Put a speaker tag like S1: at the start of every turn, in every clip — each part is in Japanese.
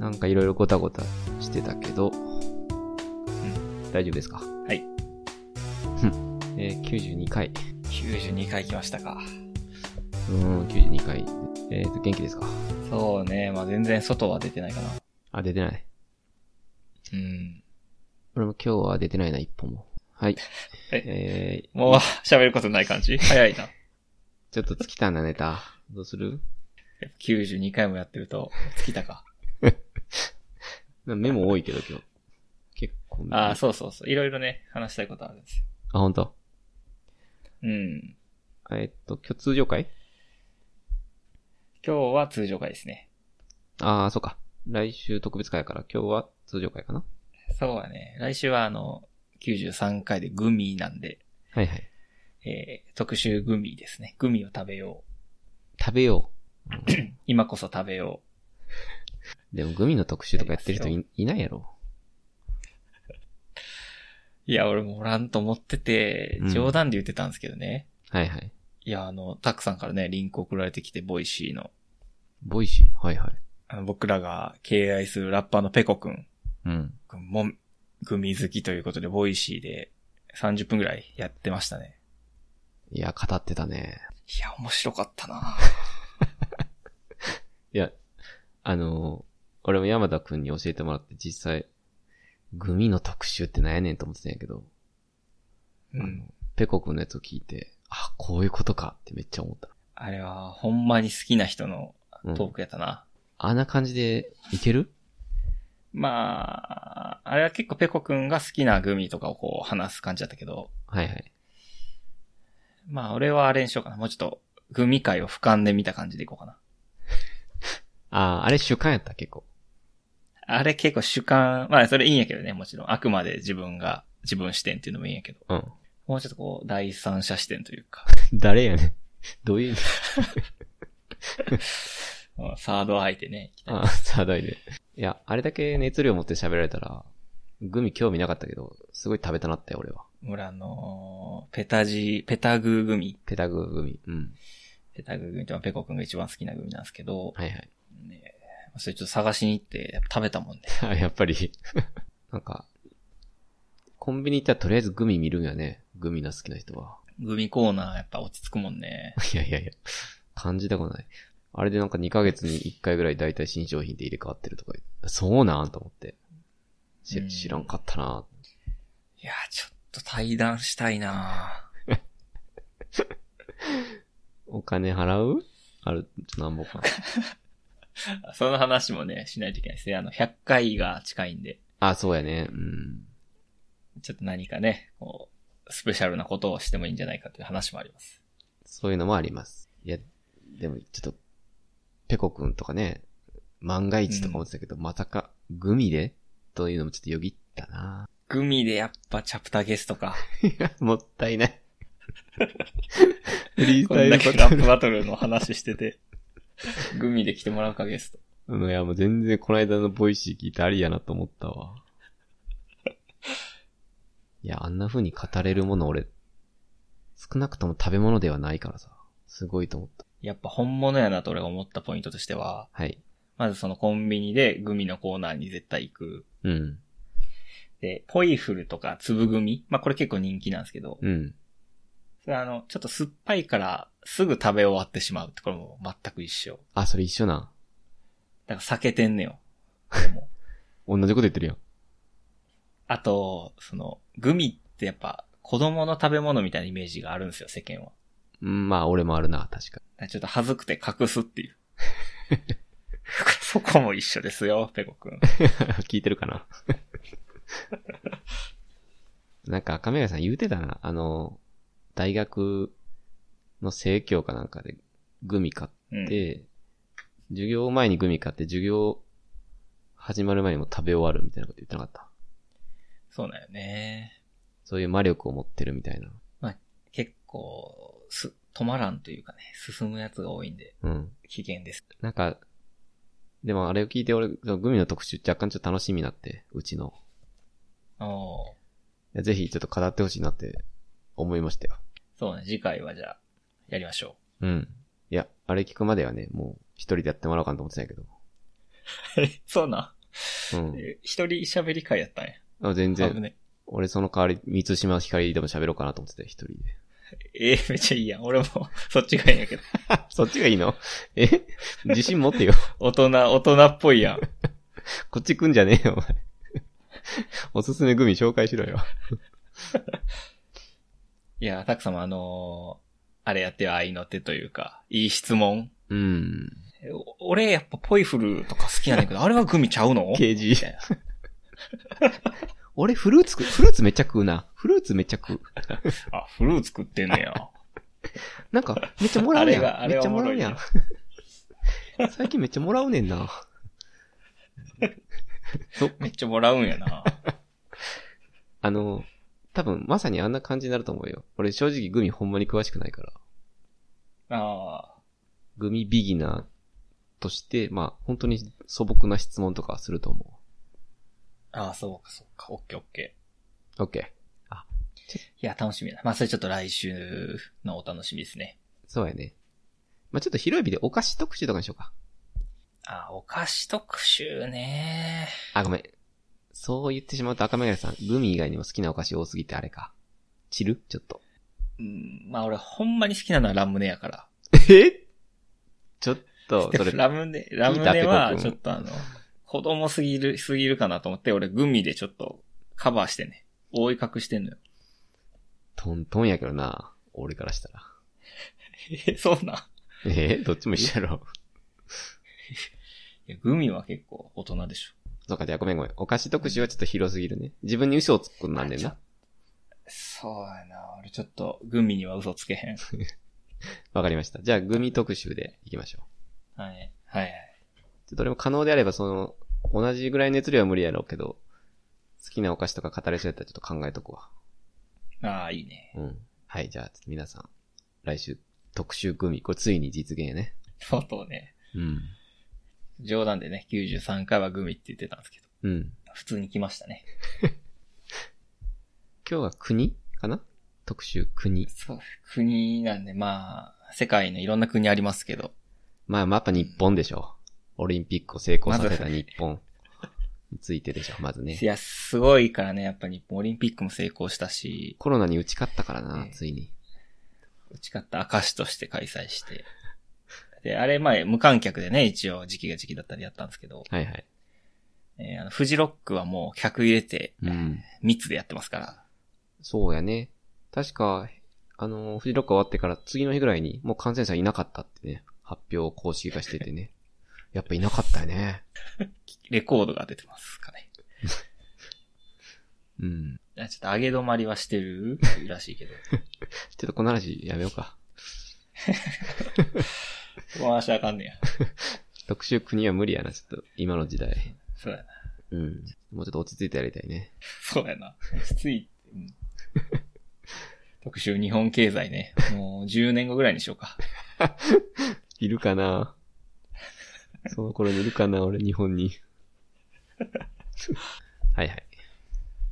S1: なんかいろいろごたごたしてたけど、うん、大丈夫ですか
S2: はい。
S1: うんえー、92回。
S2: 92回来ましたか。
S1: うーん、92回。えっ、と、元気ですか
S2: そうね。まあ全然外は出てないかな。
S1: あ、出てない。
S2: うん。
S1: 俺も今日は出てないな、一歩も。はい。
S2: え
S1: えー、
S2: もう喋ることない感じ 早いな。や
S1: ちょっと尽きたんだ、ネタ。どうする
S2: っぱ92回もやってると、尽きたか。
S1: なメモ多いけど、今日。結構。
S2: ああ、
S1: あ、
S2: そうそうそう。いろいろね、話したいことあるんですよ。
S1: ほんと。
S2: うん。
S1: えっ、と、今日通常会
S2: 今日は通常回ですね。
S1: ああ、そうか。来週特別会やから、今日は通常会かな
S2: そうだね。来週はあの、93回でグミなんで、
S1: はいはい。
S2: えー、特集グミですね。グミを食べよ
S1: 食べよ
S2: う。今こそ食べよ
S1: う。でも、グミの特集とかやってる人
S2: や
S1: いいないやろ。
S2: う。いや、俺もおらんと思ってて
S1: うん、
S2: 冗談で言ってたんですけどね。
S1: はいはい。
S2: いや、あの、たくさんからね、リンク送られてきて、ボイシーの。
S1: ボイシー。はいはい。
S2: あの、僕らが敬愛するラッパーのペコくん。
S1: うん。
S2: くんも、グミ好きということで、ボイシーで30分ぐらいやってましたね。
S1: いや、語ってたね。
S2: いや、面白かったな
S1: いや、あのー俺も山田くんに教えてもらって、実際、グミの特集ってなんやねんと思ってたんやけど、
S2: う
S1: あ
S2: ん。
S1: のペコくんのやつを聞いて、あ、こういうことかってめっちゃ思った。
S2: あれは、ほんまに好きな人の
S1: うん
S2: トークやったな。
S1: あんな感じでいける
S2: まあ、あれは結構ペコくんが好きなグミとかをこう話す感じだったけど、
S1: はいはい。
S2: まあ俺はあれにしようかな。もうちょっと、グミ界を俯瞰で見た感じでいこうかな。
S1: あー、あれ主観やった、結構。
S2: あれ結構主観、まあそれいいんやけどね、もちろん。あくまで自分が、自分視点っていうのもいいんやけど。
S1: うん。
S2: もうちょっとこう、第三者視点というか、
S1: 誰やねん。 どういう意味
S2: うんサード相手ね。
S1: あ、サードアイで。いや、あれだけ熱量持って喋られたら、グミ興味なかったけど、すごい食べたなったよ、俺は。
S2: 村の、ペタジ、ペタグーグミ。
S1: ペタググミ。うん。
S2: ペタグーグミってまあペコくんが一番好きなグミなんですけど、
S1: はいはい。
S2: ねそれちょっと探しに行って、やっぱ食べたもんね。
S1: あ やっぱり。なんか、コンビニ行ったらとりあえずグミ見るんやね。グミの好きな人は。
S2: グミコーナーやっぱ落ち着くもんね。
S1: いやいやいや、感じたことない。あれでなんか2ヶ月に1回ぐらいだいたい新商品で入れ替わってるとか言う、そうなんと思って。
S2: う
S1: 知
S2: ん
S1: 知らんかったない
S2: や、ちょっと対談したいな
S1: お金払うある、ちょっとなんぼか。
S2: ぁ その話もね、しないといけないですね。あの、100回が近いんで、
S1: あ、そうやね。うん。
S2: ちょっと何かね、こう、スペシャルなことをしてもいいんじゃないかという話もあります。
S1: そういうのもあります。いや、でも、ちょっと、ペコくんとかね、万が一とか思ってたけど、まさか、グミでというのもちょっとよぎったな
S2: グミでやっぱチャプターゲストか。
S1: いや、もったい ない。フリー
S2: こ
S1: スタ
S2: ん
S1: イ
S2: だ
S1: ル
S2: け
S1: バ
S2: ラ
S1: ト
S2: ッ
S1: ル
S2: プバトルの話してて、グミで来てもらうかゲスト。
S1: うん、いや、もう全然この間のボイシー聞いてありやなと思ったわ。いや、あんな風に語れるもの俺、少なくとも食べ物ではないからさ、すごいと思った。
S2: やっぱ本物やなと俺が思ったポイントとしては、
S1: はい。
S2: まずそのコンビニでグミのコーナーに絶対行く。
S1: うん。
S2: で、ポイフルとか粒グミ。まあ、これ結構人気なんですけど、
S1: うん。
S2: それはあの、ちょっと酸っぱいからすぐ食べ終わってしまうって、これも全く一緒。
S1: あ、それ一緒な。
S2: だから避けてんねよ。これも
S1: 同じこと言ってるやん。
S2: あと、その、グミってやっぱ子供の食べ物みたいなイメージがあるんですよ、世間は。
S1: うんまあ、俺もあるな、確か
S2: だからちょっと恥ずくて隠すっていう。 そこも一緒ですよ、ペコくん。
S1: に。 聞いてるかな。なんか、亀谷さん言うてたな。あの、大学の生協かなんかでグミ買
S2: うん
S1: っ。て、授業前にグミ買って、授業始まる前にもう食べ終わるみたいなこと言ってなかった。
S2: そうだよね。
S1: そういう魔力を持ってるみたいな。
S2: 結構、す、止まらんというかね、進むやつが多いんで、
S1: うん。
S2: 危険です。
S1: なんか、でもあれを聞いて俺、そのグミの特集若干ちょっと楽しみになって、うちの。
S2: おー
S1: いやぜひちょっと語ってほしいなって思いましたよ。
S2: そうね、次回はじゃあ、やりましょ
S1: うん。いや、あれ聞くまではね、もう一人でやってもらおうかなと思ってたんやけど。
S2: そう なん。
S1: うん。
S2: え一人喋り会やったんや。
S1: あ全
S2: 危
S1: 然、
S2: ね。
S1: 俺その代わり、三島ひかりでも喋ろうかなと思ってたよ、 一人で。
S2: えーめっちゃいいやん。俺も、そっちがいいんやけど。
S1: そっちがいいの え自信持ってよ。
S2: 大人、大人っぽいやん。
S1: こっち来んじゃねえよ、お前。 おすすめグミ紹介しろよ。
S2: いや、たくさんもあのーあれやっては愛の手というか、いい質問。
S1: うん。
S2: えお俺やっぱポイフルとか好きやねんけど、あ れはグミちゃうの
S1: KG
S2: みたいな
S1: 俺フルーツ食う、フルーツめっちゃ食うな。フルーツめっちゃ食う。
S2: あ、フルーツ食ってんね や。
S1: なんか、めっちゃもらうやん。
S2: あれがあれ
S1: めっ
S2: は
S1: ち
S2: お
S1: ゃ
S2: も
S1: もら
S2: ろいう
S1: や。
S2: なん
S1: 最近めっちゃもらうねん な。そ
S2: めっちゃもらうんやな。
S1: あの、多分まさにあんな感じになると思うよ。俺正直グミほんまに詳しくないから。
S2: あ
S1: グミビギナーとして、まあ本当に素朴な質問とかすると思
S2: あ、ああ、そうか、そうか。オッケーオッケ
S1: う。OK。
S2: ー。いや、楽しみだ。まあ、それちょっと来週のお楽しみですね。
S1: そうやね。まあちょっと広い意味でお菓子特集とかにしようか。
S2: ああ、お菓子特集ね。
S1: あ、ごめん。そう言ってしまうと赤目がさん、グミ以外にも好きなお菓子多すぎてあれか。散るちょっと。
S2: うん、まあ、俺ほんまに好きなのはラムネやから。
S1: えちょっと、 それ、
S2: ラムネ、ラムネ
S1: 聞
S2: は
S1: た
S2: い
S1: ペコ
S2: ち
S1: 君
S2: ょっとあの、子供すぎる、すぎるかなと思って、俺グミでちょっとカバーしてね。覆い隠してんのよ。
S1: トントンやけどな。俺からしたら。
S2: え、 そうなん。
S1: えどっちも一緒やろ。
S2: いや、グミは結構大人でしょ。
S1: そうか、じゃあごめんごめん。お菓子特集はちょっと広すぎるね。自分に嘘をつくんなんでんな。
S2: そうやな。俺ちょっとグミには嘘つけへん。
S1: わかりました。じゃあ、グミ特集でいきましょう。
S2: はい。はいはい。
S1: ちょっと俺も可能であれば、その、同じぐらいの熱量は無理やろうけど、好きなお菓子とか語れそうやったらちょっと考えとくわ。
S2: ああ、いいね。
S1: うん。はい、じゃあ、ちょっと皆さん、来週、特集グミ、これついに実現やね。
S2: とうとうね。
S1: うん。
S2: 冗談でね、93回はグミって言ってたんですけど、
S1: うん。
S2: 普通に来ましたね。
S1: 今日は国かな特集国。
S2: そう。国なんで、まあ、世界のいろんな国ありますけど、
S1: まあ、まあやっぱ日本でしょう。オリンピックを成功させた
S2: まず
S1: 日本についてでしょ、まずね
S2: い。や、すごいからね、やっぱ日本オリンピックも成功したし、
S1: コロナに打ち勝ったからな
S2: え、え
S1: ついに。
S2: 打ち勝った証として開催して。で、あれ前、無観客でね、一応時期が時期だったりやったんですけど、
S1: はいはい。
S2: えーあの、フジロックはもう客入れて、
S1: うん。
S2: 密でやってますから。
S1: そうやね。確か、あの、フジロック終わってから次の日ぐらいにもう感染者いなかったってね、発表を公式化しててね。 やっぱいなかったよね。
S2: レコードが出てますかね。
S1: うん。
S2: あちょっと上げ止まりはしてるらしいけど。
S1: ちょっとこの話やめようか。
S2: 回しあかんねや。
S1: 特集国は無理やな、ちょっと、今の時代。
S2: そうやな。
S1: うん。もうちょっと落ち着いてやりたいね。
S2: そうやな。きつい。うん、特集日本経済ね。もう10年後ぐらいにしようか。
S1: いるかなその頃にいるかな俺、日本に。 はいはい。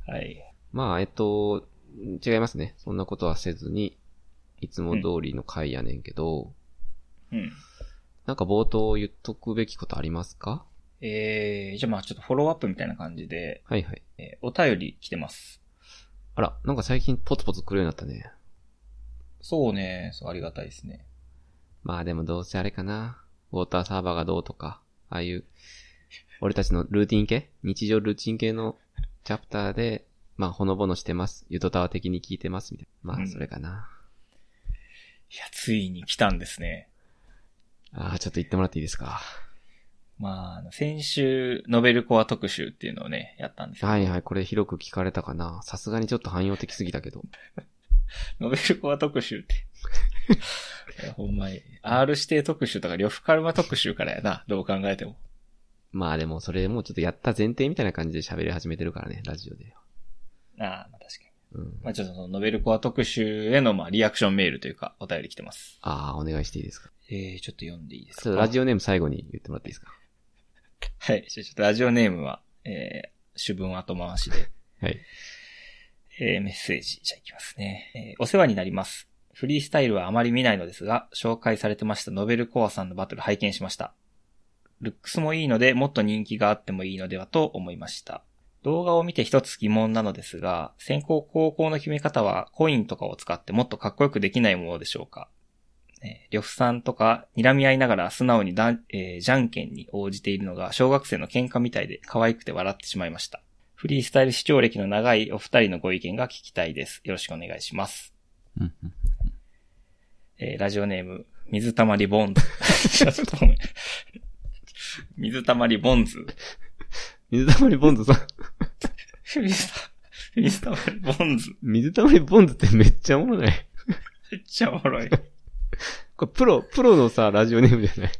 S2: はい。
S1: まあ、えっと、違いますね。そんなことはせずに、いつも通りの回やねんけど、
S2: うん。
S1: なんか冒頭言っとくべきことありますか
S2: えー、じゃあまあちょっとフォローアップみたいな感じで、
S1: はいはい。
S2: えーお便り来てます。
S1: あら、なんか最近ポツポツ来るようになったね。
S2: そうね、そうありがたいですね。
S1: まあでもどうせあれかな。ウォーターサーバーがどうとか、ああいう、俺たちのルーティン系日常ルーティン系のチャプターで、まあほのぼのしてます。ゆとたわ的に聞いてますみたいな。
S2: う
S1: まあ
S2: ん
S1: それかな。
S2: いや、ついに来たんですね。
S1: ああ、ちょっと言ってもらっていいですか。
S2: まああの、先週、ノベルコア特集っていうのをね、やったんですけど
S1: はいはい、これ広く聞かれたかな。さすがにちょっと汎用的すぎたけど。
S2: ノベルコア特集って。 いやほんまに。R 指定特集とか、呂布カルマ特集からやな。どう考えても。
S1: まあでもそれもうちょっとやった前提みたいな感じで喋り始めてるからね、ラジオで。
S2: ああ、まあ確か
S1: う
S2: に。
S1: ん。
S2: まあちょっとそのノベルコア特集へのまあリアクションメールというかお便り来てます。
S1: ああ、お願いしていいですか。
S2: えー、ちょっと読んでいいです
S1: ち
S2: か
S1: ょっとラジオネーム最後に言ってもらっていいですか
S2: はい。じゃあちょっとラジオネームは、えー、主文後回しで、
S1: はい。
S2: えー、メッセージ。じゃあいきますね。えー、お世話になります。フリースタイルはあまり見ないのですが、紹介されてましたノベルコアさんのバトル拝見しました。ルックスもいいので、もっと人気があってもいいのではと思いました。動画を見て一つ疑問なのですが、先行後攻の決め方はコインとかを使ってもっとかっこよくできないものでしょうかえー呂布さんとか睨み合いながら素直にだん、えーじゃんけんに応じているのが小学生の喧嘩みたいで可愛くて笑ってしまいました。フリースタイル視聴歴の長いお二人のご意見が聞きたいです。よろしくお願いします。
S1: うんうん。
S2: えーラジオネーム、水溜りボンズ。ちょっとごめん水溜りボンズ。
S1: 水溜りボンズさん。
S2: 水溜水溜りボンズ。
S1: 水溜りボンズってめっちゃおもろない。
S2: めっちゃおもろい。
S1: これプロ、プロのさ、ラジオネームじゃない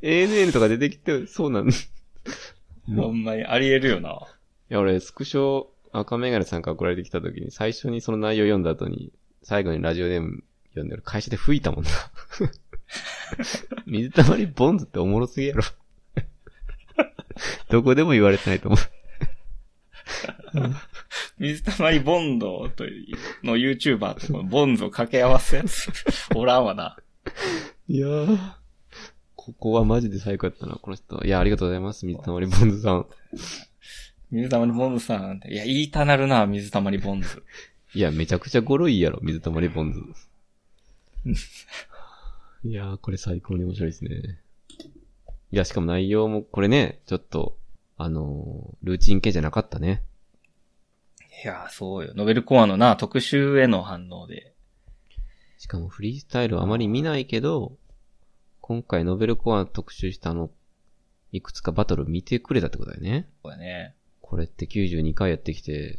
S1: ?ANN とか出てきて、そうなんだ。い
S2: ほんまにありえるよな。
S1: や、俺、スクショ、赤メガネさんから送られてきた時に、最初にその内容読んだ後に、最後にラジオネーム読んでる会社で吹いたもんな。 水溜りボンズっておもろすぎや ろ。どこでも言われてないと思
S2: 水溜りボンドというの YouTuber とこのボンズを掛け合わせやつ。 おらんわな。
S1: う。いやー。ここはマジで最高やったな、この人。いや、ありがとうございます、水溜りボンズさん。
S2: 水溜りボンズさんって。いや、言いたなるな、水溜りボンズ。
S1: いや、めちゃくちゃゴロいいやろ、水溜りボンズ。 いやー、これ最高に面白いですね。いや、しかも内容も、これね、ちょっと、あのールーチン系じゃなかったね。
S2: いや、そうよ。ノベルコアのな、特集への反応で。
S1: しかもフリースタイルあまり見ないけど、今回ノベルコア特集したあの、いくつかバトル見てくれたってことだよね。
S2: これね。
S1: これって92回やってきて、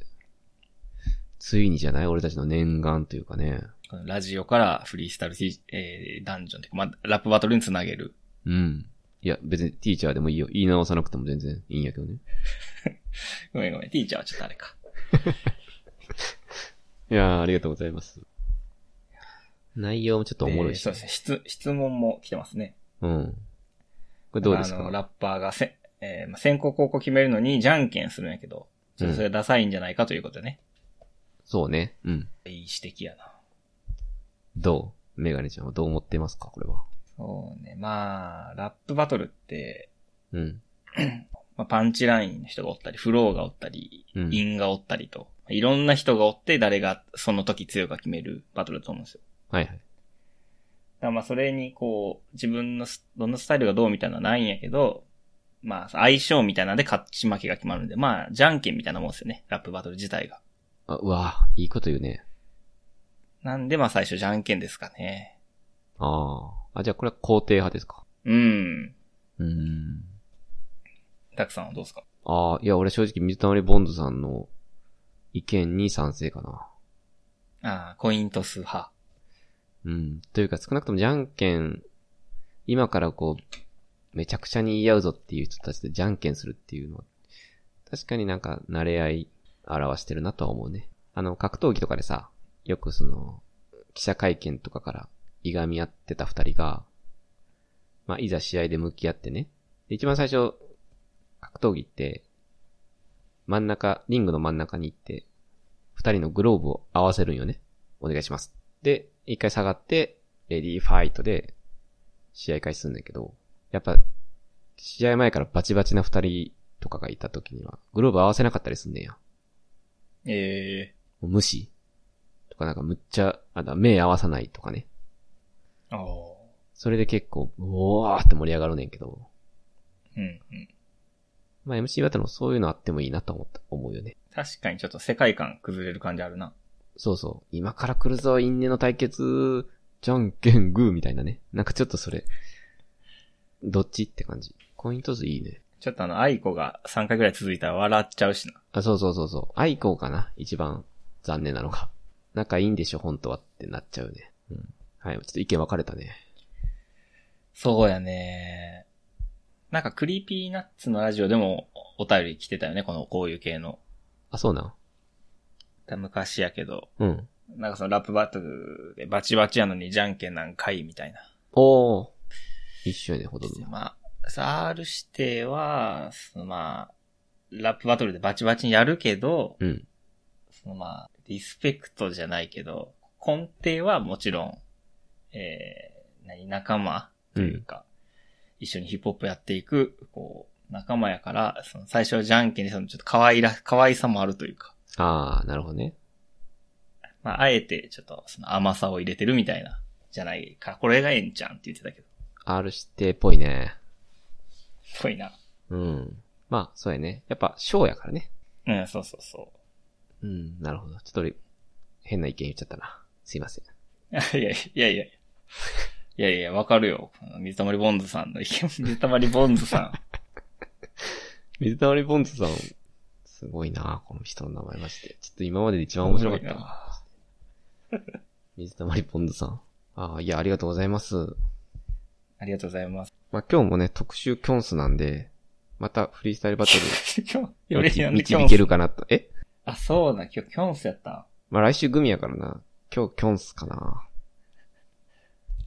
S1: ついにじゃない俺たちの念願というかね。
S2: このラジオからフリースタイル、えー、ダンジョンというか、まあ、ラップバトルにつなげる。
S1: うん。いや、別にティーチャーでもいいよ。言い直さなくても全然いいんやけどね。
S2: ごめんごめん。ティーチャーはちょっとあれか。
S1: いやー、ありがとうございます。内容もちょっとおもろい
S2: えー
S1: し、
S2: そうですね。質、質問も来てますね。
S1: うん。これどうです
S2: あ
S1: か
S2: の、ラッパーがせ、えーまあ、先行後攻決めるのにじゃんけんするんやけど、ちょっとそれダサいんじゃないかということでね。
S1: そうね。うん。
S2: いい指摘やな。
S1: どうメガネちゃんはどう思ってますかこれは。
S2: そうね。まあ、ラップバトルって、
S1: うん。
S2: まあ、パンチラインの人がおったり、フローがおったり、
S1: うん。
S2: インがおったりと、いろんな人がおって、誰がその時強いか決めるバトルだと思うんですよ。
S1: はいはい。
S2: だからまあ、それにこう、自分のスどんなスタイルがどうみたいなのはないんやけど、まあ、相性みたいなんで勝ち負けが決まるんで、まあ、じゃんけんみたいなもんですよね。ラップバトル自体が。
S1: あ、うわーいいこと言うね。
S2: なんで、まあ、最初じゃんけんですかね。
S1: あー。あ、じゃあこれは肯定派ですか
S2: うん。
S1: うーん。
S2: たくさんはどうですか
S1: あー、いや、俺正直水溜りボンドさんの意見に賛成かな。
S2: ああ、コイントス派。
S1: うん。というか少なくともじゃんけん、今からこう、めちゃくちゃに言い合うぞっていう人たちでじゃんけんするっていうのは、確かになんか慣れ合い表してるなとは思うね。あの、格闘技とかでさ、よくその、記者会見とかからいがみ合ってた二人が、まあ、いざ試合で向き合ってね。で一番最初、格闘技って、真ん中、リングの真ん中に行って、二人のグローブを合わせるんよね。お願いします。で、一回下がって、レディーファイトで、試合開始するんだけど、やっぱ、試合前からバチバチな二人とかがいた時には、グローブ合わせなかったりすんねんや。
S2: ええ
S1: もう無視。とかなんかむっちゃ、あだ目合わさないとかね。
S2: ー。お
S1: それで結構、うおーって盛り上がるねんけど、
S2: うん、うん。
S1: まあ MC バトルもそういうのあってもいいなと思った、思うよね。
S2: 確かにちょっと世界観崩れる感じあるな。
S1: そうそう。今から来るぞ、因縁の対決、じゃんけんグーみたいなね。なんかちょっとそれ、どっちって感じ。コイントスいいね。
S2: ちょっとあの、愛子が3回ぐらい続いたら笑っちゃうしな。
S1: あ、そうそうそうそう。アイコーかな一番残念なのが。 仲いいんでしょ本当はってなっちゃうね。うん。はい。ちょっと意見分かれたね。
S2: そうやねなんか、クリーピーナッツのラジオでもお便り来てたよね、この、こういう系の。
S1: あ、そうなん
S2: 昔やけど、
S1: うん。
S2: なんかそのラップバトルでバチバチやのにじゃんけんなんかいみたいな。
S1: おー。一緒やね、ほとんど。
S2: まあ、さあ、R 指定は、そのまあ、ラップバトルでバチバチにやるけど、
S1: うん。
S2: そのまあ、リスペクトじゃないけど、根底はもちろん、えー、何、仲間というか、一緒にヒップホップやっていく、こう、仲間やから、その最初はじゃんけんで、そのちょっと可愛ら、可愛さもあるというか、
S1: ああ、なるほどね。
S2: まあ、あえてちょっとその甘さを入れてるみたいな、じゃないか、これがええんちゃんって言ってたけど、
S1: R 指定っぽいね。
S2: ぽいな。
S1: うん。まあ、そうやね。やっぱ、ショーやからね。
S2: うん、そうそうそう。
S1: うん、なるほど。ちょっと俺、変な意見言っちゃったな。すいません。
S2: いやいやいやいや。いやいや、わかるよ。水溜りボンズさんの意見、 水溜りボンズさ
S1: 水溜りボンズさん、すごいなこの人の名前まして。ちょっと今までで一
S2: ん。
S1: 番面白かった
S2: 面白い
S1: な。
S2: な
S1: 水溜りボンズさん。ああ、いや、ありがとうございます。
S2: ありがとうございます。
S1: まあ、今日もね、特集キョンスなんで、またフリースタイルバ トル
S2: 今日、よりなんで今
S1: 導
S2: 日
S1: け。るかなと。え
S2: あ、そうだ、今日、キョンスやった。
S1: まあ、来週グミやからな。今日キョンスかな。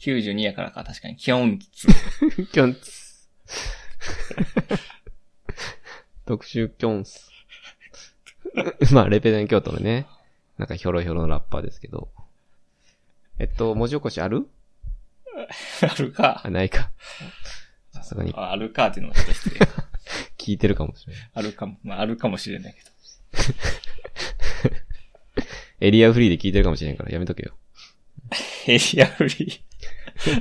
S2: 92やからか、確かに。キョンツ。
S1: キョンス。特集キョンス。 まあ、レペゼン京都のね、なんかひょろひょろのラッパーですけど。えっと、文字起こしある
S2: あるか
S1: あ、。ないか。さすがに
S2: ああるかっていうのもちょっと失礼か。
S1: 聞いてるかもしれない。
S2: あるかも、まあ、あるかもしれないけど。
S1: エリアフリーで聞いてるかもしれないからやめとけよ。
S2: ヘリアフリー。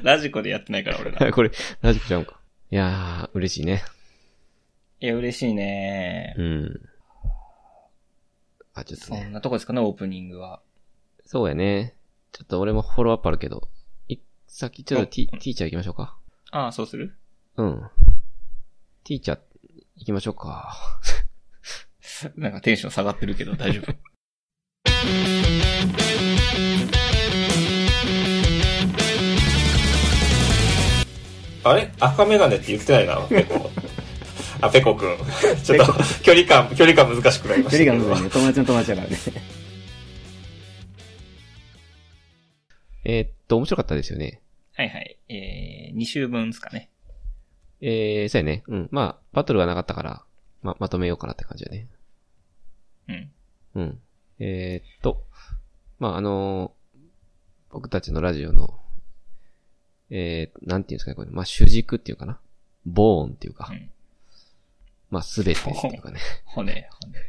S2: ラジコでやってないから、俺ら。
S1: これ、ラジコちゃうんか。いやー、嬉しいね。
S2: いや、嬉しいね
S1: う。ん。あ、ちょっと
S2: そ
S1: ね。
S2: んなとこですかね、オープニングは。
S1: そうやね。ちょっと俺もフォローアップあるけど。い、先ちょっとティティーチャー行きましょうか。
S2: ああ、そうする
S1: うん。ティーチャー行きましょうか。
S2: なんかテンション下がってるけど、大 丈夫。
S3: あれ赤メガネって言ってないな、ペ コ。あ、ペコくん。ちょっと、距離感、距離感難しくなりました
S4: 距
S3: けど。
S4: 離が難しいね。友達の友達だからね。
S1: えーっと、面白かったですよね。
S2: はいはい。えー、2週分ですかね。
S1: えー、そうやね。うん。まあ、バトルはなかったから、ま、まとめようかなって感じだね。
S2: うん。
S1: うん。えーっと、まあ、あのー僕たちのラジオの、えー、なんていうんですかね、これ、まあ、主軸っていうかな。ボーンっていうか、
S2: うん
S1: まあ、すべてっていうかね。
S2: 骨、骨。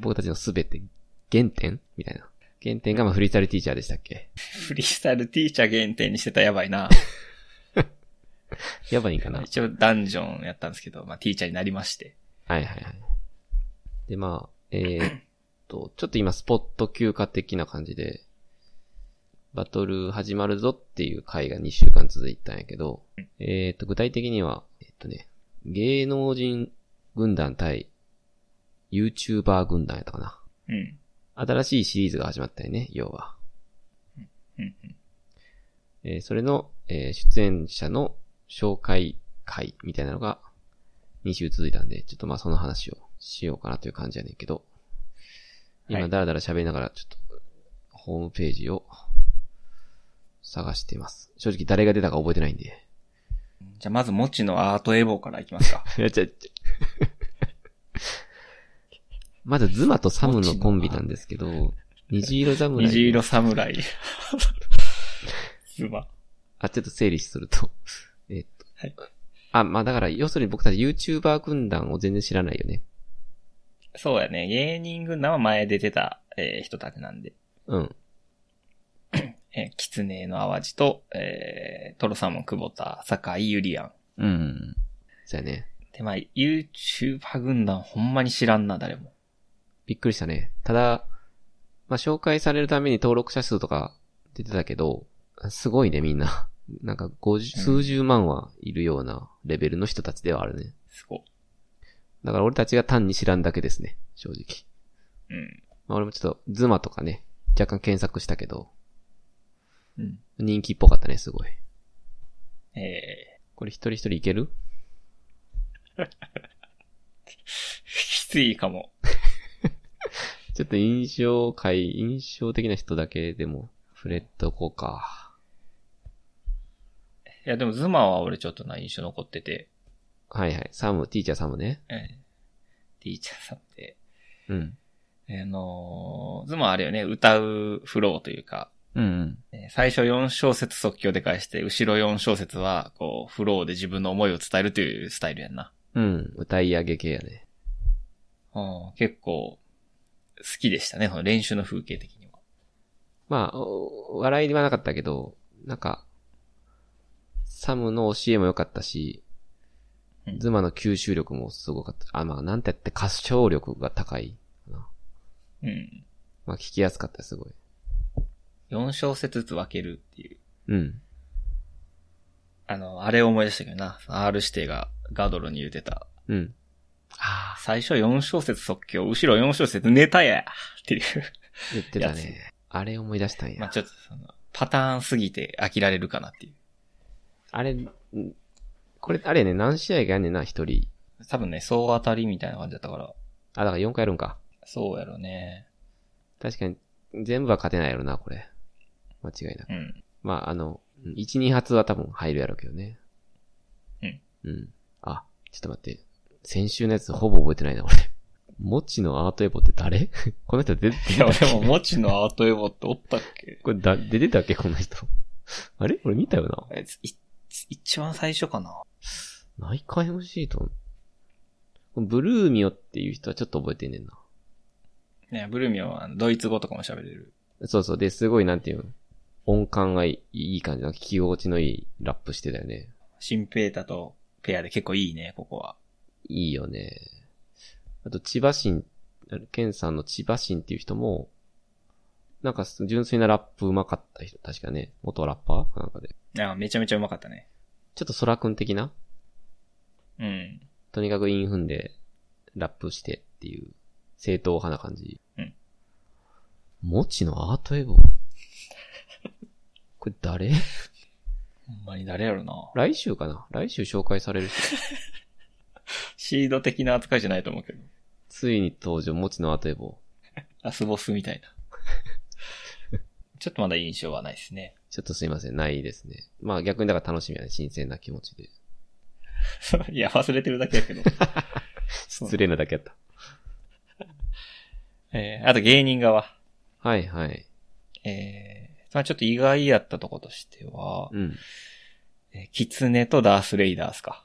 S1: 僕たちのすべて、原点みたいな。原点が、まあ、フリースタイルティーチャーでしたっけ
S2: フリースタイルティーチャー限定にしてたらやばいな。
S1: やばいんかなはい
S2: 一応ダンジョンやったんですけど、まあティーチャーになりまして。
S1: はいはい。で、まあ、えーっと、ちょっと今、スポット休暇的な感じで、バトル始まるぞっていう回が2週間続いたんやけど、えーっと、具体的には、えっとね、芸能人軍団対 YouTuber 軍団やったかな。
S2: うん。
S1: 新しいシリーズが始まったよね、要は。
S2: うん。うん
S1: えーそれの、えー出演者の紹介会みたいなのが2週続いたんで、ちょっとまあその話をしようかなという感じやねんけど、
S2: は
S1: 今
S2: い
S1: だらだら喋りながらちょっとホームページを探しています。正直誰が出たか覚えてないんで。
S2: じゃあまず、もちのアートエボーからいきますか。
S1: いやちゃちゃ まずズマとサムのコンビなんです けど、虹色侍。
S2: 虹色侍。 ズマ。
S1: あ、ちょっと整理すると。 えっと。
S2: はい
S1: あ、まあだから、要するに僕たち YouTuber 軍団を全然知らないよね。
S2: そうやね。芸人軍団は前出てた、えー人たちなんで。
S1: うん。
S2: えー、キツネの淡路と、えー、トロサーモン、久保田、酒井、ゆりやん。
S4: うん。
S1: そうやね。
S2: で、まあ、YouTuber 軍団ほんまに知らんな、誰も。
S1: びっくりしたね。ただ、まあ紹介されるために登録者数とか出てたけど、すごいねみんな。 なんか50、数十万はいるようなレベルの人たちではあるね。
S2: すごい。
S1: だから俺たちが単に知らんだけですね。正直。
S2: うん。
S1: まあ俺もちょっと、ズマとかね、若干検索したけど、
S2: うん。
S1: 人気っぽかったね、すごい。
S2: え
S1: これ一人一人いける
S2: ー、きついかも。
S1: ちょっと印象会、印象的な人だけでも触れとこうか。
S2: いや、でもズマは俺ちょっとな印象残ってて、
S1: はいはい。サム、ティーチャーサムね。
S2: えー、ティーチャーさんって、
S1: うん。
S2: あのーズマはあれよね、歌うフローというか、
S4: うんうん。
S2: えー最初4小節即興で返して、後ろ4小節は、こう、フローで自分の思いを伝えるというスタイルやんな。
S1: うん。歌い上げ系やね。
S2: うん、結構、好きでしたね、この練習の風景的には。
S1: まあ、お笑いではなかったけど、なんか、サムの教えも良かったし
S2: う、ん
S1: ズマの吸収力もすごかった。あ、まあ、なんて言って歌唱力が高い。
S2: うん。
S1: まあ、聞きやすかった、すごい。
S2: 4小節ずつ分けるっていう。
S1: うん。
S2: あの、あれを思い出したけどな、R 指定がガドロに言うてた。
S1: うん。
S2: 最初4小節即興、後ろ4小節ネタやっていう。
S1: 言ってたね。あれ思い出したんや。
S2: まあちょっとその、パターンすぎて飽きられるかなっていう。
S1: あれ、んこれ、あれやね、何試合かやんねんな、一人。
S2: 多分ね、総当たりみたいな感じだったから、
S1: あ、だから4回やるんか。
S2: そうやろね。
S1: 確かに、全部は勝てないやろな、これ。間違いなく。
S2: うん。
S1: まあ、あの、1、2発は多分入るやろうけどね。
S2: うん。
S1: うん。あ、ちょっと待って。先週のやつほぼ覚えてないな、俺。もちのアートエボって誰 この人出て
S2: い
S1: た
S2: や、
S1: っけ
S2: 俺も、もちのアートエボっておったっけ
S1: これだ、出てたっけこの人。あれ俺見たよな。
S2: えい一番最初かな。
S1: 内科 MC と。このブルーミオっていう人はちょっと覚えてんねんな。
S2: ね、ブルミオはあのドイツ語とかも喋れる。
S1: そうそう。で、すごい、なんていうの音感がいいいい感じの、聞き心地のいいラップしてたよね。
S2: シンペータとペアで結構いいね、ここは。
S1: いいよね。あと、千葉新、ケンさんの千葉新っていう人も、なんか純粋なラップうまかった人、確かね。元ラッパーかなんかで。
S2: あめちゃめちゃうまかったね。
S1: ちょっと空くん的な
S2: うん。
S1: とにかくインフンでラップしてっていう、正当派な感じ。
S2: うん。
S1: もちのアートエゴ。これ誰
S2: ほんまに誰やろな。
S1: 来週かな来週紹介される人。
S2: シード的な扱いじゃないと思うけど。
S1: ついに登場、もちのアートエボ。
S2: ラスボスみたいな。 ちょっとまだ印象はないですね。
S1: ちょっとすいません、ないですね。まあ逆にだから楽しみやね、新鮮な気持ちで。
S2: いや、忘れてるだけやけど。
S1: 失礼なだけやった。
S2: えーあと芸人側。
S1: はいはい。
S2: えーまあちょっと意外やったとことしては、
S1: うん。
S2: えーキツネとダースレイダースか。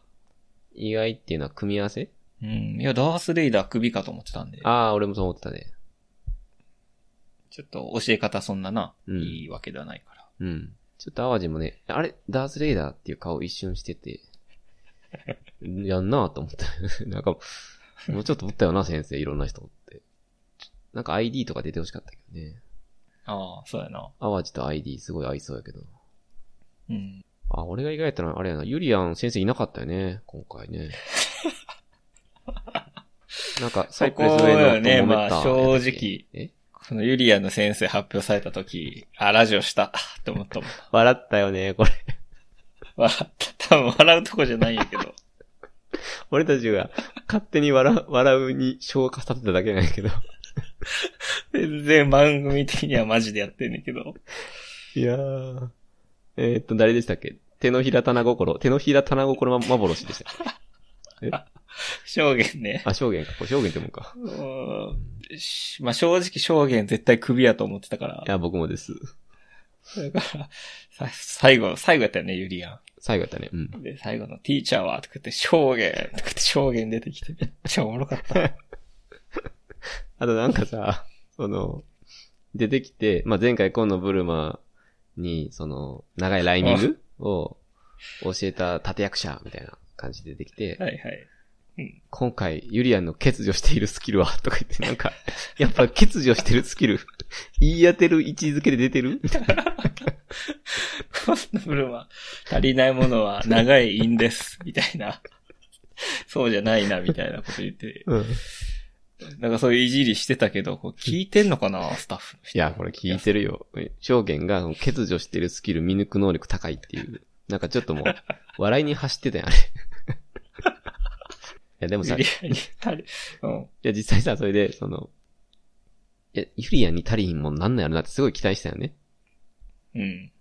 S1: 意外っていうのは組み合わせ
S2: うん。いや、ダースレイダー首かと思ってたんで、
S1: ああ、俺もそう思ってたね。
S2: ちょっと教え方そんなな、
S1: うん
S2: いいわけではないから。
S1: うん。ちょっと淡路もね、あれ、ダースレイダーっていう顔一瞬してて、 やんなぁと思った。 なんか、もうちょっとおったよな、先生、いろんな人って。なんか ID とか出てほしかったけどね。
S2: ああ、そうやな。
S1: 淡路と ID すごい合いそうやけど。
S2: うん。
S1: あ、俺が意外やったのはあれやな。ユリアン先生いなかったよね、今回 ね。なんか、サイプレス上のと揉めた。
S2: そこよねまあ正直。
S1: え
S2: このユリアの先生発表された時、あ、ラジオした、 って思ったもん。
S1: 笑ったよね、これ。
S2: 笑った。多分笑うとこじゃないんやけど。
S1: 俺たちが勝手に笑う、笑うに消化させただけなんやけど。
S2: 全然番組的にはマジでやってんねんけど。
S1: いやー。えーっと、誰でしたっけ手のひら棚心。手のひら棚心ま幻でしたっけ。
S2: 証言ね。
S1: あ、証言か。これ証言ってもんか。
S2: うんしまあ正直証言絶対クビやと思ってたから
S1: い。や、僕もです。
S2: だから、さ最後、最後やったよね、ユリア
S1: 最後やったね。うん。
S2: ン。で、最後のティーチャーは、とか言って、証言、とか言って証言出てきて、めっちゃおもろかった。
S1: あとなんかさ、 その、出てきて、まあ、前回今野ブルマに、その、長いライミングを教えた立役者みたいな感じで出てきて、
S2: はいはい。
S1: 今回ユリアンの欠如しているスキルは、とか言って、なんか、 やっぱ欠如してるスキル、言い当てる位置づけで出てるみたい
S2: コスブルは、足りないものは長い因です、みたいな。そうじゃないな、みたいなこと言って。
S1: な。い
S2: なんかそういういじりしてたけど、こう聞いてんのかな、スタッフの人。
S1: や、これ聞いてるよ。証言が欠如してるスキル見抜く能力高いっていう。なんかちょっともう、笑いに走ってたやん、あれ。い や、でもさ
S2: ユ、リアンに足り、うん。
S1: いや、実際さ、それで、その、いや、ユリアンに足りひんもんなんなんやろなってすごい期待したよね。
S2: うん。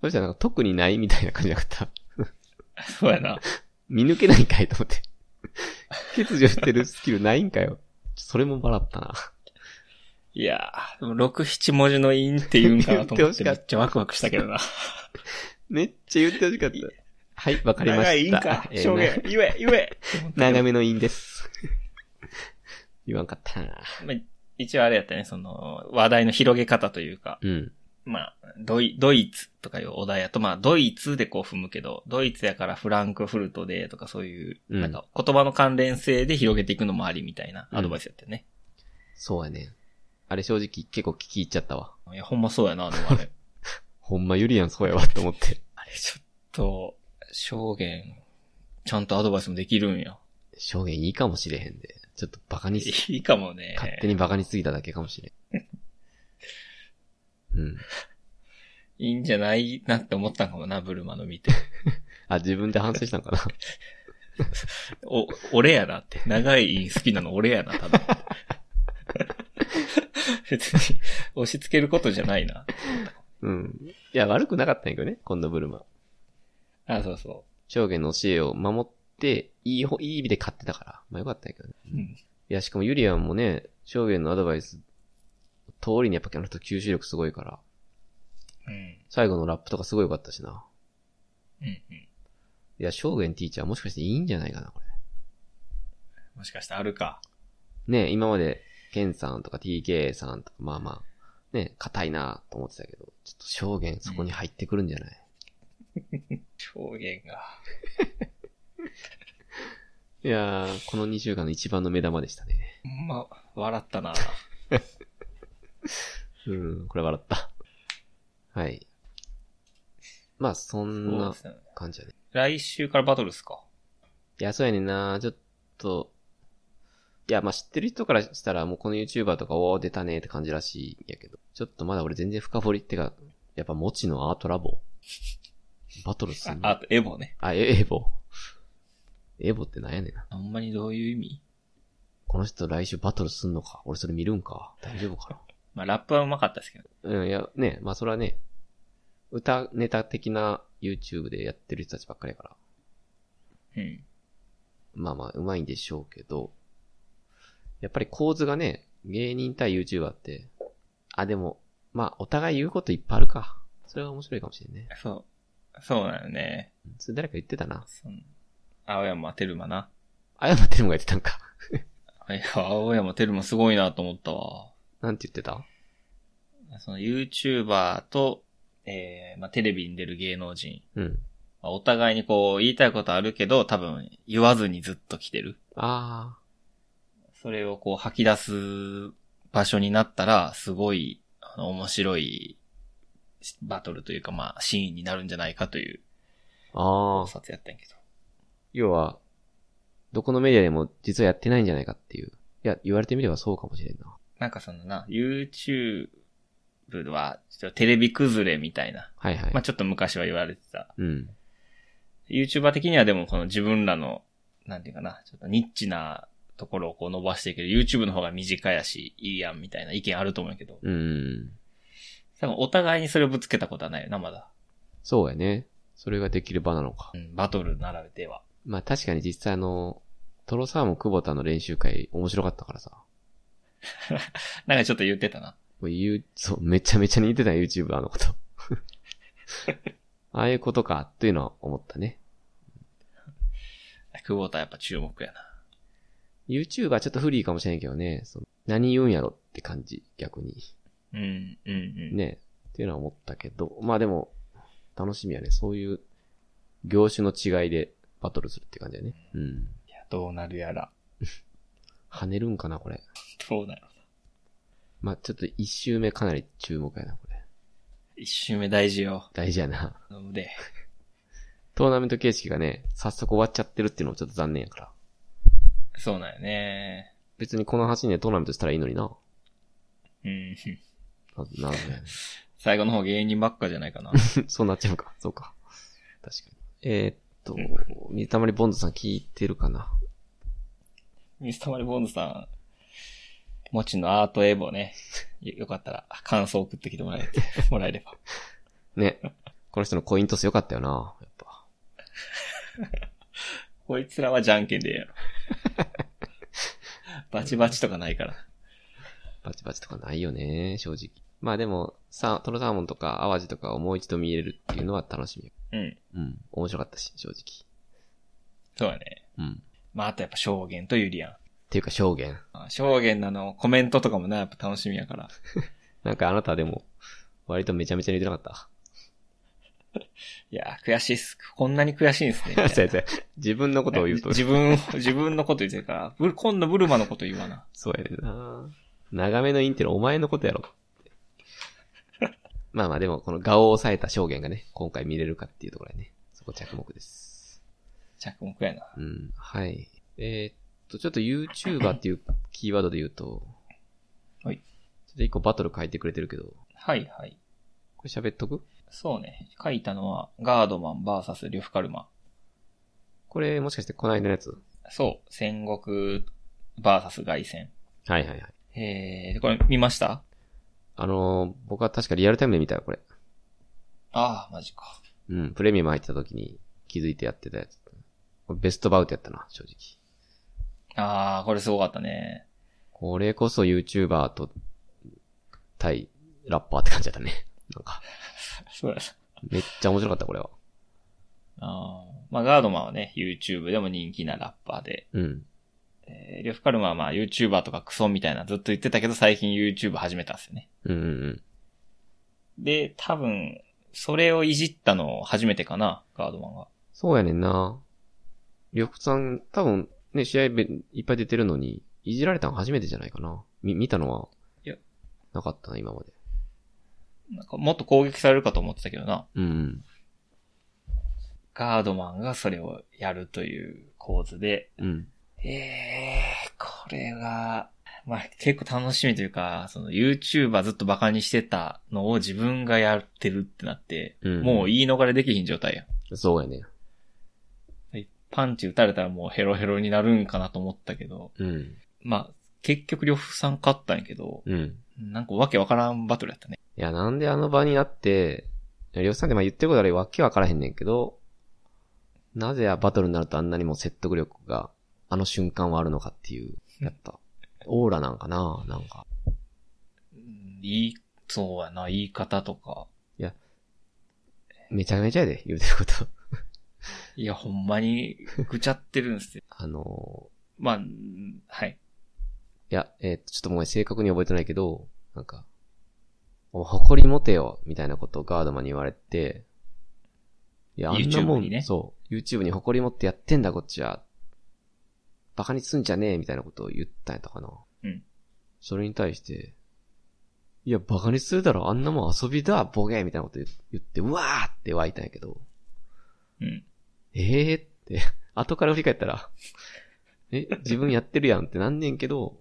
S1: そしたらなんか特にないみたいな感じなかった。
S2: そうやな。
S1: 見抜けないんかいと思って。 欠如してるスキルないんかよ。それも笑ったな。
S2: いやー、でも6、7文字のインって言うんかなと
S1: 言
S2: 思っ
S1: ってほしてか
S2: め
S1: った
S2: っちゃワクワクしたけどな。
S1: めっちゃ言ってほしかった。はい、わかりました。
S2: 長いインか。
S1: えー
S2: 証言。言え、言え。
S1: な長めのインです。 言わんかったな。
S2: まあ一応あれやったね、その、話題の広げ方というか、
S1: うん。
S2: まあ、ドイ、ドイツとかいうお題やと、まあ、ドイツでこう踏むけど、ドイツやからフランクフルトでとかそういう、
S1: うん
S2: なんか言葉の関連性で広げていくのもありみたいなアドバイスやったよね。
S1: そうやね。あれ正直結構聞き入っちゃったわ。
S2: いや、ほんまそうやな、でも あれ。
S1: ほんまゆりやんそうやわって思って。
S2: あれちょっと、証言、ちゃんとアドバイスもできるんや。
S1: 証言いいかもしれへんで。ちょっとバカにし、
S2: いいかもね。
S1: 勝手にバカにすぎただけかもしれ ん。うん。
S2: いいんじゃないなって思ったんかもな、ブルマの見て。
S1: あ、自分で反省したんかな。
S2: お、俺やなって。長いイン好きなの俺やな、多分。 別に、押し付けることじゃないな。
S1: うん。いや、悪くなかったんやけどね、今度ブルマ。
S2: あ、そうそ
S1: 証言の教えを守って、いいほ、いい意味で勝ってたから。まあよかったんやけどね。
S2: う。うん。
S1: いや、しかもユリアンもね、証言のアドバイス、通りにやっぱあの人吸収力すごいから、
S2: うん。
S1: 最後のラップとかすごい良かったしな。
S2: うん。うん。
S1: いや、証言ティーチャーもしかしていいんじゃないかな、これ。
S2: もしかしてあるか。
S1: ね今まで、ケンさんとか TK さんとか、まあまあ、ね硬いなと思ってたけど、ちょっと証言そこに入ってくるんじゃない、
S2: 証言が。
S1: いやー、この2週間の一番の目玉でしたね。
S2: ほんま、笑ったな。
S1: うん、これ笑った。はい。まあ、そん
S2: そう
S1: な
S2: ですね
S1: 感じだね。
S2: 来週からバトルっすか。
S1: いや、そうやねんなちょっと。いや、まあ、知ってる人からしたら、もうこの YouTuber とか、おー、出たねって感じらしいんやけど。ちょっとまだ俺全然深掘りってか、やっぱ、持ちのアートラボ。バトルす
S2: あ
S1: ん、の
S2: あと、エボね。
S1: あ、え、エボ。エボってなんやねんな。
S2: あんまりどういう意味
S1: この人来週バトルすんのか。俺それ見るんか。大丈夫か
S2: まあ、ラップはうまかったですけど。
S1: な。 うん、いや、ね、まあ、それはね、歌ネタ的な YouTube でやってる人たちばっかりやから。
S2: うん。
S1: まあまあ、うまいんでしょうけど、やっぱり構図がね、芸人対 YouTuber って、あ、でも、まあ、お互い言うこといっぱいあるか。それが面白いかもしれんね。
S2: そう。そうなのね。
S1: それ誰か言ってたな。
S2: その青山テルマな。
S1: あやまてるもが言ってたんか。
S2: いや、青山テルマすごいなと思ったわ。
S1: なんて言ってた
S2: その YouTuber と、えー、まあ、テレビに出る芸能人。
S1: うん。
S2: まあお互いにこう、言いたいことあるけど、多分、言わずにずっと来てる。
S1: あ
S2: それをこう、吐き出す場所になったら、すごい、あの、面白い、バトルというか、まあ、シーンになるんじゃないかという、
S1: あ。ああ
S2: 考。察やったんやけど。
S1: 要は、どこのメディアでも実はやってないんじゃないかっていう。いや、言われてみればそうかもしれんな。
S2: なんかそのな、YouTube は、ちょっとテレビ崩れみたいな。
S1: はいはい。
S2: まあ、ちょっと昔は言われてた。
S1: うん。
S2: YouTuber 的にはでもこの自分らの、なんていうかな、ちょっとニッチなところをこう伸ばしていける YouTube の方が短いやし、いいやんみたいな意見あると思うんやけど、
S1: うん。
S2: 多分お互いにそれをぶつけたことはないよな、まだ。
S1: そうやね。それができる場なのか
S2: う。ん、バトルならでは。
S1: まあ確かに実際あの、トロサーモン久保田の練習会面白かったからさ。
S2: なんかちょっと言ってたな。
S1: もう言う、そう、めちゃめちゃ似てた YouTuber の こと。ああいうことか、というのは思ったね。
S2: 久保田やっぱ注目やな。
S1: YouTuber ちょっと不利かもしれんけどね、その何言うんやろって感じ、逆に。
S2: うん、うん、うん。
S1: ね。っていうのは思ったけど、まあでも、楽しみやね。そういう、業種の違いでバトルするって感じだね。うん。
S2: いや、どうなるやら。
S1: 跳ねるんかな、これ。
S2: どうなる
S1: まあちょっと一周目かなり注目やな、これ。
S2: 一周目大事よ。
S1: 大事やな。
S2: なので、
S1: トーナメント形式がね、早速終わっちゃってるっていうのもちょっと残念やから。
S2: そうなんよね。
S1: 別にこの8年でトーナメントしたらいいのにな。
S2: うん。
S1: な、なるほどね。
S2: 最後の方芸人ばっかじゃないかな。
S1: そうなっちゃうか。そうか。確かに。えーっと
S2: うん、
S1: 水溜りボンドさん聞いてるかな
S2: 水溜りボンドさん、もちのアートエボね、よよかったら感想送ってきてもらえて もらえれば。
S1: ね。この人のコイントス良かったよな。やっぱ。
S2: こいつ らはじゃんけんでええやろ。バチバチとかないから。
S1: バチバチとかないよね、正直。まあでも、さ、トロサーモンとか淡路とかをもう一度見れるっていうのは楽しみ。
S2: うん。
S1: うん。面白かったし、正直。
S2: そうだね。
S1: うん。っ
S2: まあ、あとやっぱ、証言とユリアン。
S1: ていうか、証言。
S2: あ証言なの、コメントとかもな、やっぱ楽しみやから。
S1: なんかあなたでも、割とめちゃめちゃ似てなか
S2: いやー、悔しいっす。こんなに悔しいんです ね。
S1: っ
S2: みたい
S1: た。
S2: な
S1: 先生、自分のことを言うと、
S2: 自分、自分のこと言ってるから、ブル今度ブルマのこと言わな。
S1: そうやねんな。長めのインテル、お前のことやろ。 まあまあでも、この顔を抑えた証言がね、今回見れるかっていうところやね。そこ着目です。
S2: 着目やな。
S1: うん、はい。えーっと、ちょっと YouTuber っていうキーワードで言うと、
S2: はい。
S1: ちょっと一個バトル書いてくれてるけど、
S2: はいはい。
S1: これ喋っとく
S2: そうね。書いたのは、ガードマン VS リョフカルマ。
S1: これもしかしてこないだのやつ
S2: そう。戦国 VS 外戦。
S1: はいはいはい。
S2: えー、これ見ました
S1: あのー僕は確かリアルタイムで見たよ、これ。
S2: ああ、マジか。
S1: うん、プレミアム入ってた時に気づいてやってたやつ。これベストバウトやったな、正直。
S2: ああ、これすごかったね。
S1: これこそ YouTuber と、対、ラッパーって感じだったね。なんか、
S2: そうだ
S1: めっちゃ面白かった、これは。
S2: あーまあ、ガードマンはね、YouTube でも人気なラッパーで、
S1: うん。
S2: えー、リョフカルマはまあ YouTuber とかクソみたいなずっと言ってたけど、最近 YouTube 始めたんですよね。
S1: うんうんうん。
S2: で、多分、それをいじったの初めてかな、ガードマンが。
S1: そうやねんな。緑さん、多分、ね、試合べいっぱい出てるのに、いじられたの初めてじゃないかな。み、見たのは、
S2: いや
S1: なかったな、今まで。
S2: なんかもっと攻撃されるかと思ってたけどな。
S1: うんうん。
S2: ガードマンがそれをやるという構図で。
S1: うん。
S2: ええこれが、まあ結構楽しみというか、その YouTuber ずっとバカにしてたのを自分がやってるってなって、
S1: うん
S2: もう言い逃れできひん状態や。
S1: そうやね。
S2: パンチ打たれたらもうヘロヘロになるんかなと思ったけど、
S1: うん。
S2: まあ結局両夫さん勝ったんやけど、
S1: うん。
S2: なんかわけわからんバトルやったね。
S1: いや、なんであの場になって、りょうさんってまあ言ってることあれわけわからへんねんけど、なぜバトルになるとあんなにも説得力が、あの瞬間はあるのかっていう、やっ ぱ、オーラなんかななんか。
S2: うんいい、そうやな、言い方とか。
S1: めちゃめちゃやで、言うてること。
S2: いや、ほんまにぐちゃってるんですよ。
S1: あの
S2: まあ、うんはい。
S1: ーいや、えーちょっとごめん、正確に覚えてないけど、なんか、お前誇り持てよ、みたいなことをガードマンに言われて、いや、あんなも
S2: YouTube
S1: ん、
S2: にね
S1: そう、YouTube に誇り持ってやってんだ、こっちは。バカにすんじゃねえ、みたいなことを言ったんやったかな。
S2: うん。
S1: それに対して、いや、バカにするだろ、あんなもん遊びだ、ボケみたいなこと言言って、うわーって湧いたんやけど、
S2: うん。
S1: ええー、って、 後から振り返ったら、 え、自分やってるやんってなんねんけど、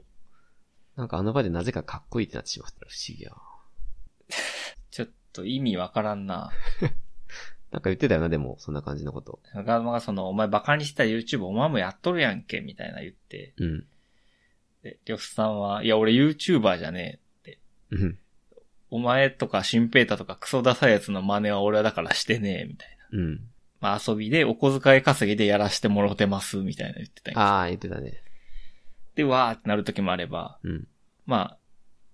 S1: なんかあの場でなぜかかっこいいってなってしまったら不思議やわ。
S2: ちょっと意味わからんな。
S1: なんか言ってたよな、でも、そんな感じのこと。
S2: ガードマンがその、お前バカにしてた YouTube お前もやっとるやんけ、みたいな言って。
S1: うん。
S2: で、呂布さんは、いや、俺 YouTuber じゃねえ。
S1: うん。
S2: お前とかシンペータとかクソダサいやつの真似は俺はだからしてねえ、みたいな。
S1: うん。
S2: まあ遊びでお小遣い稼ぎでやらしてもろてます、みたいな言ってたんや
S1: ああ、言ってたね。
S2: で、わーってなる時もあれば、
S1: うん。
S2: まあ、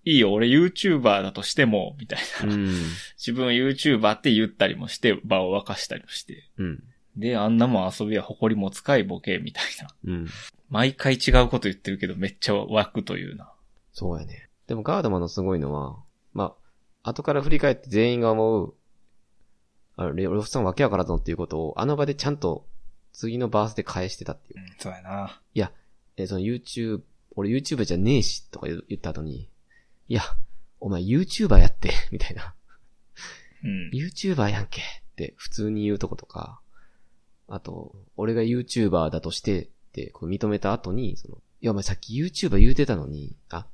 S2: いいよ、俺 YouTuber だとしても、みたいな。
S1: うん。
S2: 自分 YouTuber って言ったりもして、場を沸かしたりもして。
S1: うん。
S2: で、あんなもん遊びは誇りもつかいボケみたいな。
S1: うん。
S2: 毎回違うこと言ってるけどめっちゃ湧くというな。
S1: そうやね。でもガードマンのすごいのは、まあ、後から振り返って全員が思う、あれ、ロフさんわけやからぞっていうことを、あの場でちゃんと次のバースで返してたっていう
S2: うん、そうやな。
S1: え、その YouTube、俺 YouTuber じゃねえし、とか言う言った後に、いや、お前 YouTuber やって、 みたいな。
S2: うん。
S1: YouTuber やんけ、って普通に言うとことか、あと、俺が YouTuber だとして、ってこう認めた後に、その、いや、お前さっき YouTuber 言うてたのに、あ、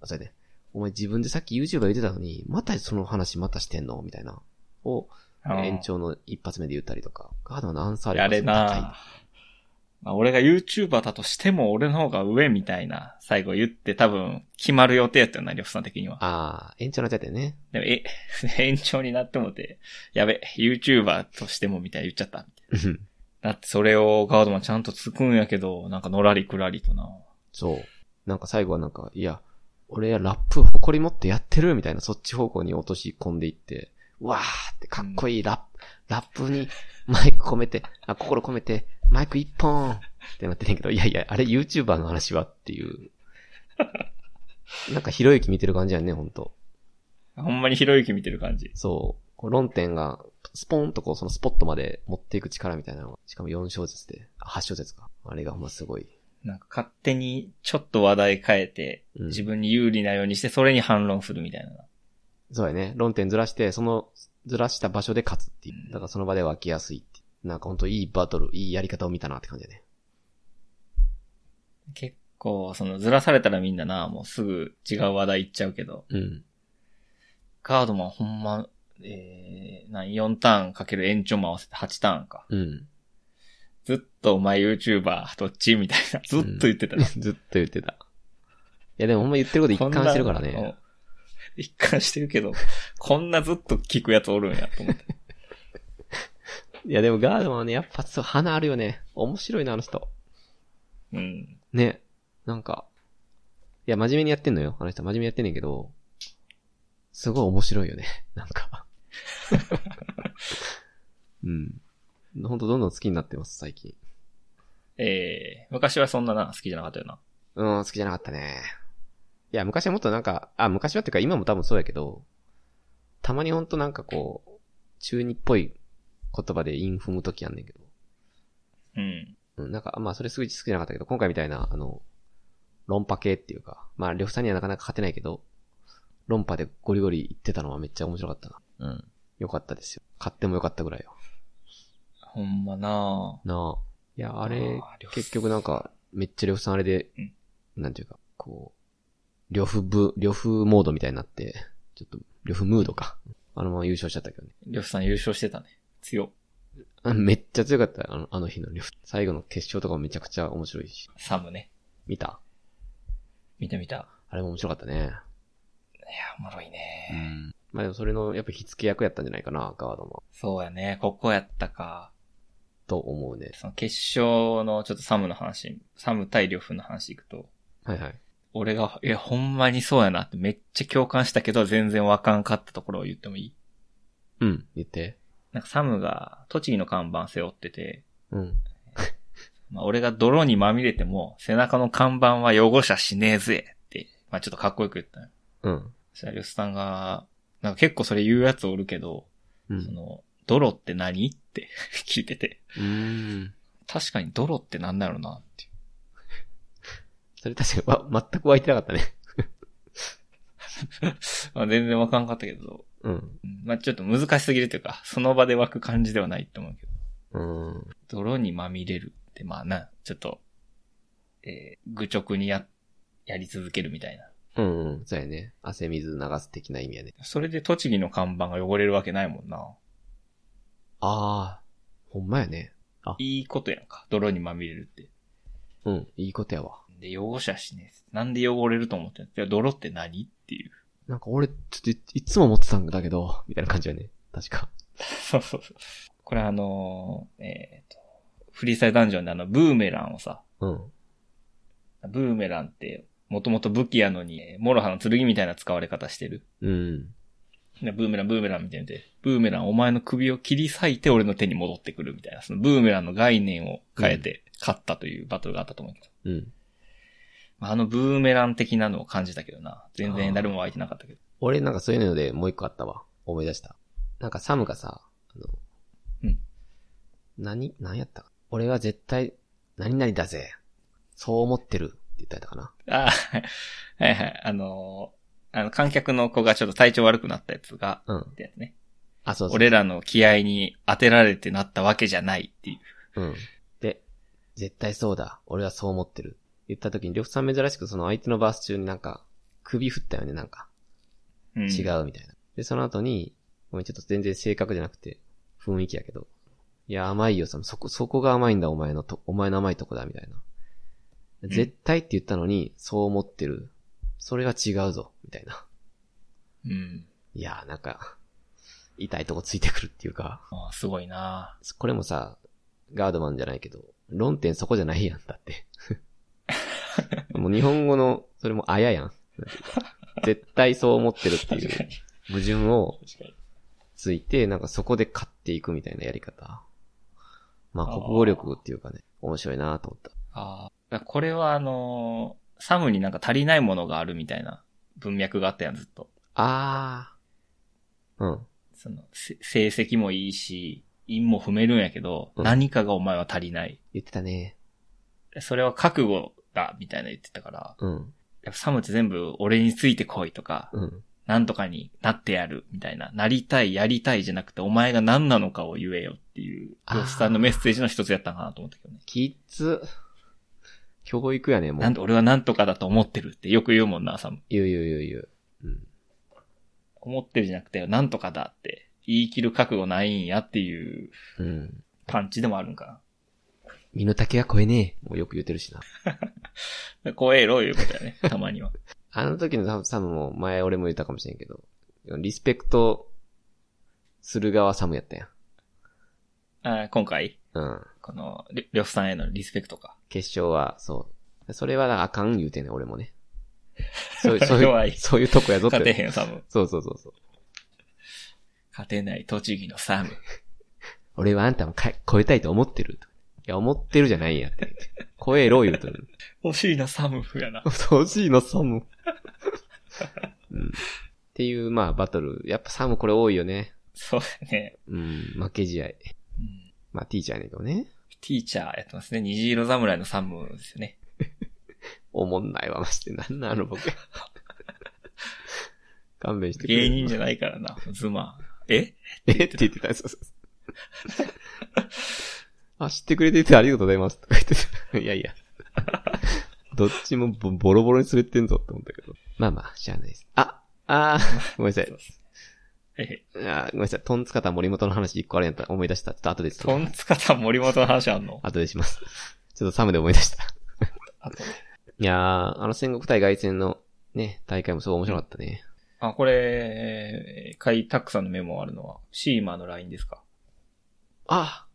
S1: あ、それで、お前自分でさっき YouTuber 言うてたのに、またその話またしてんのみたいな。を、延長の一発目で言ったりとか、ガードのアンサー
S2: や
S1: 力が
S2: れ
S1: すごい高
S2: な。まあ、俺が YouTuber だとしても俺の方が上みたいな、最後言って多分決まる予定やったよな、リョフさん的には。
S1: ああ、延長になっちゃってね。
S2: でも、え、 延長になってもて、やべ、YouTuber としてもみたいな言っちゃった。だってそれをガードマンちゃんとつくんやけど、なんかのらりくらりとな。
S1: そう。なんか最後はなんか、いや、俺はラップ誇り持ってやってるみたいな、そっち方向に落とし込んでいって、うわーってかっこいいラップ、ラップにマイク込めて、あ、心込めて、マイク一本ってなってんけど、いやいや、あれ YouTuber の話はっていう。なんかひろゆき見てる感じやね、ほんと。
S2: ほんまにひろゆき見てる感じ。
S1: そう。こう論点が、スポーンとこう、そのスポットまで持っていく力みたいなのが、しかも4小節で、あ8小節か。あれがほんますごい。
S2: なんか勝手にちょっと話題変えて、
S1: うん
S2: 自分に有利なようにしてそれに反論するみたいな。
S1: そうやね。論点ずらして、そのずらした場所で勝つっていう。だからその場で湧きやすいっていう。なんかほんといいバトル、いいやり方を見たなって感じだね。
S2: 結構、そのずらされたらみんなな、もうすぐ違う話題行っちゃうけど、
S1: うん。
S2: ガードマンほんま、えー、なん4ターンかける延長も合わせて8ターンか。
S1: うん。
S2: ずっとお前 YouTuber どっちみたいな。ずっと言ってた な。
S1: ずっと言ってた。いやでもほんま言ってること一貫してるから
S2: こんな。う
S1: ね
S2: ん。一貫してるけど、こんなずっと聞くやつおるんやと思って。
S1: いやでもガードマンはね、やっぱそう、花あるよね。面白いな、あの人。
S2: うん。
S1: ね。なんか、いや、真面目にやってんのよ。あの人真面目にやってんねんけど、すごい面白いよね。 なんか。うん。ほんとどんどん好きになってます、最近。
S2: えー、昔はそんなな、好きじゃなかったよな。
S1: うん、好きじゃなかったね。いや、昔はもっとなんか、あ、昔はっていうか今も多分そうやけど、たまにほんとなんかこう、中二っぽい言葉でイン踏むときやんねんけど。
S2: うん。
S1: うん、なんか、まあそれすぐ好きじゃなかったけど、今回みたいな、あの、論破系っていうか、まあ呂布さんにはなかなか勝てないけど、論破でゴリゴリ言ってたのはめっちゃ面白かったな。うん。よかったですよ。買ってもよかったぐらいよ。
S2: ほんまな
S1: なあ。いや、あれ
S2: あー呂、布
S1: 結局なんか、めっちゃ呂布さんあれで
S2: うん、
S1: なんていうか、こう、呂布部、呂布モードみたいになって、ちょっと、呂布ムードか。あのまま優勝しちゃったけどね。
S2: りょふさん優勝してたね。強。
S1: あめっちゃ強かった、あのあの日の呂布。最後の決勝とかもめちゃくちゃ面白いし。
S2: サムね。
S1: 見た
S2: 見た見た。いや、
S1: あれも面白かったね。
S2: おもろいね。
S1: まあでもそれの、やっぱ火付け役やったんじゃないかな、ガードマン。
S2: そうやね。ここやったか。
S1: と思うね。
S2: その決勝のちょっとサムの話、サム対呂布の話いくと、
S1: はいはい。
S2: 俺が、いや、ほんまにそうやなってめっちゃ共感したけど、全然わかんかったところを言ってもいい
S1: うん。言って。
S2: なんかサムが栃木の看板背負ってて、
S1: うん。
S2: まあ、俺が泥にまみれても、背中の看板は汚しゃしねえぜって、まあ、ちょっとかっこよく言ったのよ。
S1: うん。
S2: そしたら、ヨスさんが、なんか結構それ言うやつおるけど、
S1: う
S2: そ
S1: ん。
S2: の、泥って何って 聞いてて、
S1: うーん。
S2: 確かに泥ってなんだろうなっていう。
S1: それ確かにわ、全く湧いてなかったね。
S2: まあ、全然わかんかったけど、
S1: うん。
S2: うんまあ、ちょっと難しすぎるというか、その場で湧く感じではないと思うけど、
S1: うん。
S2: 泥にまみれるって、まあな、ちょっと、えー愚直にや、やり続けるみたいな。
S1: うん、うん。そうやね。汗水流す的な意味やね。
S2: それで栃木の看板が汚れるわけないもんな。
S1: ああ、ほんまやね。
S2: いいことやんか。泥にまみれるって。
S1: うん。いいことやわ。
S2: で、汚しゃしねえ。なんで汚れると思ってんのいや、泥って何っていう。
S1: なんか俺、ちょっといいつも思ってたんだけど、みたいな感じやね。確か。
S2: そうそうそう。これあのーえっ、と、フリーサイドダンジョンであの、ブーメランをさ、
S1: うん。
S2: ブーメランって、もともと武器やのに、えーモロハの剣みたいな使われ方してる。
S1: うん。
S2: でブーメラン、ブーメランみたいなんで、ブーメランお前の首を切り裂いて俺の手に戻ってくるみたいな、そのブーメランの概念を変えて勝ったというバトルがあったと思うけど。
S1: うん。
S2: まああのブーメラン的なのを感じたけどな。全然誰も湧いてなかったけど。
S1: 俺なんかそういうのでもう一個あったわ。思い出した。なんかサムがさ、あの、
S2: うん。
S1: 何、何やったか俺は絶対、何々だぜ。そう思ってる。って言ったやつかな。
S2: あはいはいはい。あのーあの、観客の子がちょっと体調悪くなったやつが、
S1: うん。
S2: ってやつね。
S1: あ、そうそう。
S2: 俺らの気合に当てられてなったわけじゃないっていう。
S1: うん。で、絶対そうだ。俺はそう思ってる。言った時に、呂布さん珍しくその相手のバース中になんか、首振ったよね、なんか。
S2: うん、
S1: 違。うみたいな。で、その後に、ごめん、ちょっと全然性格じゃなくて、雰囲気やけど。いや、甘いよ、そのそこ、そこが甘いんだ、お前のと、お前の甘いとこだ、みたいな。
S2: ん
S1: 絶対って言ったのに、そう思ってる。それは違うぞ、みたいな。
S2: うん。
S1: いやー、なんか、痛いとこついてくるっていうか、
S2: あすごいな
S1: これもさ、ガードマンじゃないけど、 論点そこじゃないやんだって。もう日本語の、それもあややん。絶対そう思ってるってい
S2: 確か
S1: う矛
S2: に。
S1: 盾を
S2: 確かに。
S1: ついて、なんかそこで勝っていくみたいなやり方。まあ、国語力っていうかね、面白いなと思った。
S2: ああ。だからこれはあのーサムになんか足りないものがあるみたいな文脈があったやん、ずっと。
S1: あー。うん。
S2: その、せ成績もいいし、韻も踏めるんやけど、
S1: うん
S2: 何かがお前は足りない。
S1: 言ってたね。
S2: それは覚悟だ、みたいな言ってたから、
S1: うん。
S2: やっぱサムって全部俺についてこいとか、
S1: うん。
S2: なんとかになってやる、みたいな。なりたい、やりたいじゃなくて、お前が何なのかを言えよっていう、
S1: あー
S2: ロスさんのメッセージの一つやったかなと思ったけどね。
S1: キッズ、教育やね、もう。
S2: なんで俺は何とかだと思ってるってよく言うもんな、サム。
S1: 言う言う言う言う。うん。
S2: 思ってるじゃなくて、何とかだって、言い切る覚悟ないんやっていう
S1: うん。
S2: パンチでもあるんか
S1: 身の丈は超えねえ。もうよく言ってるしな。
S2: な。怖えろ、いうこと やね、たまには。
S1: あの時のサムサムも、前俺も言ったかもしれんけど、リスペクトする側サムやったやん。
S2: あー今回、
S1: うん。
S2: この、りりょふさんへのリスペクトか。
S1: 決勝は、そう。それはなんかあかん言うてんねん、俺 もね。そういう、そう
S2: 弱
S1: い、
S2: いう
S1: そういうとこやぞって。
S2: 勝てへん、サム。
S1: そうそうそうそう。
S2: 勝てない栃木のサム。
S1: 俺はあんたもか超えたいと思ってる。いや、思ってるじゃないんやって。超えろ言うとる。
S2: 欲しいな、サムやな。
S1: 欲しいな、サ ム。うん。っていう、まあ、バトル。やっぱサムこれ多いよね。
S2: そうだね。
S1: うん、負け試合。
S2: うん
S1: まあ、ティーチャーやねんけどね。
S2: ティーチャーやってますね。虹色侍のサムですよね。
S1: おもんないわ、まして。なんなん、あの僕。 勘弁してくれ
S2: 芸人じゃ
S1: ゃ
S2: ないからな、ズマ。え
S1: えって言ってた。そうそうそう あ、知ってくれててありがとうございます。とか言ってた。いやいや。どっちもボボロボロに滑ってんぞって思ったけど。まあまあ、しゃあないです。あ、あー、ごめんなさい
S2: そう。ですえ、
S1: あーごめんなさい。トンツカタン森本の話一個あるんやったら思い出した。ちょっと後でちょ
S2: ト
S1: っと、
S2: ンツカタン森本の話あんの
S1: 後でします。ちょっとサムで思い出した。
S2: あと
S1: いやー、あの戦国対外戦のね、大会もすごい面白かったね。
S2: あ、これ、えーカイタックさんのメモあるのは、シーマのラインですか
S1: あ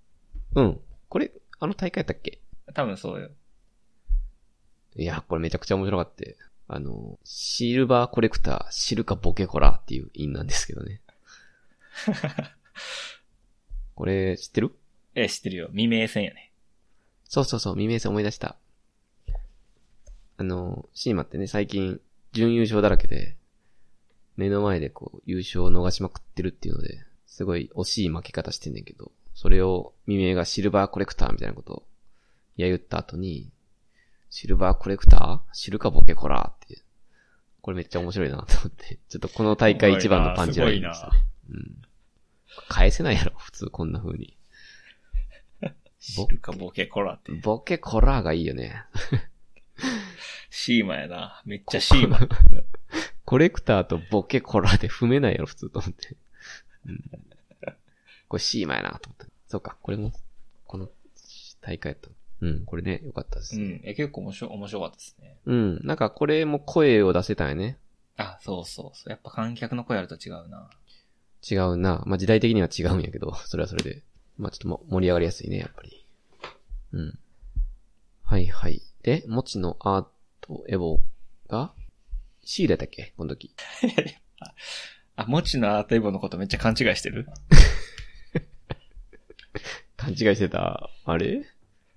S1: うん。これ、あの大会やったっけ
S2: 多分そうよ。
S1: いや、これめちゃくちゃ面白かった。あの、シルバーコレクター、シルカボケコラっていう印なんですけどね。これ知ってる
S2: えー、知ってるよ。未明戦やね。
S1: そうそうそう、未明戦思い出した。あの、シーマってね、最近、準優勝だらけで、目の前でこう、優勝を逃しまくってるっていうので、すごい惜しい負け方してんねんけど、それを、未明がシルバーコレクターみたいなことを、や言った後に、シルバーコレクターシルカボケコラーって、これめっちゃ面白いなと思って、ちょっとこの大会一番のパンチラインでしたね。うん。返せないやろ、普通こんな風に。
S2: 知るかボケコラって。
S1: ボケコラーがいいよね。
S2: シーマやな。めっちゃシーマ。
S1: コレクターとボケコラで踏めないやろ、普通と思って。うんこれシーマやなと思った。そうか、これも、この大会やった。うん、これね、よかったで
S2: う
S1: す。
S2: ん。え、結構面白、面白かったですね。
S1: うん、なんかこれも声を出せたんやね。
S2: あ、そうそうそう。やっぱ観客の声あると違うな。
S1: 違うな。まあ、時代的には違うんやけど、それはそれで。まあ、ちょっとも盛り上がりやすいね、やっぱり。うん。はいはい。で、もちのアートエボが、シーラやったっけこの時。
S2: あ、もちのアートイボのことめっちゃ勘違いしてる
S1: 勘違いしてた。あれ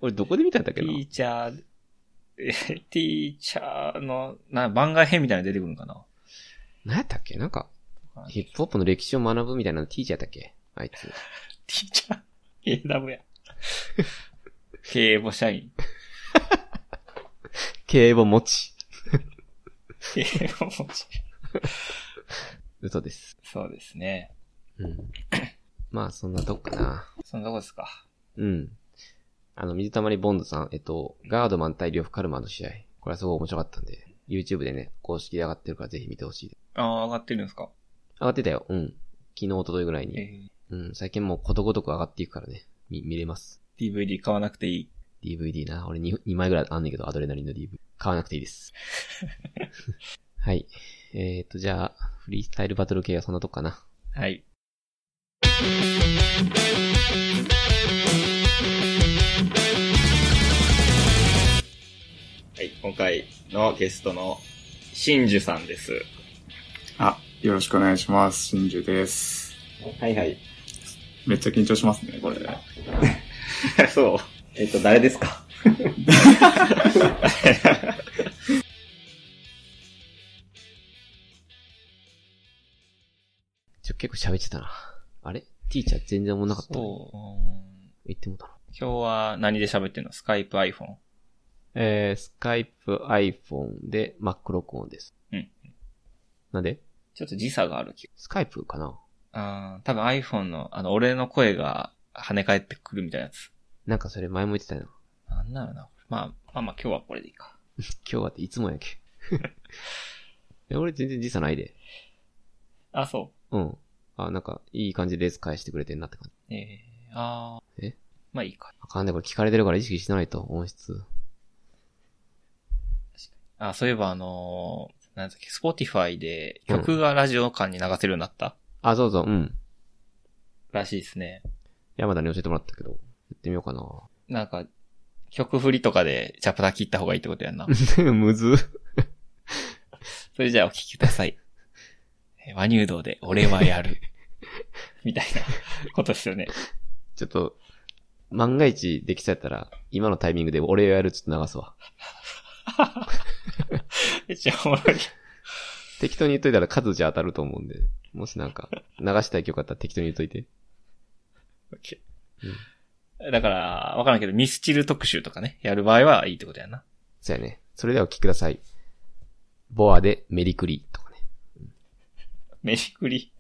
S1: 俺どこで見たんだっけ
S2: テ
S1: な
S2: ィーチャー、 え、ティーチャーの、な、番外編みたいなの出てくるんかな
S1: 何やったっけなんか、ヒップホップの歴史を学ぶみたいなのティーチャーやったっけあいつ。
S2: ティー チャー、AW や。経営母社員。
S1: 敬語持ち。
S2: 経営母社員
S1: 嘘です。
S2: そうですね。
S1: うん。 まあ、そんなとこかな。
S2: そんなとこですか。
S1: うん。あの、水溜りボンドさん、えっと、ガードマン対両夫カルマの試合。これはすごい面白かったんで、YouTube でね、公式で上がってるからぜひ見てほしい。
S2: ああ、上がってるんですか。
S1: 上がってたよ。うん。昨日、一昨日ぐらい
S2: え
S1: に。
S2: ー
S1: うん、最近もうことごとく上がっていくからね。み、見れます。
S2: DVD 買わなくていい。
S1: DVD な。俺 2, 枚ぐらいあんねんけど、アドレナリンの DV。買わなくていい です。はい。えっ、ー、と、じゃあ、フリースタイルバトル系はそんなとこかな。
S2: はい。
S3: はい、今回のゲストの
S2: 真珠さんです。
S5: あ、よろしくお願いします。真珠です。
S4: はいはい。
S5: めっちゃ緊張しますね、これ。
S2: そう。
S4: えっと、誰ですか
S1: ちょ、結構喋ってたな。あれティーチャー全然思んなかった、ね。
S2: そう。
S1: 言ってもうたな。
S2: 今日は何で喋ってんのスカイプ iPhone。
S1: えー、スカイプ iPhone で Mac 録音です。
S2: うん。
S1: なんで
S2: ちょっと時差がある気が。
S1: スカイプかな
S2: あー多分 iPhone の、あの、俺の声が跳ね返ってくるみたいなやつ。
S1: なんかそれ前も言ってたよな。
S2: なんだろうな。まあ、まあまあ今日はこれでいいか。
S1: 今日はっていつもやけ。 え俺全然時差ないで。
S2: あ、そ
S1: うん。あ、なんか、いい感じでレース返してくれてんなって感じ。
S2: う。えー、あー
S1: え
S2: まあいいか。
S1: あかんね、これ聞かれてるから意識してないと、音質。
S2: あ、そういえばあのーなんだっけ、Spotify で曲がラジオ間に流せるようになった、
S1: あ、そうそう、うん。
S2: らしいですね。
S1: 山田に教えてもらったけど、やってみようか
S2: なんか、曲振りとかでチャプター切った方がいいってことやんな。
S1: な。 むず。
S2: それじゃあお聴きください。えー和乳道で俺はやる。みたいなことですよね。
S1: ちょっと、万が一できちゃったら、今のタイミングで俺をやるちょっと流すわ。
S2: めっちゃおもろい。
S1: 適当に言っといたら数じゃ当たると思うんで、もしなんか、流したい曲あったら適当に言っといて。
S2: だから、わからんけど、ミスチル特集とかね、やる場合はいいってことやな。
S1: そうやね。それではお聴きください。ボアでメリクリとかね。
S2: メリクリ。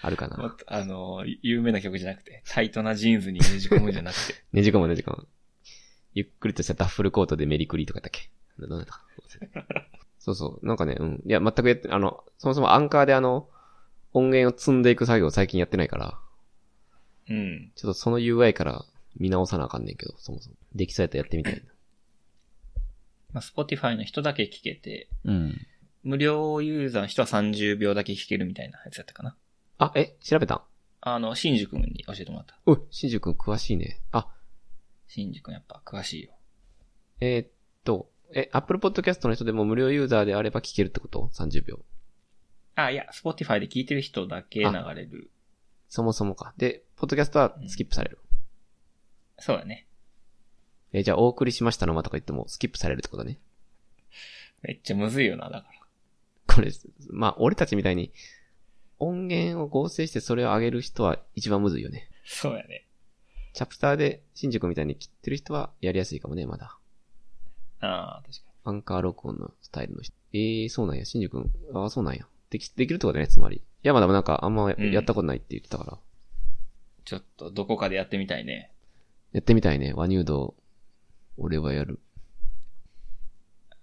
S1: あるか
S2: も
S1: な。
S2: っとあの、有名な曲じゃなくて、タイトなジーンズにねじ込むんじゃなくて。
S1: ねじ込むねじ込む。ゆっくりとしたダッフルコートでメリクリとかだっけどうなったか忘れたそうそう。なんかね、うん。いや、全くやって、あの、そもそもアンカーであの、音源を積んでいく作業を最近やってないから、
S2: うん。
S1: ちょっとその UI から見直さなあかんねんけど、そもそも。できそうやったらやってみたい
S2: まあ、Spotify の人だけ聞けて、
S1: な。うん。
S2: 無料ユーザーの人は30秒だけ聞けるみたいなやつだったかな。
S1: あ、え、調べたん
S2: あの、新宿君に教えてもらった。
S1: おい、新宿くん詳しいね。あ、
S2: 新宿君やっぱ詳しいよ。
S1: えーっと、え、Apple Podcast の人でも無料ユーザーであれば聞けるってこと ?30 秒。
S2: あ、いや、Spotify で聞いてる人だけ流れる。
S1: そもそもか。で、ポッドキャストはスキップされる。
S2: そうだね。
S1: え、じゃあ、お送りしましたのまとか言っても、スキップされるってことね。
S2: めっちゃむずいよな、だか
S1: これ、まあ、俺たちみたいに、音源を合成してそれを上げる人は一番むずいよね。
S2: ら。そうやね。
S1: チャプターで新宿みたいに切ってる人はやりやすいかもね、まだ。
S2: ああ、確か
S1: アンカー録音のスタイルの人。ええー、そうなんや、新宿君。ああ、そうなんや。でき、できるってことね、つまり。山田もなんか、あんま
S2: うん
S1: やったことないって言ってたから。
S2: に。ちょっと、どこかでやってみたいね。
S1: やってみたいね、和乳道。俺はやる。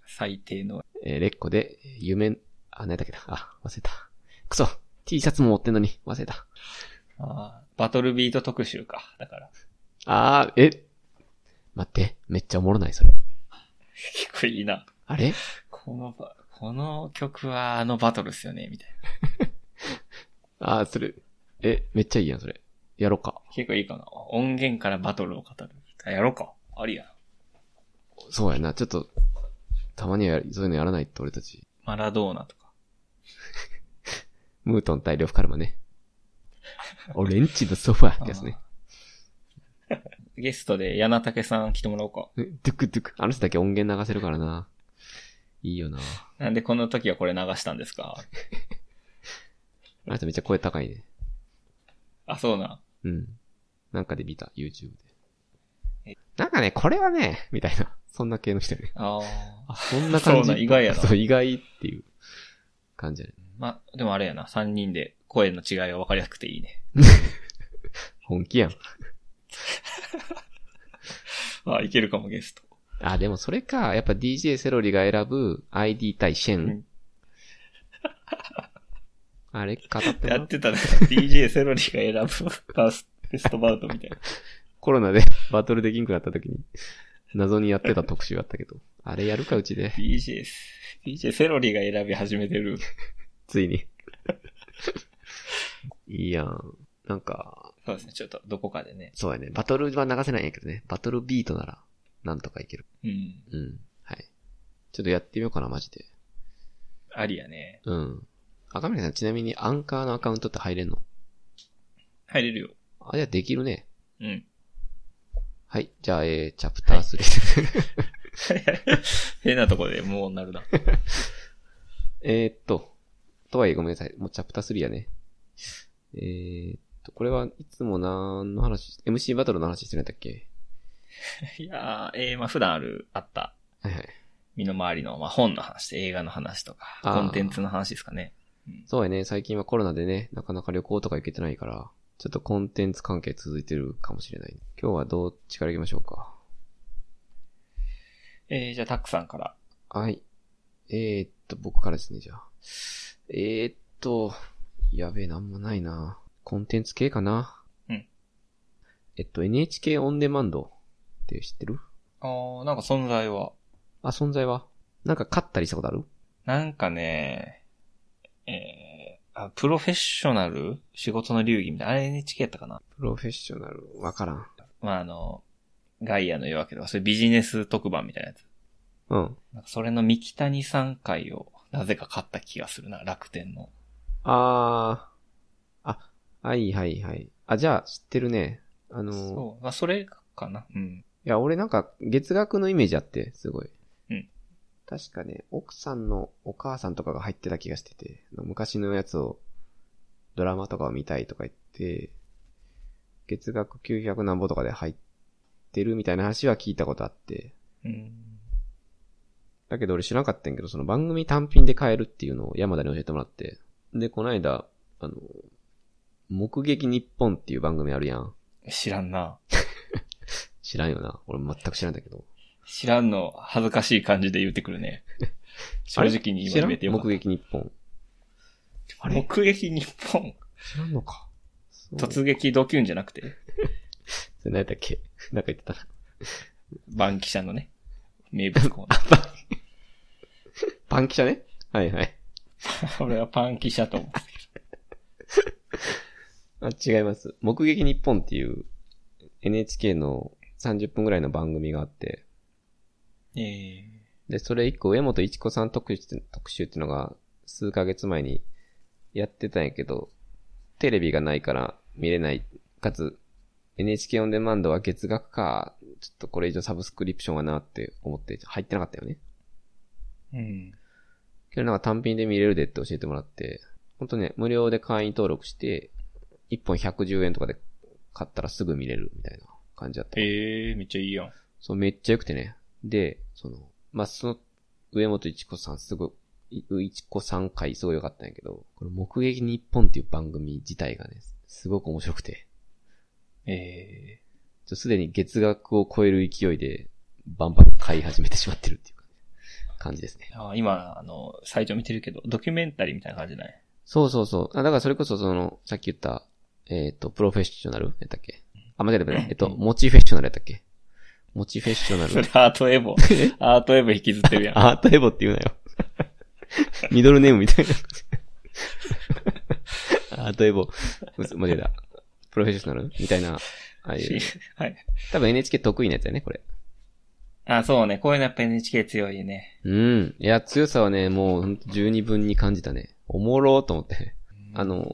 S2: 最低の。
S1: えー、レッコで、えー夢、あ、何だっけな。あ、忘れた。くそ !T シャツも持ってんのに、忘れた。
S2: ああ、バトルビート特集か。だから。
S1: あー、え待って、めっちゃおもろない、それ。
S2: 結構いいな。
S1: あれ
S2: このば、この曲はあのバトルっすよね、みたいな。
S1: あー、それ、え、めっちゃいいやん、それ。やろうか。
S2: 結構いいかな。音源からバトルを語る。あやろうか。ありや。
S1: そうやな、ちょっと、たまにはやそういうのやらないと俺たち。
S2: マラドーナとか。
S1: ムートン対呂布カルマね。俺んちのソファーってやつね。
S2: ゲストで柳竹さん来てもらおうか。
S1: えドゥクドゥク。あの人だけ音源流せるからな。いいよな。
S2: なんでこの時はこれ流したんですか
S1: あの人めっちゃ声高いね。
S2: あ、そうな。
S1: うん。なんかで見た、YouTube で。なんかね、これはね、みたいな。そんな系の人やね。
S2: あ
S1: あ、
S2: あ。
S1: そんな感じ。
S2: そうなん意外やな
S1: そう、意外っていう感じやね。
S2: ま、でもあれやな。3人で声の違いは分かりやすくていいね。
S1: 本気やん。
S2: あいけるかもゲスト。
S1: あ、でもそれか、やっぱ DJ セロリが選ぶ ID 対シェン。
S2: うん
S1: あれ、語って
S2: や
S1: もら
S2: っ
S1: う
S2: てた ね。DJ セロリが選ぶバスベストバウトみたいな。
S1: コロナで バトルできんくなった時に、謎にやってた特集あったけど。あれやるか、うちで。
S2: DJ、DJ セロリが選び始めてる。
S1: ついに。 いいやん。なんか、
S2: そうですね。ちょっとどこかでね。
S1: そうやね。バトルは流せないんやけどね。バトルビートなら、なんとかいける。
S2: うん。
S1: うん。はい。ちょっとやってみようかな、マジで。
S2: ありやね。
S1: うん。赤嶺さん、ちなみにアンカーのアカウントって入れんの
S2: 入れるよ。
S1: あ、じゃあできるね。
S2: うん。
S1: はい。じゃあ、えー、チャプター3です。
S2: 変なとこでもうなるな。
S1: えーっと、とはいえごめんなさい。もうチャプター3やね。えーっと、これはいつも何の話、MC バトルの話してるんだっけ
S2: いやー、えー、まあ普段ある、あった、
S1: はいはい。
S2: 身の回りの、まあ本の話、映画の話とか、
S1: あー
S2: コンテンツの話ですかね。
S1: そうやね。最近はコロナでね、なかなか旅行とか行けてないから、ちょっとコンテンツ関係続いてるかもしれない。今日はどっちから行きましょうか。
S2: えー、じゃあタックさんから。
S1: はい。えー、っと、僕からですね、じゃあ。えー、っと、やべえ、なんもないな。コンテンツ系かな。
S2: うん。
S1: えっと、NHK オンデマンドって知ってる
S2: あー、なんか存在は。
S1: あ、存在はなんか勝ったりしたことある
S2: なんかね、えー、あ、プロフェッショナル仕事の流儀みたいな。あれ NHK やったかな
S1: プロフェッショナル、わからん。
S2: まああの、ガイアの夜明けとか、そういうビジネス特番みたいなやつ。
S1: うん。
S2: なんかそれの三木谷さん回を、なぜか買った気がするな、楽天の。
S1: あー。あ、はいはいはい。あ、じゃあ知ってるね。あのー、
S2: そう。まあそれかな。うん。
S1: いや、俺なんか月額のイメージあって、すごい。
S2: うん
S1: 確かね、奥さんのお母さんとかが入ってた気がしてて、昔のやつを、ドラマとかを見たいとか言って、月額900何ぼとかで入ってるみたいな話は聞いたことあって、
S2: うん。
S1: だけど俺知らなかったんやけど、その番組単品で買えるっていうのを山田に教えてもらって、で、この間、あの、目撃日本っていう番組あるやん。
S2: 知らんな。
S1: 知らんよな。俺全く知らんだけど。
S2: 知らんの、恥ずかしい感じで言ってくる ね。正直に
S1: 知ら
S2: 今言
S1: ん
S2: えてよかった
S1: 目撃日本。あれ
S2: 目撃日本。
S1: 知らんのか。
S2: 突撃ドキュンじゃなくて、
S1: それ何やったっけなんか言ってたな。
S2: バンキシャのね、名物コーナ
S1: パン記者ねはいはい。
S2: ー。 俺はパンキシャと思ってた
S1: あ、違います。目撃日本っていう NHK の30分ぐらいの番組があって、
S2: ええ
S1: で、それ一個、上本一子さん特集、特集っていうのが、数ヶ月前にやってたんやけど、テレビがないから見れない。かつ、NHK オンデマンドは月額か、ちょっとこれ以上サブスクリプションはなって思って、入ってなかったよね。
S2: うん。
S1: けどなんか単品で見れるでって教えてもらって、ほんとね、無料で会員登録して、1本110円とかで買ったらすぐ見れるみたいな感じだった。
S2: ええめっちゃいいやん。
S1: そう、めっちゃ良くてね。で、その、まあ、その、上本一子さんすごい、い一子さん回すごい良かったんやけど、この目撃日本っていう番組自体がね、すごく面白くて、
S2: ええ
S1: ちょすでに月額を超える勢いで、バンバン買い始めてしまってるっていう感じですね。
S2: あ今、あの、サイト見てるけど、ドキュメンタリーみたいな感じじゃない
S1: そうそうそう。あだからそれこそその、さっき言った、えっ、と、プロフェッショナルやったっけあ、間違えた間違えた。えっと、モチフェッショナルやったっけモチフェッショナ
S2: それ
S1: ル。
S2: アートエボ。アートエボ引きずってるやん。
S1: アートエボって言うなよ。 ミドルネームみたいな。アートエボ。嘘間違えた。プロフェッショナルみたいな。ああいう。
S2: はい。
S1: 多分 NHK 得意なやつやね、これ。
S2: あ、そうね。こういうのやっぱ NHK 強いね。
S1: うん。いや、強さはね、もうほんと十二分に感じたね。おもろーと思って。あのー、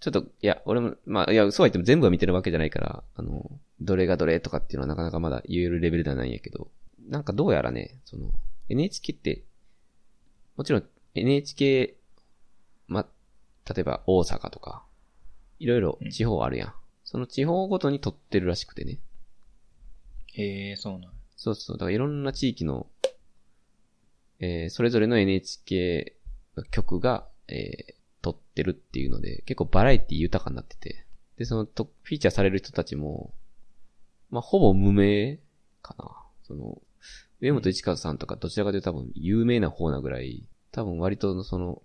S1: ちょっと、いや、俺も、まあ、いや、そうは言っても全部は見てるわけじゃないから、あのー、どれがどれとかっていうのはなかなかまだ言えるレベルではないんやけど、なんかどうやらね、その、NHK って、もちろん NHK、ま、例えば大阪とか、いろいろ地方あるやん。その地方ごとに撮ってるらしくてね。
S2: ええそうなん。
S1: そうそう。だからいろんな地域の、えーそれぞれの NHK の曲が、えー撮ってるっていうので、結構バラエティ豊かになってて。で、そのと、フィーチャーされる人たちも、まあ、ほぼ無名かな。その、上本市和さんとかどちらかというと多分有名な方なぐらい、多分割とその、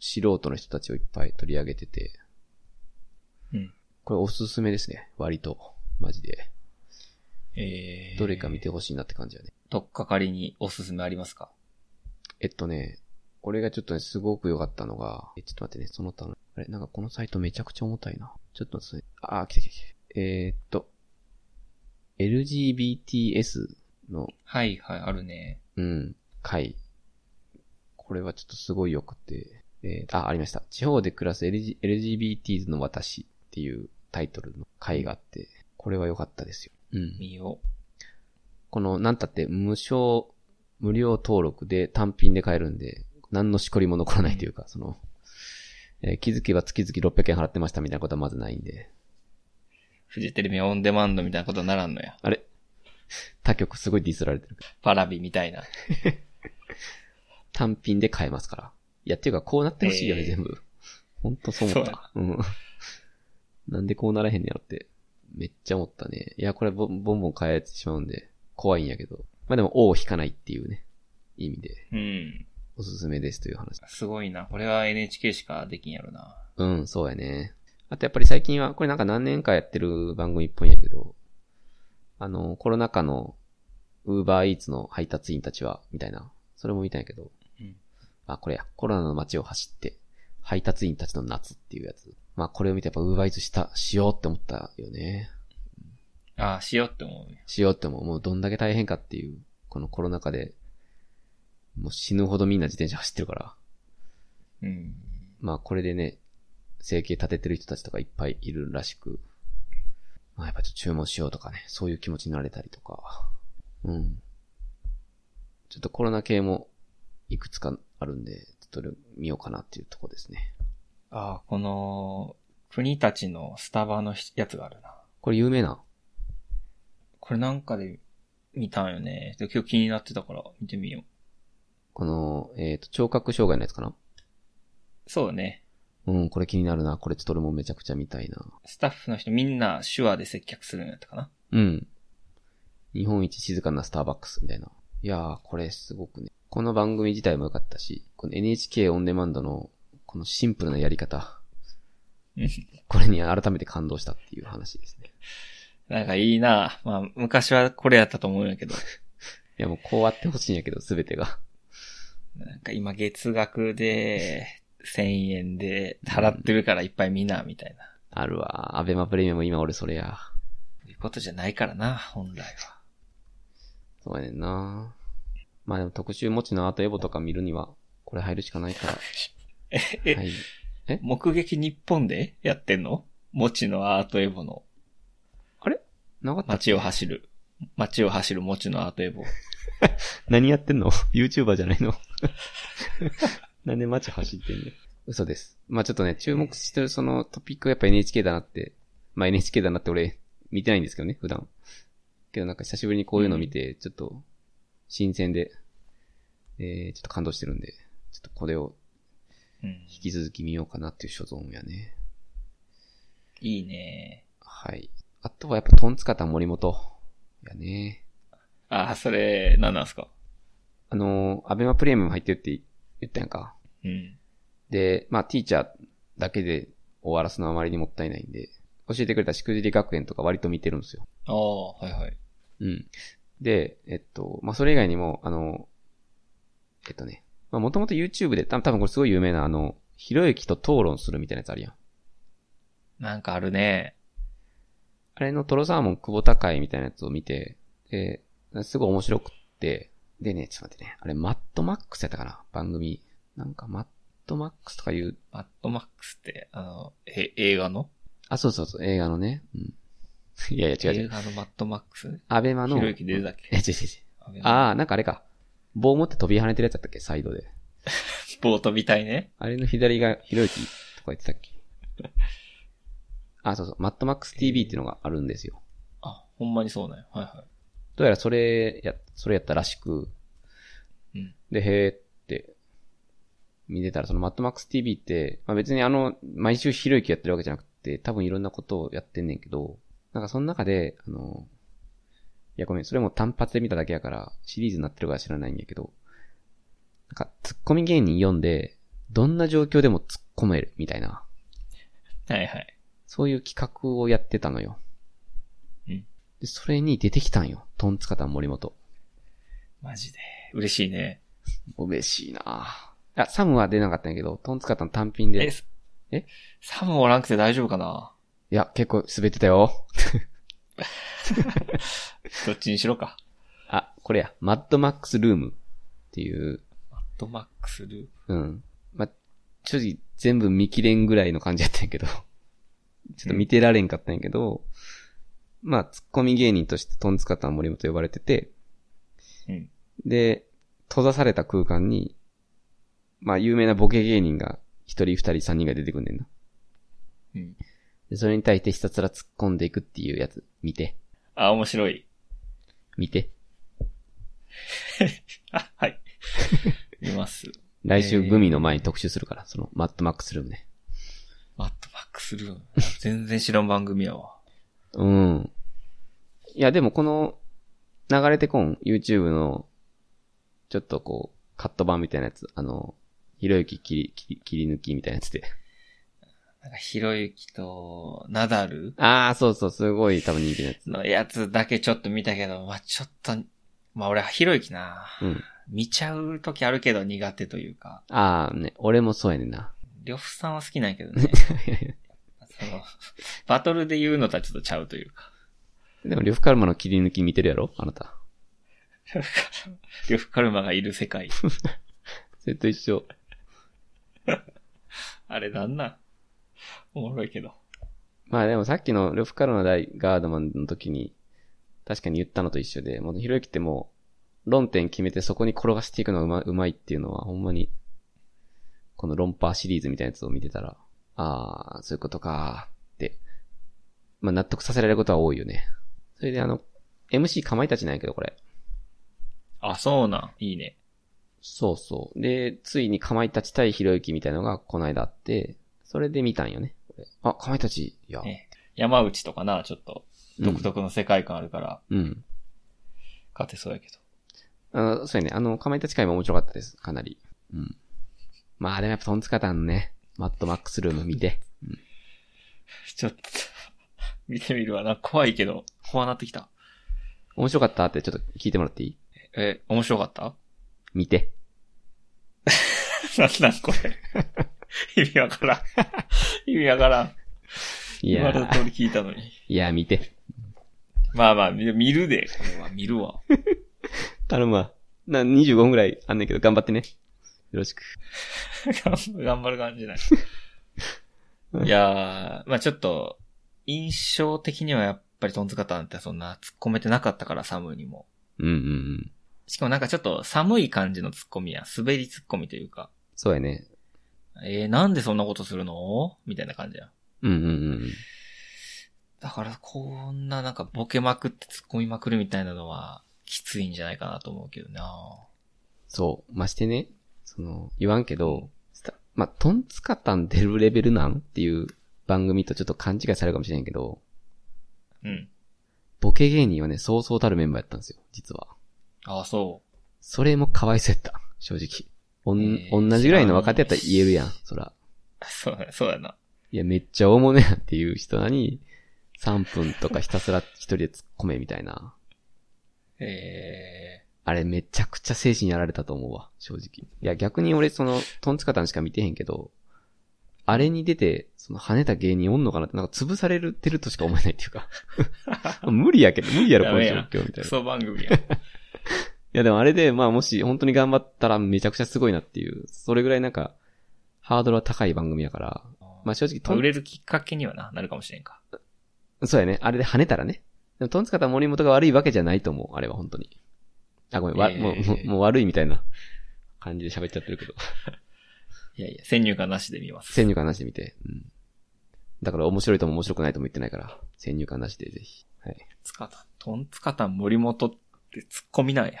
S1: 素人の人たちをいっぱい取り上げてて。
S2: うん。
S1: これおすすめですね。割と。マジで。
S2: ええ
S1: どれか見てほしいなって感じだね。
S2: とっかかりにおすすめありますか
S1: えっとね、これがちょっとね、すごく良かったのが、え、ちょっと待ってね、その他の、あれ、なんかこのサイトめちゃくちゃ重たいな。ちょっと待って、それあー、来た来た来た。えーっと、LGBTS の、
S2: はいはい、あるね。
S1: うん、会。ここれはちょっとすごい良くて、えーあ、ありました。地方で暮らす LG LGBT の私っていうタイトルの回があって、これは良かったですよ。うん。
S2: 見よ
S1: この、なんたって無償、無料登録で単品で買えるんで、何のしこりも残らないというか、その、えー気づけば月々600円払ってましたみたいなことはまずないんで、
S2: う。フジテレビオンデマンドみたいなことにならんのや。
S1: あれ他局すごいディスられてる。
S2: パラビみたいな。
S1: 単品で買えますから。いや、っていうか、こうなってほしいよね、
S2: えー
S1: 全部。ほんとそう思っ
S2: そう
S1: た。うん。 なんでこうならへんのやろって、めっちゃ思ったね。いや、これボンボンボン変えてしまうんで、怖いんやけど。まあでも、王を引かないっていうね、意味で、
S2: うん。
S1: おすすめですという話。
S2: すごいな。これは NHK しかできんやろな。
S1: うん、そうやね。あとやっぱり最近は、これなんか何年かやってる番組っぽいんやけど、あの、コロナ禍の、ウーバーイーツの配達員たちは、みたいな。それも見たんやけど。
S2: うん
S1: あ、これや。コロナの街を走って、配達員たちの夏っていうやつ。まあこれを見てやっぱウーバーイーツした、しようって思ったよね。
S2: ああ、しようって思うね。
S1: しようって思う。もうどんだけ大変かっていう、このコロナ禍で、もう死ぬほどみんな自転車走ってるから。
S2: うん。
S1: まあこれでね、生計立ててる人たちとかいっぱいいるらしく、まあやっぱちょっと注文しようとかね、そういう気持ちになれたりとか、うん。ちょっとコロナ系もいくつかあるんで、ちょっと見ようかなっていうとこですね。
S2: ああ、この、国たちのスタバのやつがあるな。
S1: これ有名な
S2: これなんかで見たんよね。で今日気になってたから見てみよ
S1: この、えっ、と、聴覚障害のやつかな
S2: う。そうね。
S1: うん、これ気になるな。これちょっと俺もめちゃくちゃ見たいな。
S2: スタッフの人みんな手話で接客するんやったかな。
S1: うん。日本一静かなスターバックスみたいな。いやー、これすごくね。この番組自体も良かったし、この NHK オンデマンドのこのシンプルなやり方
S2: うん。
S1: これに改めて感動したっていう話ですね。
S2: なんかいいなまあ、昔はこれやったと思うんやけど。
S1: いやもうこうあってほしいんやけど、すべてが。
S2: なんか今月額で、1000円で払ってるからいっぱい見な、みたいな。
S1: あるわ。アベマプレミアム今俺それや。
S2: そういうことじゃないからな、本来は。
S1: そうやねんな。まあでも特集持ちの後エボとか見るには、これ入るしかないから。
S2: え
S1: はい。
S2: 目撃日本でやってんのもちのアートエボの。
S1: なかった
S2: 街を走る。街を走るもちのアートエボ。
S1: 何やってんの ?YouTuber じゃないの なんで街走ってんの嘘です。まあちょっとね、注目してるそのトピックはやっぱ NHK だなって。まあ NHK だなって俺、見てないんですけどね、普段。けどなんか久しぶりにこういうの見て、ちょっと、新鮮で、えー、ちょっと感動してるんで、ちょっとこれを
S2: うん。
S1: 引き続き見ようかなっていう所存やね。
S2: いいね。
S1: はい。あとはやっぱトンツカタン森本。やね。
S2: あ、それ、何なんすか
S1: あのー、アベマプレミアム入ってるって言ったやんか。
S2: うん。
S1: で、まあ、ティーチャーだけで終わらすのはあまりにもったいないんで、教えてくれたしくじり学園とか割と見てるんですよ。
S2: ああ、はいはい。
S1: うん。で、えっと、まあ、それ以外にも、あの、えっとね、まあ、もともと YouTube で、た多分これすごい有名な、あの、ひろゆきと討論するみたいなやつあるやん。
S2: なんかあるね。
S1: あれのトロサーモン久保高いみたいなやつを見て、で、すごい面白くって、でね、ちょっと待ってね、あれ、マットマックスやったかな番組。なんか、マットマックスとかいう、
S2: マッドマックスって、あの、え、映画の
S1: あ、そうそうそう、映画のね、うん。 いやいや、違う違
S2: 映
S1: う。
S2: 画のマッドマックス
S1: アベマの、
S2: ひろゆき出てたっ
S1: え、
S2: け
S1: 違う違う違う。ああ、なんかあれか。棒持って飛び跳ねてるやつだったっけサイドで。
S2: ボートみたいね。
S1: あれの左がひろゆきとか言ってたっ けあ、そうそう。マットマックス TV っていうのがあるんですよ。
S2: あ、ほんまにそうなんや。はいは
S1: どうやらそれや、それやったらしく。
S2: うん
S1: で、へーって、見てたら、そのマットマックス TV って、まあ、別にあの、毎週ひろゆきやってるわけじゃなくて、多分いろんなことをやってんねんけど、なんかその中で、あの、いやごめん、それも単発で見ただけやから、シリーズになってるから知らないんやけど、なんか、ツッコミ芸人読んで、どんな状況でも突っ込める、みたいな。
S2: い。はいはい。
S1: そういう企画をやってたのよ。
S2: うん
S1: で、それに出てきたんよ。トンツカタン森本。
S2: マジで。嬉しいね。
S1: 嬉しいなあ、あサムは出なかったんやけど、トンツカタン単品で。
S2: え
S1: い、え
S2: えサムおらんくて大丈夫かな
S1: や、結構滑ってたよ。
S2: どっちにしろか。
S1: あ、これや。マッドマックスルームっていう、
S2: マッドマックスルー
S1: うん。まあ、正直全部見切れんぐらいの感じやったんやけど、 ちょっと見てられんかったんやけど、まあ、ツッコミ芸人としてトンツカタン森本呼ばれてて、
S2: うん
S1: で、閉ざされた空間に、まあ、有名なボケ芸人が一人二人三人が出てくんねんな。
S2: うん
S1: でそれに対してひたすら突っ込んでいくっていうやつ、見て、
S2: あ、面白い。
S1: 見て。
S2: あ、 はい。見ます。
S1: 来週グミの前に特集するから、その、マットマックスルームね。
S2: マットマックスルーム。全然知らん番組やわ。
S1: うん。いや、でもこの、流れてこん、YouTube の、ちょっとこう、カット版みたいなやつ、あの、ひろゆき切り、切り切り抜きみたいなやつで。
S2: なんか、ひろゆきと、ナダル
S1: ああ、そうそう、すごい多分人気のやつ。
S2: のやつだけちょっと見たけど、まあちょっと、まあ俺はひろゆきな
S1: うん。
S2: 見ちゃう時あるけど苦手というか、
S1: ああ、ね、俺もそうやねんな。
S2: 呂布さんは好きなんやけどね。その、バトルで言うのとはちょっとちゃうというか。
S1: でも、呂布カルマの切り抜き見てるやろあなた。
S2: 呂布カルマがいる世界。
S1: それと一緒。
S2: あれなんなんおもろいけど。
S1: まあでもさっきの呂布カルマ大ガードマンの時に、確かに言ったのと一緒で、もうひろゆきってもう、論点決めてそこに転がしていくのがうまうまいっていうのは、ほんまに、この論破シリーズみたいなやつを見てたら、ああ、そういうことかーって、まあ納得させられることは多いよね。それであの、MC かまいたちなんやけど、これ。
S2: あ、そうなん。いいね。
S1: そうそう。で、ついにかまいたち対ひろゆきみたいなのがこの間あって、それで見たんよね。これあ、かまいたち、いや。
S2: ね山内とかな、ちょっと、独特の世界観あるから、
S1: うん。うん
S2: 勝てそうやけど。
S1: あの、そうやね。あの、かまいたち会も面白かったです。かなり。うん。まあでもやっぱトンツカタンのね、マットマックスルーム見て。
S2: ちょっと、見てみるわな。怖いけど、怖なってきた。
S1: 面白かったってちょっと聞いてもらっていい
S2: え、面白かった
S1: 見て。
S2: なんなんこれ。意味わからん。 意味わからん。
S1: い
S2: 言わ
S1: や
S2: れた通
S1: ー、
S2: り聞いたのに。
S1: いやー見て。
S2: まあまあ、み見るで。これは見るわ。
S1: 頼むわ。な、25分くらいあんねんけど頑張ってね。よろしく。
S2: 頑張る感じない。いやー、まあちょっと、印象的にはやっぱりトンツカタンってそんな突っ込めてなかったから、サムにも。
S1: うんうんうん。
S2: しかもなんかちょっと寒い感じの突っ込みやん、滑り突っ込みというか、
S1: そうやね。
S2: えー、なんでそんなことするのみたいな感じやん。
S1: うんうんうん。
S2: だからこんななんかボケまくって突っ込みまくるみたいなのは、きついんじゃないかなと思うけどな
S1: そう。ましてね、その、言わんけど、スタまあ、トンツカタン出るレベルなんっていう番組とちょっと勘違いされるかもしれんけど、
S2: うん。
S1: ボケ芸人はね、そうそうたるメンバーやったんですよ、実は。
S2: ああ、そ
S1: それも可愛そうやった、正直。おん、
S2: えー
S1: 同じぐらいの若手やったら言えるやん、そら。
S2: う。そうだ、そうやな。
S1: いや、めっちゃ大物やんっていう人なに、3分とかひたすら一人で突っ込めみたいな。
S2: え
S1: あれめちゃくちゃ精神やられたと思うわ、正直。いや、逆に俺その、トンツカタンしか見てへんけど、あれに出て、その跳ねた芸人おんのかなって、なんか潰されてるとしか思えないっていう か。無理やけど、無理やろ、この状況み
S2: ー、
S1: たい
S2: ク
S1: な。
S2: ソ番組やん。
S1: いやでもあれで、まあもし本当に頑張ったらめちゃくちゃすごいなっていう、それぐらいなんか、ハードルは高い番組やから、まあ正直
S2: ま
S1: ト
S2: あ売
S1: ン、
S2: れるきっかけにはな、なるかもしれんか。
S1: そうやね、あれで跳ねたらね。でもトンツカタン森本が悪いわけじゃないと思う、あれは本当に。あ、ごめん、わ、
S2: えー
S1: もうもう、もう悪いみたいな感じで喋っちゃってるけ ど。
S2: いやいや、先入観なしで見ます。
S1: 先入観なしで見て。うん。だから面白いとも面白くないとも言ってないから、先入観なしでぜひ。はい。い
S2: つかた、トンツカタン森本って突っ込みなんや。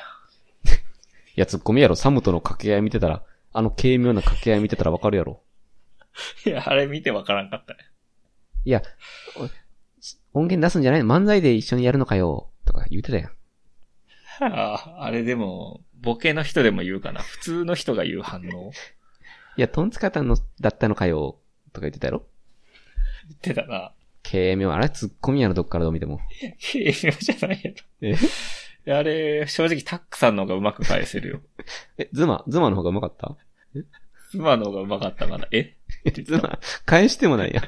S1: や、ツッコミやろ、サムとの掛け合い見てたら、あの軽妙な掛け合い見てたらわかるやろ。
S2: いや、あれ見てわからんかったね。
S1: いや、お音源出すんじゃない漫才で一緒にやるのかよ、とか言ってたやん。
S2: ああ、あれでも、ボケの人でも言うかな。普通の人が言う反応。
S1: いや、トンツカタンの、だったのかよ、とか言ってたやろ
S2: 言ってたな。
S1: 軽妙。あれ、ツッコミやろ、どっからどう見ても。
S2: 軽妙じゃないやろ。
S1: え
S2: いやあれ、正直タックさんの方がうまく返せ るよ。
S1: え、ズマ、ズマの方がうまかった
S2: 妻の方がうまかったまだ。え
S1: ズマ、返してもないやん。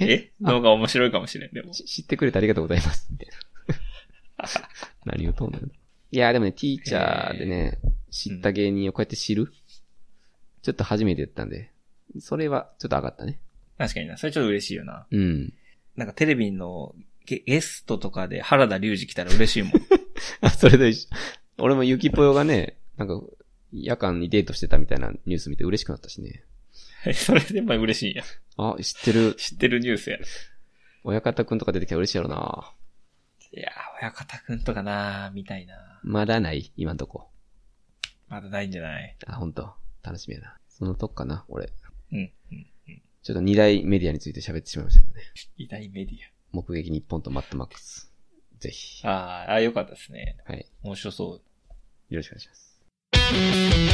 S1: え
S2: えの方が面白いかもしれん。でも。
S1: し知ってくれてありがとうございます。みたいな。何をとんのよいや、でもね、ティーチャーでね、知った芸人をこうやって知る、ちょっと初めてやったんで、それはちょっと上がったね。
S2: 確かにな。それちょっと嬉しいよな。
S1: うん。
S2: なんかテレビのゲゲストとかで原田龍二来たら嬉 しいもん。
S1: あ、それと一緒。俺もゆきぽよがね、なんか、夜間にデートしてたみたいなニュース見て嬉しくなったしね。
S2: それでも嬉しいんや。
S1: あ、知ってる。
S2: 知ってるニュースや。
S1: 親方くんとか出てきたら嬉しいやろな。
S2: いやー、親方くんとかなー、みたいな。
S1: まだない今んとこ。
S2: まだないんじゃない
S1: あ、ほんと。楽しみやな。そのとこかな、俺。
S2: うん。うん。
S1: ちょっと二大メディアについて喋ってしまいましたけどね。
S2: 偉大メディ
S1: 目撃日本とマットマックス。ぜひ。
S2: ア。あーあー、よかったですね。
S1: はい。
S2: 面白そう。
S1: よろしくお願いします。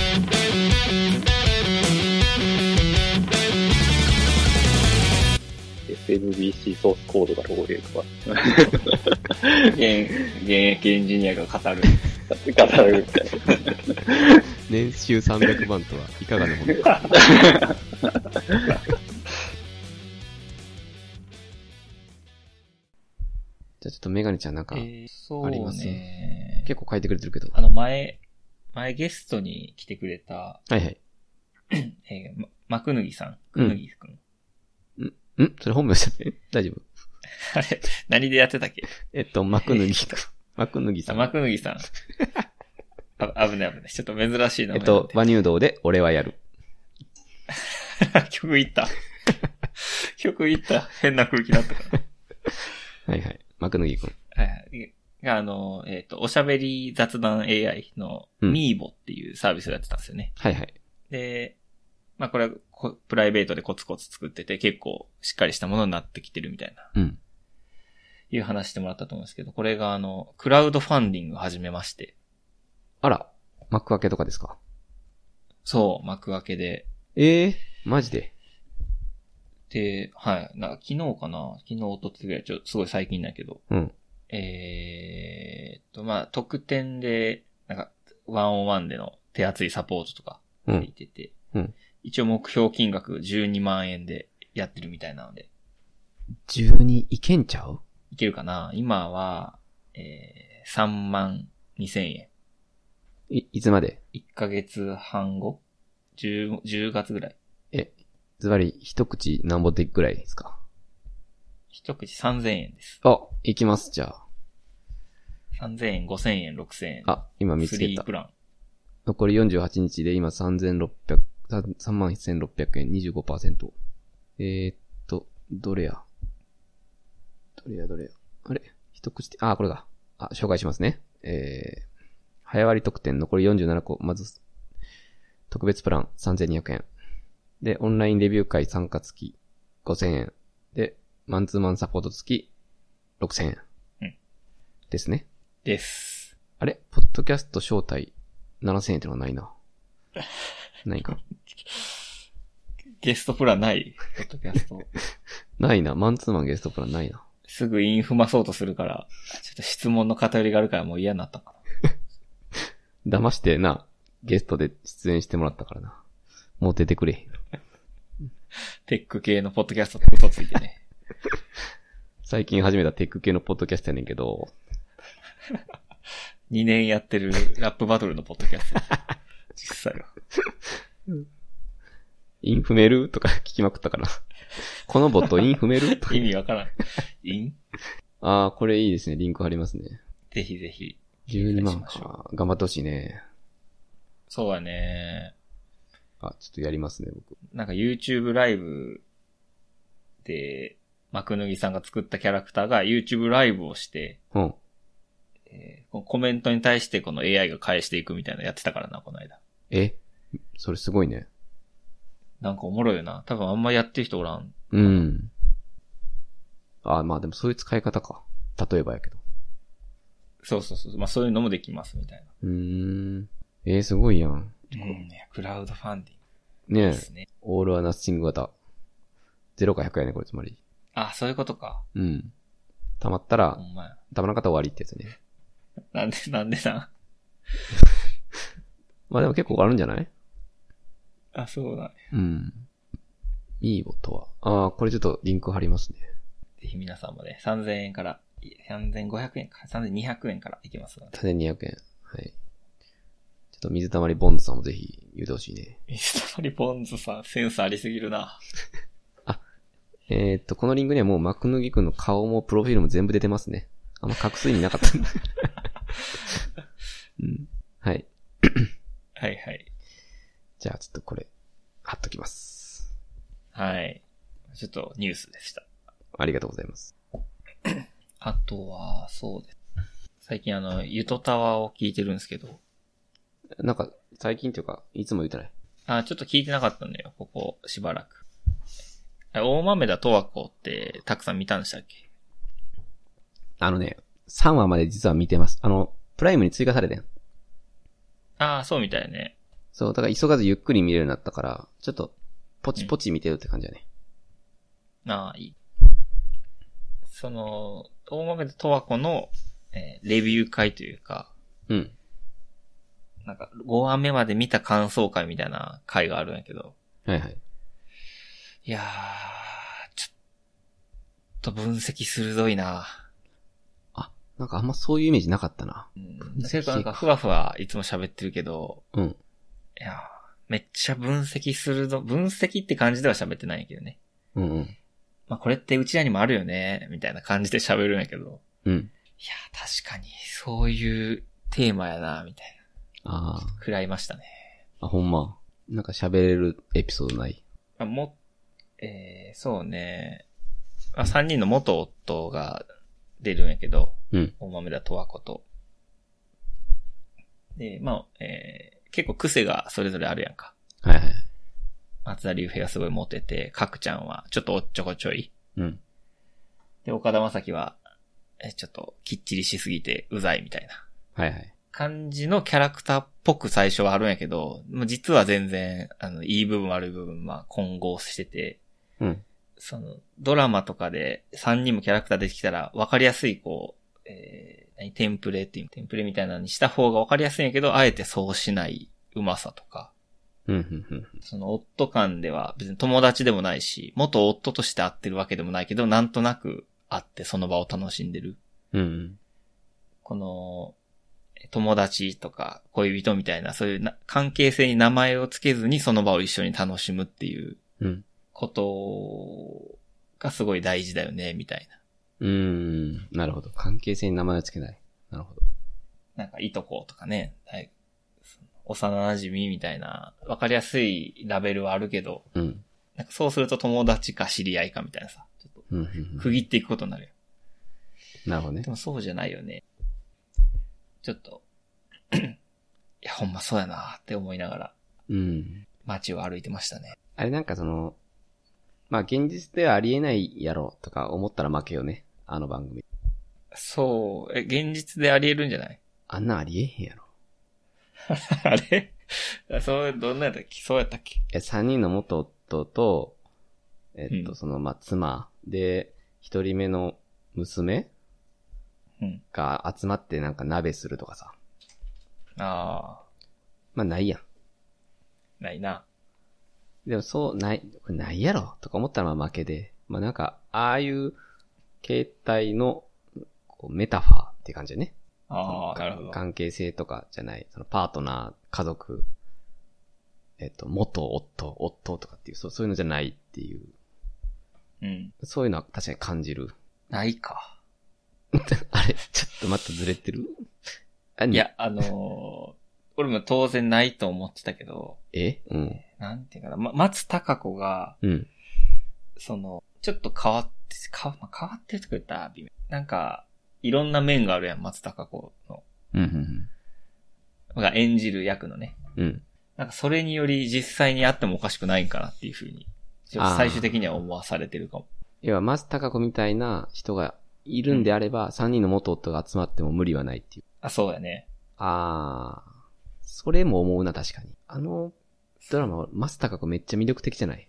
S4: SMBC ソースコードがローレーとか、
S2: 現、現役エンジニアが語る。
S4: 語るみたいな。
S1: 年収300万とはいかがなものか。 じゃあちょっとメガネちゃんなんか、
S2: えー、そ
S1: ありま
S2: う
S1: す
S2: ね。
S1: 結構書いてくれてるけど。
S2: あの、前、前ゲストに来てくれた、
S1: はいはい。
S2: えー、ま、幕脱ぎさん。
S1: うん
S2: くぬぎくん。
S1: んそれ本名じゃね 大丈夫
S2: あれ、何でやってた っけ
S1: えっと、幕脱ぎ。幕脱ぎさ
S2: あ、
S1: ん。
S2: 幕脱ぎさん。あ、危ない危ない。ちょっと珍しい名
S1: え
S2: 前
S1: っ
S2: にな
S1: と
S2: て。、
S1: 馬乳道で俺はやる。
S2: 曲い った。曲いった。変な空気だったから。
S1: はいはい。幕脱ぎくん。
S2: はいが、あの、えっ、と、おしゃべり雑談 AI の
S1: うん
S2: ミーボっていうサービスをやってたんですよね。
S1: はいはい。
S2: で、まあこれはこプライベートでコツコツ作ってて結構しっかりしたものになってきてるみたいな、
S1: うん。
S2: いう話してもらったと思うんですけど、これがあの、クラウドファンディングを始めまして、
S1: あら、幕開けとかですか
S2: そう、幕開けで、
S1: ええマジで。
S2: で、はい、な昨日かな昨日おとつぐらい、ちょ、すごい最近だけど、
S1: うん。
S2: えーっと、まあ、特典で、なんか、ワンオンワンでの手厚いサポートとか、
S1: う
S2: 入っ
S1: ん。
S2: てて、
S1: うん
S2: 一応目標金額12万円でやってるみたいなので、
S1: 12いけんちゃう
S2: いけるかな今は、えー、3万2千円。
S1: い、いつまで
S2: 1ヶ月半後 10, ?10 月ぐらい。
S1: ズバリ、一口なんぼでぐらいですか
S2: 一口3千円です。
S1: あ、行きます、じゃあ。
S2: 3千円、5千円、6千円。
S1: あ、今見つ
S2: ス
S1: け
S2: リー
S1: た
S2: プ。ラン。
S1: 残り48日で今3600、31,600円、25%。えー、っと、どれやどれやどれやあれ一口で、あ、これだ。あ、紹介しますね。えー、早割特典残り47個。まず、特別プラン3200円。で、オンラインレビュー会参加付き5000円。で、マンツーマンサポート付き6000円。
S2: うん
S1: ですね。
S2: です。
S1: あれポッドキャスト招待7000円ってのはない な。ないか。
S2: ゲストプランない。ポッドキャスト。
S1: ないな。マンツーマンゲストプランないな。
S2: すぐインフマそうとするから、ちょっと質問の偏りがあるからもう嫌になったかな。
S1: 騙してな、ゲストで出演してもらったからな。もう出てくれへん。
S2: テック系のポッドキャストって嘘ついてね。
S1: 最近始めたテック系のポッドキャストやねんけど、
S2: 2年やってるラップバトルのポッドキャスト。実際は。
S1: インフメルとか 聞きまくったから。このボットインフメルとか
S2: 意味わからん。いん
S1: ああ、これいいですね。リンク貼りますね。
S2: ぜひぜひ。
S1: 12万
S2: お願いしまし
S1: か。頑張ってほしいね。
S2: そうだね。
S1: あ、ちょっとやりますね、僕。
S2: なんか YouTube ライブで、幕脱ぎさんが作ったキャラクターが YouTube ライブをして、
S1: うん。
S2: えーこのコメントに対してこの AI が返していくみたいなのやってたからな、この間。
S1: え、それすごいね。
S2: なんかおもろいよな。多分あんまやってる人おらん。
S1: うん。あ、まあでもそういう使い方か。例えばやけど。
S2: そうそうそう。まあそういうのもできますみたいう
S1: ーん。えー、すごいやん。
S2: な。うん。いや、クラウドファンディング
S1: ね
S2: で
S1: え、
S2: すね。
S1: オールアナッシング型。0か100やね、これつまり。
S2: あ、そういうことか。
S1: うん。溜まったら
S2: ほ、んまや。
S1: 溜まらなかったら終わりってやつね。
S2: なんで、なんでな。
S1: まあでも結構あるんじゃない
S2: あ、そうだね。
S1: うん。ミーボとは。ああ、これちょっとリンク貼りますね。
S2: ぜひ皆さんもね、3000円から、いや3500円か、3200円からいきますので。
S1: 種200円。はい。ちょっと、水溜りボンズさんもぜひ言うてほしいね。
S2: 水溜りボンズさん、センスありすぎるな。
S1: えーっと、このリングにはもう幕脱ぎくんの顔もプロフィールも全部出てますね。あんま隠す意味なかったんだ。うん。はい。
S2: はいはい。
S1: じゃあちょっとこれ、貼っときます。
S2: はい。ちょっとニュースでした。
S1: ありがとうございます。
S2: あとは、そうです。最近あの、ゆとたわを聞いてるんですけど、
S1: なんか、最近というか、いつも言うてない。
S2: あ、ちょっと聞いてなかったんだよ、ここ、しばらく。あ大豆田とわ子って、たくさん見たんでしたっけ
S1: あのね、3話まで実は見てます。あの、プライムに追加されてん。
S2: ああ、そうみたいね。
S1: そう、だから急がずゆっくり見れるようになったから、ちょっと、ポチポチ見てるって感じだね。
S2: ああ、いい。その、大豆田とわ子の、えーレビュー会というか、
S1: うん。
S2: なんか、5話目まで見た感想会みたいな会があるんやけど。
S1: はいはい。
S2: いやー、ちょっと分析鋭いな。
S1: なんかあんまそういうイメージなかったな。
S2: うん
S1: 析。
S2: 結構なんかふわふわいつも喋ってるけど、
S1: うん。
S2: いやー、めっちゃ分析鋭、分析って感じでは喋ってないんやけどね。
S1: うんうん。
S2: まあこれってうちらにもあるよね、みたいな感じで喋るんやけど。いや
S1: うん。
S2: ー、確かにそういうテーマやな、みたい
S1: あ
S2: な。食らいましたね。
S1: あ、あ、ほんま。なんか喋れるエピソードない。
S2: まあ、も、えー、そうね。まあ、三人の元夫が出るんやけど、
S1: うん
S2: 大豆田とわ子と。で、まあ、えー、結構癖がそれぞれあるやんか。
S1: はいはい。
S2: 松田龍平がすごいモテて、かくちゃんはちょっとおっちょこちょい。
S1: うん。
S2: で、岡田将生は、えー、ちょっときっちりしすぎてうざいみたいな
S1: はいはい。
S2: 感じのキャラクターっぽく最初はあるんやけど、もう実は全然、あの、いい部分悪い部分、まあ、混合してて、
S1: うん。
S2: その、ドラマとかで3人もキャラクター出てきたら分かりやすい、こう、えー、何テンプレっていう、テンプレみたいなのにした方が分かりやすいんやけど、あえてそうしないうまさとか、
S1: うん、うん、うん。
S2: その夫間では別に友達でもないし、元夫として会ってるわけでもないけど、なんとなく会ってその場を楽しんでる。
S1: うん。
S2: この、友達とか恋人みたいな、そういうな関係性に名前をつけずにその場を一緒に楽しむっていう
S1: うん。
S2: ことがすごい大事だよね、みたいな。
S1: うん。なるほど。関係性に名前をつけない。なるほど。
S2: なんかいとことかね、大その幼馴染みみたいな、わかりやすいラベルはあるけど、
S1: うん。
S2: なんかそうすると友達か知り合いかみたいなさ、ちょっ
S1: うん、うんうん
S2: と区切っていくことになるよ。
S1: なるほどね
S2: で。もそうじゃないよね。ちょっと、 いや、ほんまそうやなって思いながら
S1: うん。
S2: 街を歩いてましたね。
S1: あれなんかその、まあ、現実ではありえないやろとか思ったら負けよね。あの番組。
S2: そう、え、現実でありえるんじゃない
S1: あんなんありえへんやろ。
S2: あれ そう、どんなやったっけそうやったっけ
S1: え、三人の元夫と、えっと、
S2: うん
S1: その、まあ、妻で、一人目の娘
S2: うん。
S1: が集まってなんか鍋するとかさ。
S2: あ
S1: まあ、ないやん。
S2: あ、ないな。
S1: でもそう、ない、これないやろとか思ったらまあ負けで。まあなんか、ああいう形態のこうメタファーって感じだね。
S2: ああ、なるほど。
S1: 関係性とかじゃない。そのパートナー、家族、えっと、元夫、夫とかっていう、そうそういうのじゃないっていう。
S2: うん。
S1: そういうのは確かに感じる。
S2: ないか。
S1: あれちょっとまたずれてるあ
S2: い。や、あのー俺も当然ないと思ってたけど、
S1: えうん。
S2: なんていうかな、ま、松たか子が、
S1: うん。
S2: その、ちょっと変わって、変わまあ変わってるとか言ったら微妙なんか、いろんな面があるやん、松たか子の、
S1: うん。
S2: が演じる役のね。
S1: うん。
S2: なんかそれにより実際にあってもおかしくないんかなっていうふうに、ちょっと最終的には思わされてるかも。
S1: 要は、マスタカ子みたいな人がいるんであれば、三人の元夫が集まっても無理はないっていう。
S2: あ、そうやね。
S1: あー、それも思うな、確かに。あの、ドラマ、マスタカ子めっちゃ魅力的じゃない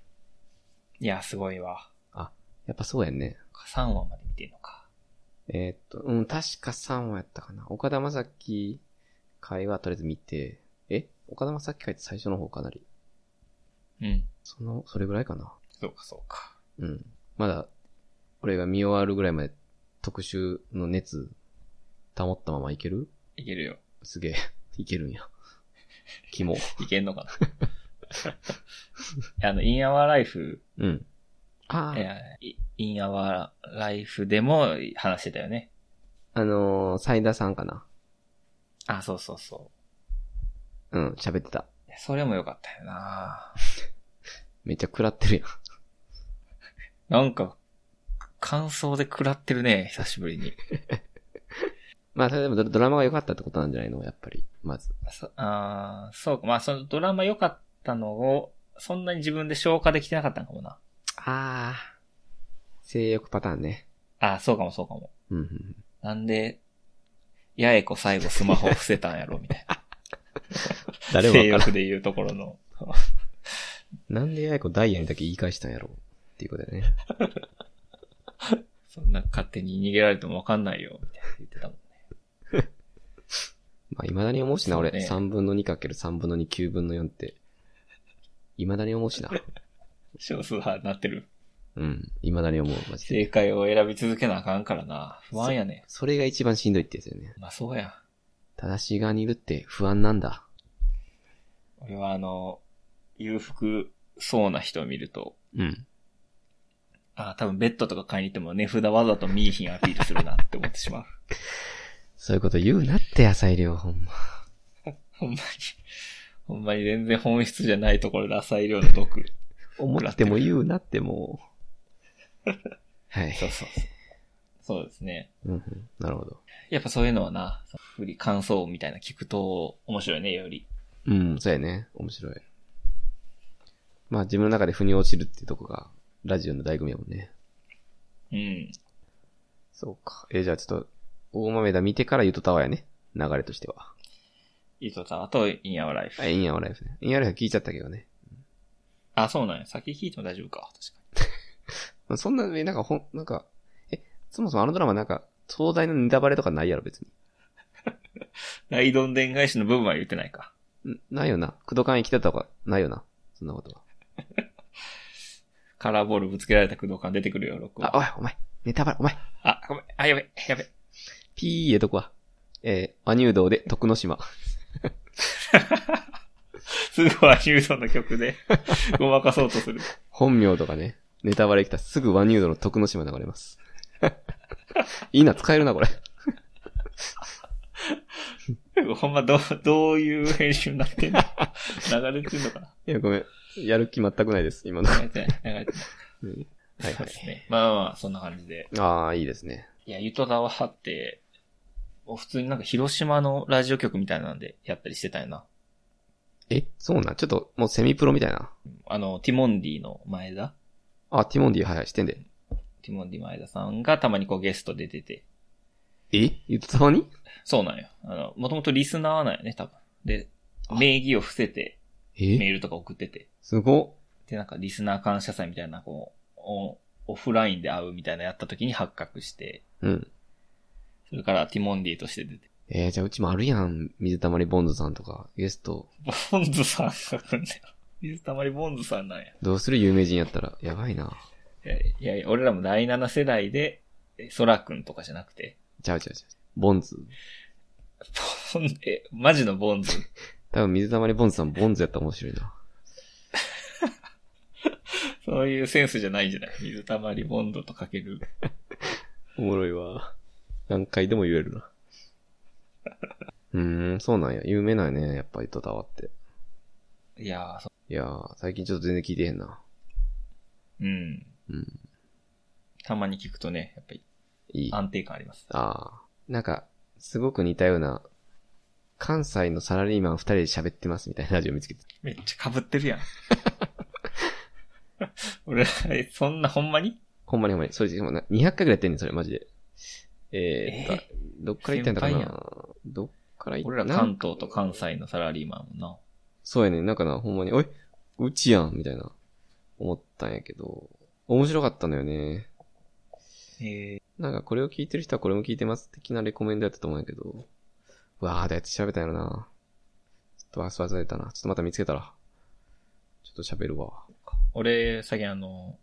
S2: いや、すごいわ。
S1: やっぱそうやんね。
S2: 3話まで見てるのか。
S1: えーっと、うん、確か3話やったかな。岡田将生会はとりあえず見て、え岡田将生会って最初の方かなり。
S2: うん。
S1: その、それぐらいかな。
S2: そうか、そうか。
S1: うん。まだ、俺が見終わるぐらいまで特集の熱、保ったままいける
S2: いけるよ。
S1: すげえ、いけるんや。肝。
S2: いけんのかなあの、インアワーライフ、
S1: うん。ああ、
S2: えーインアワーライフでも話してたよね。
S1: あのー、サイダさんかな。
S2: あ、そうそうそ
S1: うん、喋ってた。
S2: う。それも良かったよな
S1: めっちゃ食らってるやん。
S2: なんか、感想で食らってるね、久しぶりに。
S1: まあ、それでもドドラマが良かったってことなんじゃないのやっぱり、まず。
S2: そあーそうか。まあ、そのドラマ良かったのを、そんなに自分で消化できてなかったのかもな。
S1: ああ、性欲パターンね。
S2: あーそうかもそうかも。
S1: うんうんうん。
S2: なんで、八重子最後スマホ伏せたんやろ、みたいな。
S1: 誰も
S2: 性
S1: わからん。
S2: 欲で言うところの。
S1: なんでややこダイヤにだけ言い返したんやろうっていうことだよね。
S2: そんな勝手に逃げられてもわかんないよ、みたいな言ってたもん。
S1: まあ、未だに思うしな、俺。
S2: そうね
S1: 3分の 2×3 分の2、9分の4って。未だに思うしな。
S2: 少数派になってる。
S1: うん。未だに思う、マジ
S2: 正
S1: で。
S2: 解を選び続けなあかんからな。不安やね。
S1: それが一番しんどいってやつよね。
S2: まあそうや。
S1: 正しい側にいるって不安なんだ。
S2: 俺はあの、裕福そうな人を見ると、
S1: うん。
S2: あ多分ベッドとか買いに行っても値札わざと見いひんアピールするなって思ってしまう。
S1: そういうこと言うなって、野菜量、ほんま。
S2: ほんまに。ほんまに全然本質じゃないところで浅い量の毒。
S1: 思っても言うなって、も う。はい。
S2: そうそうそう。そうですね。
S1: うんうん、なるほど。
S2: やっぱそういうのはな、ふり感想みたいな聞くと面白いね、より。
S1: うん、そうやね。面白い。まあ自分の中で腑に落ちるっていうとこが、ラジオの醍醐味やもんね。
S2: うん。
S1: そうか。えーじゃあちょっと、大豆だ見てからゆとたわやね。流れとしては。
S2: 糸沢とインアワライフ。
S1: あインアオライフね。インアオライフ聞いちゃったけどね。
S2: あ、そうなんや。先聞いても大丈夫か。確か
S1: まあそんな、えなんかほん、なんか、え、そもそもあのドラマなんか、壮大なネタバレとかないやろ、別に。
S2: に。ライドン伝返しの部分は言ってないか。
S1: んないよな。クドカン生きてたとか、ないよな。そんなこと
S2: カラーボールぶつけられた駆動感出てくるよ、録
S1: は。
S2: 音。
S1: あ、おい、お前、ネタバレ、お前、
S2: あ、ごめん。あ、やべ、やべ。
S1: ピー入れとこわ。えー、アニュードで徳之島。
S2: すぐはヒューソンの曲 でごまかそうとする。
S1: 本名とかね、ネタバレ来たらすぐワニュードの徳之島流れます。 いいな、使えるな、これ。
S2: ほんま、どう、どういう編集になってんの流れてんのかない
S1: や、ごめん。やる気全くないです、今の。は
S2: 流れてない、流れてない。
S1: いはい
S2: そう。ですね。まあまあまあ、そんな感じで。
S1: ああ、いいですね。
S2: いや、ゆとだわって、もう普通になんか広島のラジオ局みたいなんでやったりしてたよな。
S1: え、そうなんちょっと、もうセミプロみたいな。
S2: あの、ティモンディの前田
S1: あ、ティモンディ、はいはい、してんで。
S2: ティモンディ前田さんがたまにこうゲストで出てて。
S1: えゆとたわに
S2: そうなんよ。あの、もともとリスナーなんよね、多分。で、名義を伏せてメ
S1: え
S2: ールとか送ってて。
S1: すご
S2: で、なんかリスナー感謝祭みたいな、こう、オンオフラインで会うみたいなやった時に発覚して、
S1: っ。うん。
S2: それからティモンディとして出て。
S1: えー、じゃあうちもあるやん。水溜りボンズさんとか、ゲスト。
S2: ボンズさんが来るんだよ。水溜りボンズさんなんや。
S1: どうする有名人やったら、やばいな。
S2: えいやいや、俺らも第7世代で、えソラくんとかじゃなくて、
S1: ちゃうちゃうちゃう。ボンズ。
S2: ボン、え、マジのボンズ。
S1: 多分水溜りボンズさん、ボンズやったら面白いな。
S2: そういうセンスじゃないんじゃない水溜りボンドとかける。
S1: おもろいわ。何回でも言えるな。うーん、そうなんや。有名なんやね。やっぱり戸田はって。
S2: いやー、そ
S1: いやー、最近ちょっと全然聞いてへんな。
S2: う。うん。
S1: うん。
S2: たまに聞くとね、やっぱり
S1: いい。あ
S2: 安定感あります。
S1: あー。なんか、すごく似たような、関西のサラリーマン二人で喋ってますみたいなラジオ見つけて。
S2: めっちゃ被ってるやん。 俺ら、えそんなほんまに
S1: ほんまにほんまに。それで、ほんまな200回ぐらいやってんねん、それ、マジで。えー、
S2: えー
S1: どっから行ったんだか
S2: 先輩や
S1: などっから行った
S2: 俺ら
S1: なん
S2: 関東と関西のサラリーマンも
S1: そうやねん。なんかな、ほんまに、おい、うちやんみたいな、思ったんやけど、面白かったのよね。
S2: な。え
S1: なんかこれを聞いてる人はこれも聞いてます的なレコメンドやったと思うんやけど。うわー、だいた喋ったんやろな。ちょっとわすわすれたな。ちょっとまた見つけたら。ちょっと喋るわ。
S2: 俺、最近あの、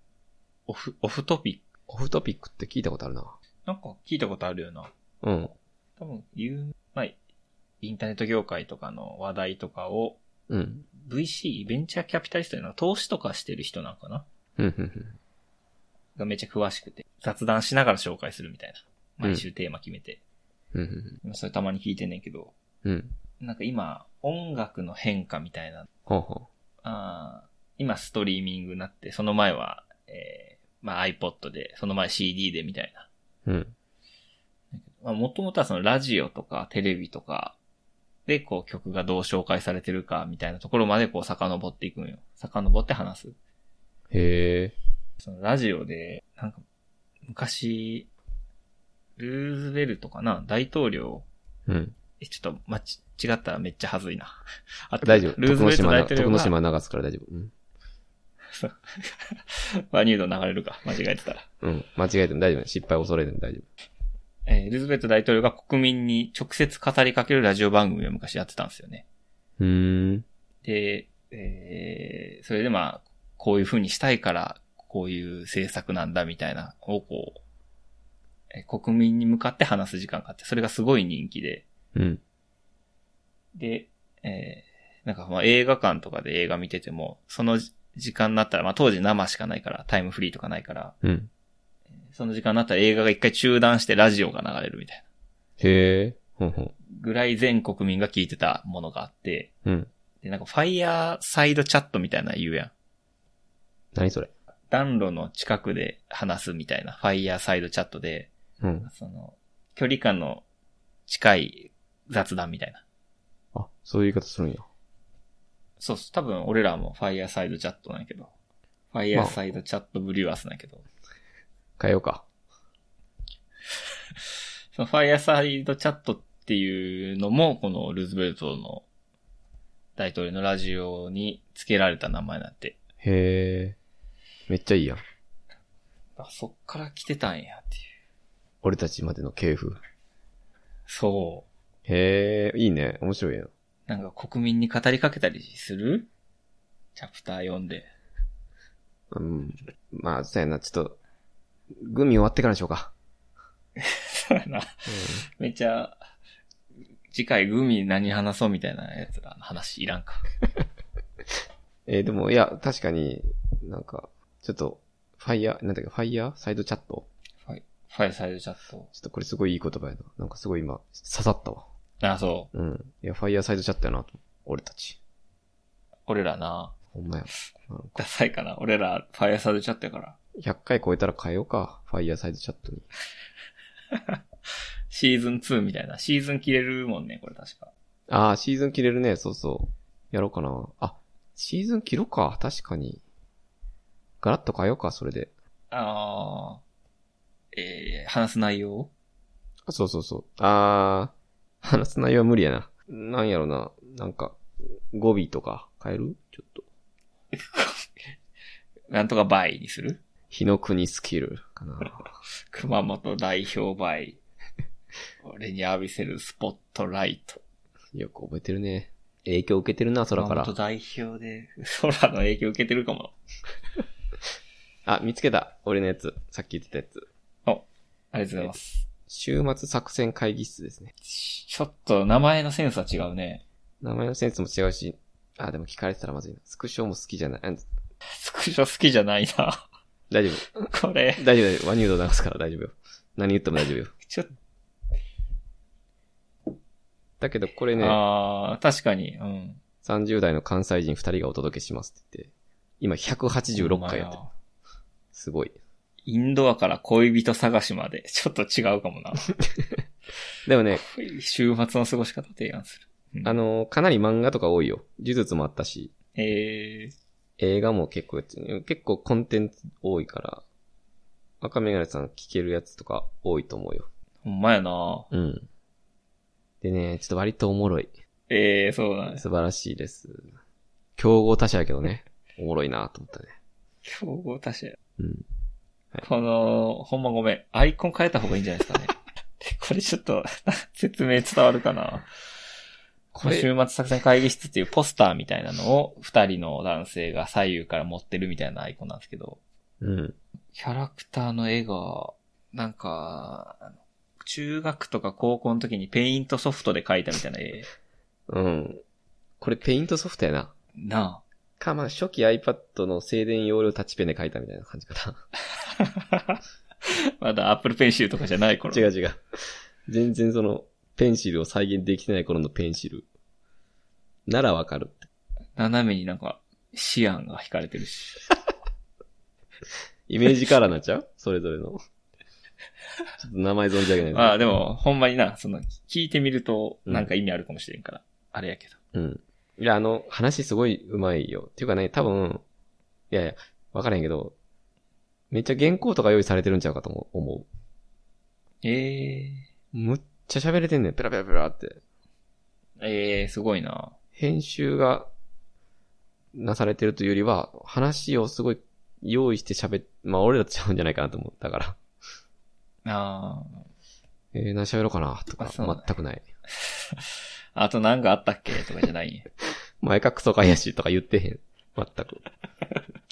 S2: オフ、オフトピック。
S1: オフトピックって聞いたことあるな。
S2: なんか聞いたことあるよな。
S1: うん。
S2: 多分、有名、まあ、インターネット業界とかの話題とかを、
S1: うん。
S2: VC、ベンチャーキャピタリストの投資とかしてる人なんかな
S1: うん、うん、うん。
S2: がめっちゃ詳しくて、雑談しながら紹介するみたいな。
S1: うん
S2: 毎週テーマ決めて。
S1: うんうん
S2: それたまに聞いてんねんけど、
S1: うん、うん。
S2: なんか今、音楽の変化みたいな、
S1: ほうほ
S2: あー今ストリーミングになって、その前は、えーまあ iPod で、その前 CD でみたいな。
S1: う。うん。
S2: まあ、もともとはそのラジオとかテレビとかで、こう曲がどう紹介されてるかみたいなところまでこう遡っていくんよ。遡って話す。
S1: へえ。
S2: そのラジオで、なんか、昔、ルーズベルトかな大統領、
S1: うん。
S2: え、ちょっと、まち、違ったらめっちゃはずいな。あって
S1: 大丈夫。
S2: ルーズベルト大
S1: な
S2: 統
S1: 徳
S2: 領
S1: 之
S2: が、
S1: 島流すから大丈夫。うん。
S2: バニュード流れるか、間違えてたら。
S1: うん。間違えても大丈夫。失敗恐れても大丈
S2: えールーズベルト大統領が国民に直接語りかけるラジオ番組を昔やってたんですよね。
S1: 夫。うーん。
S2: で、えーそれでまあ、こういう風にしたいから、こういう政策なんだみたいなのをこう、えー国民に向かって話す時間があって、それがすごい人気で、
S1: うん。
S2: で、えーなんかまあ映画館とかで映画見てても、そのじ時間になったら、まあ当時生しかないから、タイムフリーとかないから、
S1: うん。
S2: その時間になったら映画が一回中断してラジオが流れるみたいな。
S1: へえ。ほうほう。
S2: ぐらい全国民が聞いてたものがあって、
S1: うん。
S2: で、なんかファイヤーサイドチャットみたいなの言うやん。
S1: 何それ。
S2: 暖炉の近くで話すみたいな、ファイヤーサイドチャットで、
S1: うん。
S2: その、距離感の近い雑談みたいな。
S1: あ、そういう言い方するんや。
S2: そうそう、多分俺らもファイヤーサイドチャットなんやけど。ファイヤーサイドチャットブリュアスなんやけど。
S1: 変えようか。
S2: そのファイアサイドチャットっていうのも、このルーズベルトの大統領のラジオに付けられた名前なんて。
S1: へえ。めっちゃいいやん。
S2: あ、そっから来てたんやっていう。
S1: 俺たちまでの系譜。
S2: そ
S1: へえ、いいね。面白いやん。
S2: う。なんか国民に語りかけたりするチャプター読んで。
S1: うん。まあ、そうやな。ちょっと、グミ終わってからにしようか。
S2: そうやな。 めっちゃ、次回グミ何話そうみたいなやつらの話いらんか。
S1: えーでも、いや、確かに、なんか、ちょっと、ファイヤー、なんだっけ、ファイヤーサイドチャット
S2: ファイファイアサイドチャッ
S1: ち
S2: ト。
S1: ょっとこれすごいいい言葉やな。なんかすごい今、刺さったわ。
S2: あ、そう。
S1: うん。いや、ファイヤーサイドチャットやなと。俺たち。
S2: 俺らな。
S1: ほんまや。
S2: ダサいかな。俺らファイアサイドチャットやから。
S1: 100回超えたら変えようか。ファイヤーサイドチャットに。
S2: シーズン2みたいな。シーズン切れるもんね、これ確か。
S1: ああ、シーズン切れるね。そうそう。やろうかな。あ、シーズン切ろうか。確かに。ガラッと変えようか、それで。
S2: あー。えー、話す内容
S1: あそうそうそう。あー、話す内容は無理やな。なんやろな。なんか、語尾とか変えるちょっと。
S2: なんとか倍にする
S1: 日の国スキルかな。
S2: 熊本代表倍。 俺に浴びせるスポットライト。
S1: よく覚えてるね。影響受けてるな、空
S2: 熊
S1: から
S2: 本。代表で、 空の影響受けてるかも。
S1: あ、見つけた。俺のやつ。さっき言ってたやつ。
S2: ありがとうございます。
S1: 週末作戦会議室ですね。
S2: ちょっと名前のセンスは違うね。
S1: 名前のセンスも違うし、あ、でも聞かれてたらまずいな。スクショも好きじゃない。あ
S2: スクショ好きじゃないな。
S1: 大丈夫。
S2: これ、
S1: 大丈夫、大丈夫。ワニュード流すから大丈夫よ。何言っても大丈夫よ。
S2: ちょっと、
S1: だけどこれね、
S2: あー、確かに、うん。
S1: 30代の関西人2人がお届けしますって言って、今186回やってる
S2: ほんま。や
S1: すごい。
S2: インドアから恋人探しまで、ちょっと違うかもな。
S1: でもね、
S2: 週末の過ごし方を提案する。うん
S1: あ、の、かなり漫画とか多いよ。呪術もあったし、
S2: えー、
S1: 映画も結構やってる結構コンテンツ多いから、赤メガネさん聞けるやつとか多いと思うよ。
S2: ほんまやな
S1: うん。でね、ちょっと割とおもろい。
S2: えー、そうなんです。
S1: 素晴らしいです。競合他社やけど ね、おもろいなと思ったね。
S2: 競合他社や。
S1: うん。
S2: この、ほんまごめん。アイコン変えた方がいいんじゃないですかね。 これちょっと、 説明伝わるかな。
S1: こ
S2: 週
S1: れ、
S2: 末作戦会議室っていうポスターみたいなのを二人の男性が左右から持ってるみたいなアイコンなんですけど、
S1: うん。
S2: キャラクターの絵が、なんか、あの中学とか高校の時にペイントソフトで描いたみたいな絵。
S1: うん。これペイントソフトやな。
S2: な
S1: か、まあ、初期 iPad の静電容量タッチペンで書いたみたいな感じかな。
S2: あ。 まだアップルペンシルとかじゃない頃。
S1: 違う違う。全然その、ペンシルを再現できてない頃のペンシル。ならわかる。
S2: 斜めになんか、シアンが引かれてるし。
S1: イメージカラーになっちゃうそれぞれ の。ちょっと名前存じ上げない。
S2: まあで。も、ほんまにな、その、聞いてみると、なんか意味あるかもしれんから。あれやけど。
S1: うん。いや、あの、話すごい上手いよ。っていうかね、多分、いやいや、わからへんけど、めっちゃ原稿とか用意されてるんちゃうかとも思
S2: ええ
S1: う。むっちゃ喋れてんねん。ペラペラペラって。
S2: ええすごいな。
S1: 編集がなされてるというよりは、話をすごい用意して喋っ、まあ俺らとちゃうんじゃないかなと思ったから。
S2: ああ。
S1: えー、何喋ろうかなとか
S2: あ、そうだね
S1: 全くない。
S2: あと何かあったっけとかじゃないんや。
S1: 前かクソかやしとか言ってへん。全 く。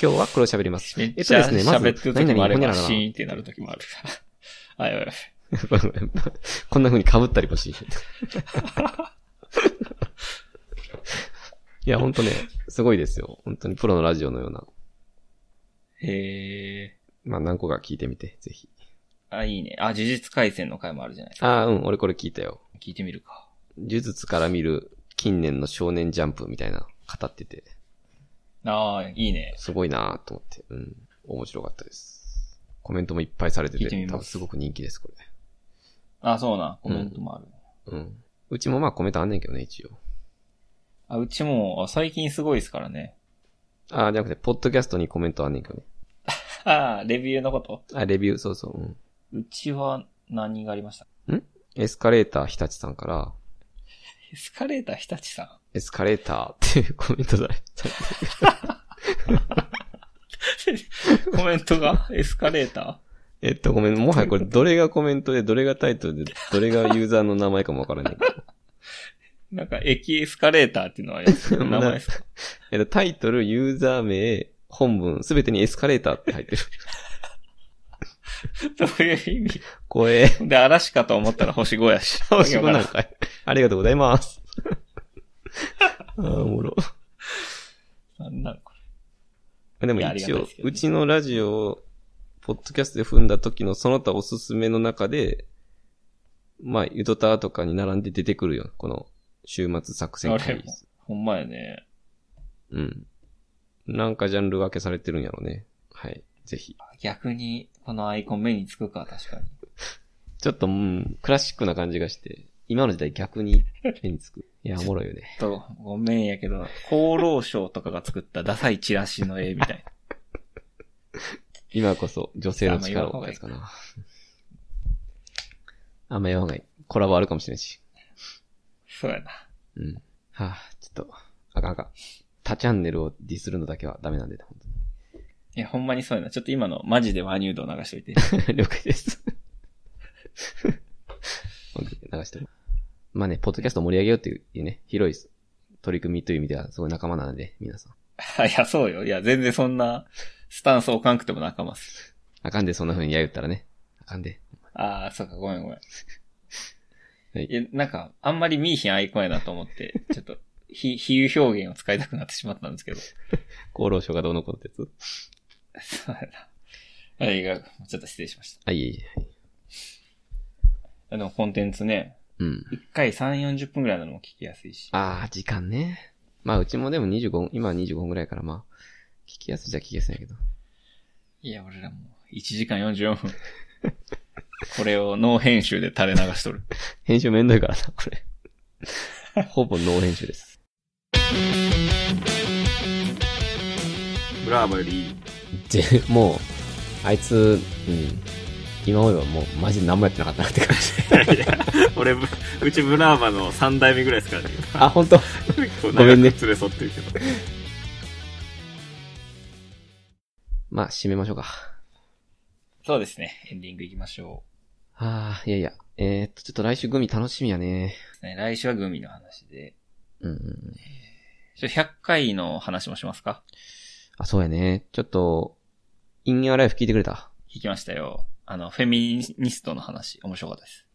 S1: 今日はこれを喋ります。
S2: めっ
S1: えっ
S2: ち
S1: と
S2: ゃ
S1: ですね、まず、
S2: 喋ってる時もあれ
S1: 何
S2: ば、
S1: 々ほ
S2: シ
S1: に
S2: ーンってなる時もある。 はいはい。
S1: ゃらら こんな風に被ったりも し。いや、ほんとね、すごいですよ。本当にプロのラジオのような。
S2: へえ。
S1: まあ何個か聞いてみて、ぜひ。
S2: あ、いいね。あ、呪術回戦の回もあるじゃないですか。
S1: ああ、うん、俺これ聞いたよ。
S2: 聞いてみるか。
S1: 呪術から見る近年の少年ジャンプみたいな語ってて、
S2: ああ、いいね。
S1: すごいなーと思って、うん、面白かったです。コメントもいっぱいされてて、
S2: 聞いてみます
S1: 多分すごく人気です、こ
S2: あ、そうな。コメントもある。
S1: れ。うん。うちもまあコメントあんねんけどね、一応。
S2: あ、うちも、あ最近すごいですからね。
S1: ああ、じゃなくて、ポッドキャストにコメントあんねんけどね。
S2: ああ、レビューのこと
S1: あ、レビュー、そうそう、うん。
S2: うちは何がありました
S1: エスカレーター日立さんから、
S2: エスカレーター日立さん。
S1: エスカレーターっていう コメントだね。
S2: コメントがエスカレータ
S1: えっと、ごめん、もはやこれ、どれがコメントで、どれがタイトルで、どれがユーザーの名前かもわから ないけど。
S2: ーなんか、駅エスカレーターっていうのはありますけ ど名前ですか
S1: えっと、タイトル、ユーザー名、本文、すべてにエスカレーターって入 ってる。
S2: どういう意味
S1: 怖え。
S2: で、嵐かと思ったら 星5やし。
S1: あ、おしごな
S2: わ
S1: ん
S2: けわ
S1: かい。ありがとうございます。 あーおもろ。
S2: からんなんなんこ
S1: でも
S2: いやありが
S1: 一
S2: たい
S1: 応、
S2: ですけど
S1: う
S2: ね
S1: ちのラジオを、ポッドキャストで踏んだ時のその他おすすめの中で、まあ、ゆとたわとかに並んで出てくるよ。この、週末作戦会議室。
S2: れほんまやね。
S1: うん。なんかジャンル分けされてるんやろね。はい。ぜひ。
S2: 逆に、このアイコン目につくか、確かに。
S1: ちょっと、うん、クラシックな感じがして、今の時代逆に目につく。いや、おもろいよね。
S2: ちょっと、ごめんやけど、厚労省とかが作ったダサいチラシの絵みたいな。
S1: 今こそ女性の力をってやつかな。あんま言わない。コラボあるかもしれんし。
S2: そうやな。
S1: うん。はぁ、ちょっと、あかんあかん。他チャンネルをディスるのだけはダメなんで、本
S2: いや、ほんまにそうやな。ちょっと今の、マジでワニュード流しといて。
S1: 当に 了解です。オッケー流してもまあね、ポッドキャストを盛り上げようっていうね、広い取り組みという意味ではすごい仲間なので、皆さん。
S2: いや、そうよ。いや、全然そんな、スタンスをかんくても仲間っす。
S1: あかんで、そんな風にや言ったらね。あかんで。
S2: ああ、そうか、ごめんごめん。
S1: はい
S2: いや、なんか、あんまり見いひんアイコンやなと思って、 ちょっと、ひ、比喩表現を使いたくなってしまったんですけど。
S1: 厚労省がどうのこうのってやつ
S2: そうやな。はい、がちょっと失礼しまし
S1: あ、いえいえ。
S2: た。でもコンテンツね、
S1: うん。
S2: 1回3、40分くらいなのも聞きやすいし。
S1: ああ、時間ね。まあ、うちもでも25、今は25分ぐらいからまあ、聞きやすいじゃ聞きやすいんやけど。
S2: いや、俺らもう、1時間44分。 これをノー編集で垂れ流しとる。
S1: 編集めんどいからな、これ。ほぼノー編集です。
S5: ブラーバリー。
S1: で、もう、あいつ、うん。今思えばもう、マジで何もやってなかったなって感じ。
S3: 俺、ぶうちブラーマの3代目ぐらいですからね。
S1: あ、本当
S3: 結構
S1: ごめんね
S3: 長く連れ添ってるけど。
S1: まあ、締めましょうか。
S2: そうですね。エンディングいきましょ
S1: ああ、いやいや。えー、っと、ちょっと来週グミ楽しみやね。
S2: うですね。来週はグミの話で。
S1: うんうん。
S2: ちょ100回の話もしますか
S1: あ、そうやね。ちょっと、インアライフ聞いてくれた。
S2: 聞きましたよ。あの、フェミニストの話、面白かったです。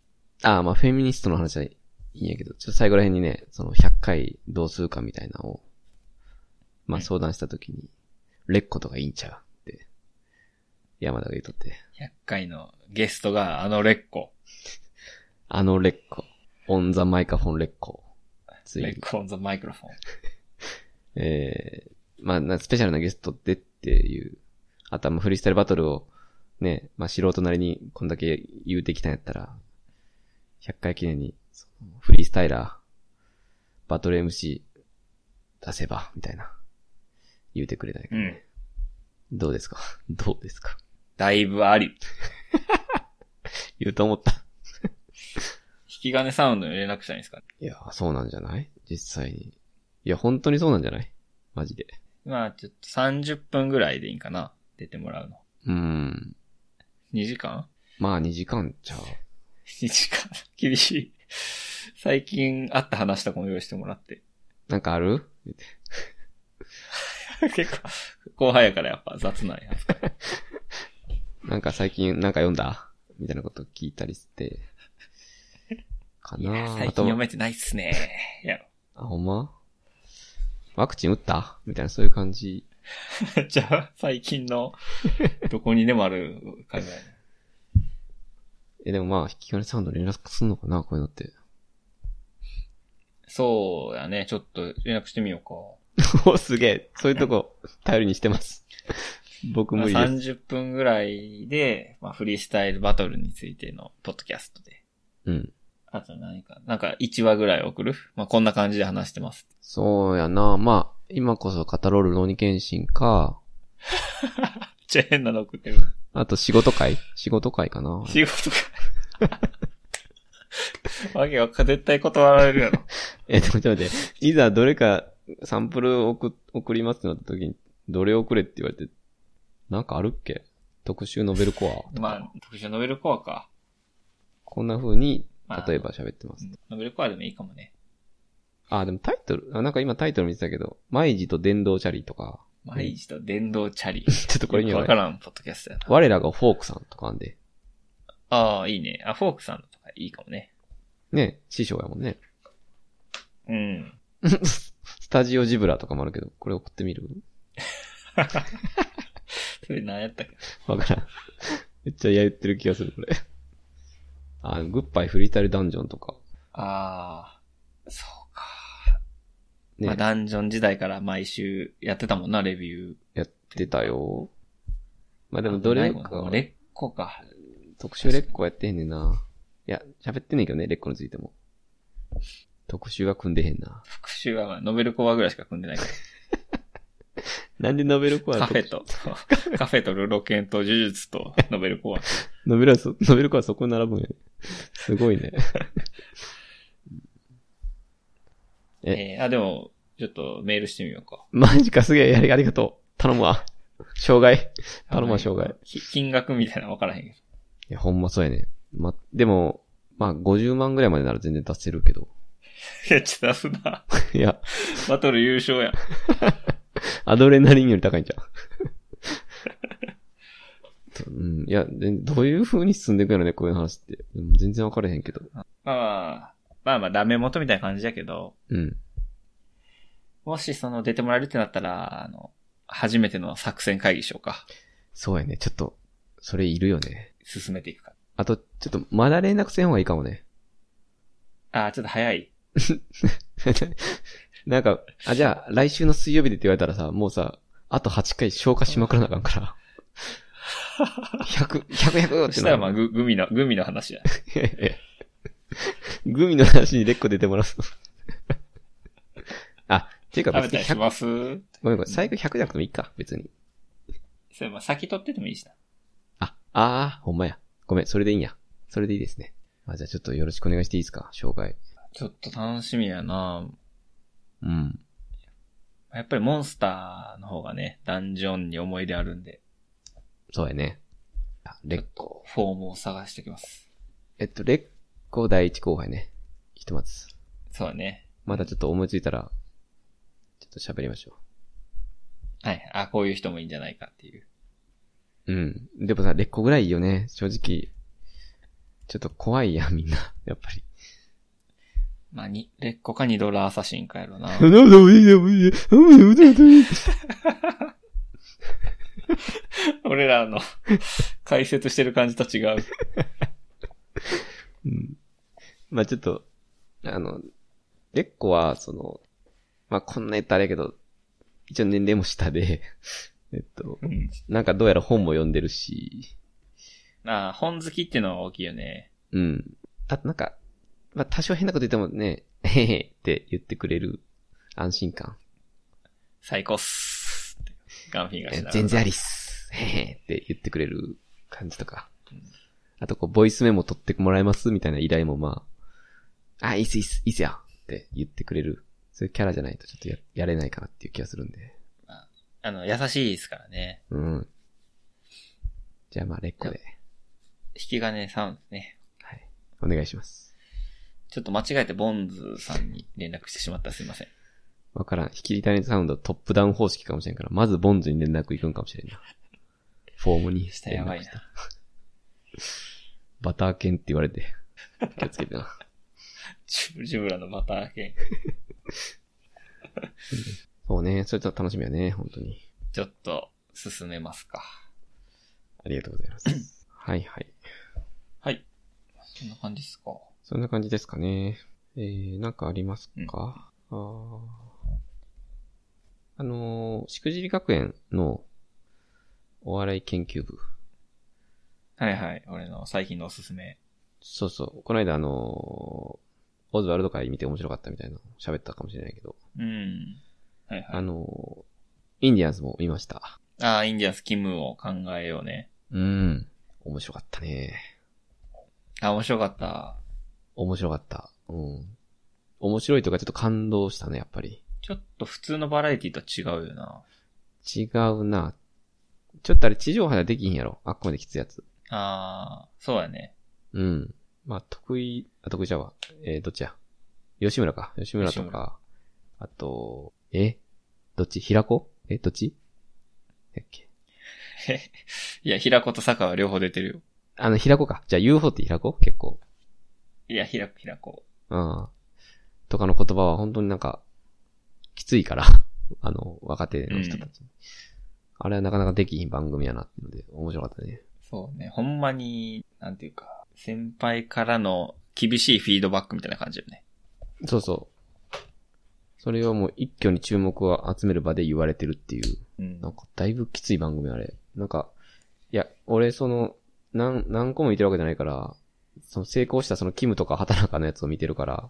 S1: ああ、まあ、フェミニストの話はいいんやけど、ちょっと最後ら辺にね、その100回どうするかみたいなのを、まあ、相談したときに、レッコとかいいんちゃうって、山田が言うとって、
S2: 100回のゲストがあのレッコ。
S1: あのレッコ、オンザマイカフォンレッコ、つい
S2: レ
S1: に
S2: ッ、コオンザマイクロフォン。
S1: えー、まあ、なスペシャルなゲストでっていう、あとはもうフリースタイルバトルをね、まあ素人なりにこんだけ言うてきたんやったら、100回記念に、そのフリースタイラー、バトル MC 出せば、みたいな、言うてくれないか、
S2: うん。
S1: どうですか どうですか
S2: だいぶあり。
S1: 言うと思った。
S2: 引き金サウンドに連絡したいんですかね。
S1: いや、そうなんじゃない実際に。いや、本当にそうなんじゃないマジで。
S2: まあちょっと30分ぐらいでいいかな。出てもらうの。
S1: うーん。
S2: 2時間
S1: まあ2時間ちゃう。
S2: ?2 時間。 厳しい。最近あった話とかも用意してもらって。
S1: なんかある
S2: 結構、後輩やからやっぱ雑なんや。
S1: なんか最近なんか読んだみたいなこと聞いたりして。か
S2: いや
S1: な
S2: 最近
S1: あと
S2: 読、めてないっすね。や
S1: あ、ほんまワクチン打ったみたいなそういう感じ。
S2: ろ。 じゃあ、最近 の、どこにでもある考え。
S1: え、でもまあ、引き金サウンド連絡すんのかなこういうのって。
S2: そうやね。ちょっと連絡してみよう
S1: お、すげえ。そういうとこ、頼りにしてます。 僕
S2: か。
S1: 無理
S2: まあ
S1: です。
S2: 30分ぐらいで、まあ、フリースタイルバトルについてのポッドキャストで。
S1: うん。
S2: あと何か、なんか1話ぐらい送るまあ、こんな感じで話してます。
S1: そうやなまあ、今こそカタロール浪人検診か、
S2: じゃあ変なの送ってる。
S1: あと仕事会仕事会かな
S2: 仕事 か。わけわかん絶対断られるやろ。
S1: え、ちょっと待って、いざどれかサンプル送、送りますってなった時に、どれ送れって言われて、なんかあるっけ特集ノベルコアとか、
S2: まあ、特殊ノベルコアか。
S1: こんな風に、
S2: まあ
S1: 例えば喋ってま
S2: う
S1: す。
S2: んノベルコアでもいいかもね。
S1: あでもタイトル、あ、なんか今タイトル見てたけど、毎日と電動チャリとか、
S2: 毎日と電動チャリ。
S1: ちょっとこれに
S2: よく
S1: はね、
S2: わからんポッドキャストやな。
S1: 我らがフォークさんとかあんで、
S2: ああ、いいね。あ、フォークさんとかいいかもね。
S1: ね、師匠やもんね。
S2: うん。
S1: スタジオジブラとかもあるけど、これ送ってみる
S2: それ何やったっけ
S1: わからん。めっちゃやってる気がする、これ。あ、グッバイフリータイルダンジョンとか。
S2: ああ、そうか。
S1: ね、
S2: まあ、ダンジョン時代から毎週やってたもんな、レビュー。
S1: やってたよ。まあでもどれ
S2: か
S1: かは、
S2: レッコか。
S1: 特集レッコやってへんねんな。いや、喋ってんねんけどね、レッコについても。特集は組んでへんな。
S2: 復習は、まあノベルコアぐらいしか組んでな いか
S1: なんでノベルコア
S2: ら。カフェ
S1: と。
S2: と、カフェとルロケンと呪術とノベル コア。
S1: ノベルはそ、ノベルコアそこに並ぶんやね。すごいね。 え
S2: えー、あ、でも、ちょっとメールしてみようか。
S1: マジかすげえ、ありありがとう。頼むわ。障害。頼むわ、障害。
S2: き金額みたいなの分からへんけど。
S1: いや、ほんまそうやね。ま、でも、まあ、50万ぐらいまでなら全然出せるけど。
S2: いや、ちょっと出すな。
S1: いや、
S2: バトル優勝やん。
S1: アドレナリンより高いんちゃ ううん、いや、でどういう風に進んでいくんやろね、こういう話って。でも全然分かれへんけど。
S2: まあまあ、まあまあ、ダメ元みたいな感じだけど、
S1: うん。
S2: もしその出てもらえるってなったら、あの、初めての作戦会議しようか。
S1: そうやね。ちょっと、それいるよね。
S2: 進めていくか。
S1: あと、ちょっと、まだ連絡せん方がいいかもね。
S2: あー、ちょっと早い。
S1: なんか、あ、じゃあ、来週の水曜日でって言われたらさ、もうさ、あと8回消化しまくら なあかんから。100、100、100
S2: そ
S1: って
S2: し
S1: な
S2: た
S1: る
S2: らまあ、ググミの、グミの話や。
S1: いやいやグミの話にレッコ出てもらう。 あ、っていうか
S2: 食べ
S1: 別に
S2: たりし
S1: 100、
S2: ます
S1: ごめんごめん、最悪100じゃなくてもいいか、別に。
S2: それまあ、先取っててもいいしな。
S1: あ、ああ、ほんまや。ごめん、それでいいんや。それでいいですね。あ、じゃあちょっとよろしくお願いしていいですか、紹介。
S2: ちょっと楽しみやな
S1: うん。
S2: やっぱりモンスターの方がね、ダンジョンに思い出あるんで、
S1: そうやね。あ、レッコ。
S2: フォームを探しておきます。
S1: えっと、レッコ第一後輩ね。ひとまず。
S2: そうだね。
S1: またちょっと思いついたら、ちょっと喋りましょ
S2: はい。あ、こういう人もいいんじゃないかっていう。
S1: う。うん。でもさ、レッコぐらいいいよね、正直。ちょっと怖いやん、みんな。やっぱり。
S2: まあ、に、レッコか2ドルアサシンか やろな。俺らの解説してる感じと違う。
S1: うんまあちょっと、あの、レッコは、その、まあこんな言ったらあれやけど、一応年齢も下で、 えっと、
S2: うん。
S1: なんかどうやら本も読んでるし、
S2: ああ、本好きってのは大きいよね。
S1: うん。あとなんか、まあ多少変なこと言ってもね、へへへって言ってくれる安心感。
S2: 最高っす。ガンフィンがしながら。
S1: 全然ありっす。へへへって言ってくれる感じとか。あとこう、ボイスメモ取ってもらえますみたいな依頼もまあ、あ、いいっすいいっす、いいっすよって言ってくれる。そういうキャラじゃないとちょっとややれないかなっていう気がするんで。
S2: あの、優しいですからね。
S1: うん。じゃあまあ、レッコで。
S2: 引き金さんですね。
S1: はい。お願いします。
S2: ちょっと間違えてボンズさんに連絡してしまった。すいません。
S1: わからん。引き金サウンドはトップダウン方式かもしれんから、まずボンズに連絡行くんかもし れんな。フォームに
S2: したらやばいな。
S1: バター犬って言われ て。気をつけてな。
S2: ジブジブラのバター系。
S1: そうね。それちょっと楽しみやね。本当に。
S2: ちょっと、進めますか。
S1: ありがとうございます。はいはい。
S2: はい。そんな感じですか。
S1: そんな感じですかね。えー、なんかありますか、あーあのー、しくじり学園のお笑い研究部。
S2: はいはい。俺の最近のおすすめ。
S1: そうそう。この間あのー、オズワルド会見て面白かったみたいなの喋ったかもしれないけど、
S2: うん。はいはい。
S1: あのー、インディアンスも見ました。
S2: ああ、インディアンスキムを考えようね。
S1: うん。面白かったね。
S2: あ、面白かった。
S1: 面白かった。うん。面白いというかちょっと感動したね、やっぱり。
S2: ちょっと普通のバラエティと違うよな。
S1: 違うな。ちょっとあれ地上波ではできひんやろ。あっこまできついやつ。
S2: ああ、そうやね。
S1: うん。まあ、得意、あ、得意じゃわ。えーどっちや吉村か。吉村と
S2: 吉
S1: か、あと、えどっち平子え、どっちだっけ
S2: いや、平子と坂は両方出てるよ。
S1: あの、平子か。じゃあ UFO って平子結構。
S2: いや、平子、平子。
S1: うん。とかの言葉は本当になんか、きついから。 あの、若手の人たち、あれはなかなかできひん番組やなっていうので、面白かったね。
S2: そうね。ほんまに、なんていうか、先輩からの厳しいフィードバックみたいな感じよね。
S1: そうそう。それをもう一挙に注目を集める場で言われてるっていう。
S2: うん
S1: なんか、だいぶきつい番組あれ。なんか、いや、俺、その、何、何個も見てるわけじゃないから、その成功したそのキムとか畑中のやつを見てるから、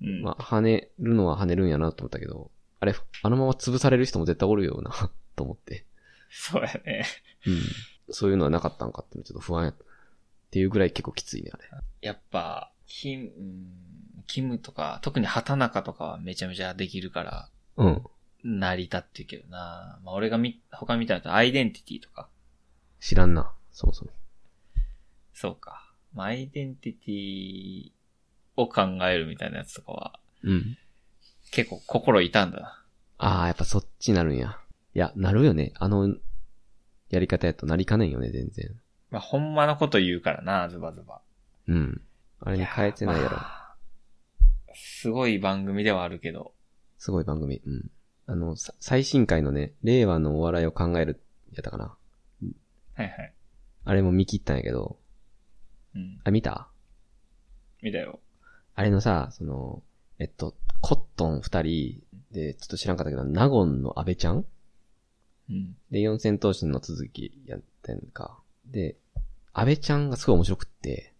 S2: うん。
S1: まあ、跳ねるのは跳ねるんやなと思ったけど、あれ、あのまま潰される人も絶対おるよな、 と思って。
S2: そうやね。
S1: うん。そういうのはなかったんかっていうのちょっと不安やった。っていうぐらい結構きついね、あれ。
S2: やっぱ、キム、うんキムとか、特に畑中とかはめちゃめちゃできるから、
S1: うん。
S2: 成り立ってるけどな。まあ、俺がみ、他見たのとアイデンティティとか。
S1: 知らんな、そもそも。
S2: そうか。まあ、アイデンティティを考えるみたいなやつとかは、
S1: うん。
S2: 結構心痛んだな。
S1: ああ、やっぱそっちなるんや。いや、なるよね。あの、やり方やとなりかねんよね、全然。
S2: まあ、ほんまのこと言うからな、ズバズバ。
S1: うん。あ
S2: あ
S1: れに変えてないやろ。
S2: すごい番組ではあるけど。
S1: すごい番組。うん。あの、さ最新回のね、令和のお笑いを考える、やったかな。
S2: はいはい。
S1: あれも見切ったんやけど、
S2: うん。
S1: あ、見た
S2: 見たよ。
S1: あれのさ、その、えっと、コットン二人で、ちょっと知らんかったけど、ナゴンの安倍ちゃん
S2: うん。
S1: で、四千頭身の続きやってんか。で、安倍ちゃんがすごい面白くって、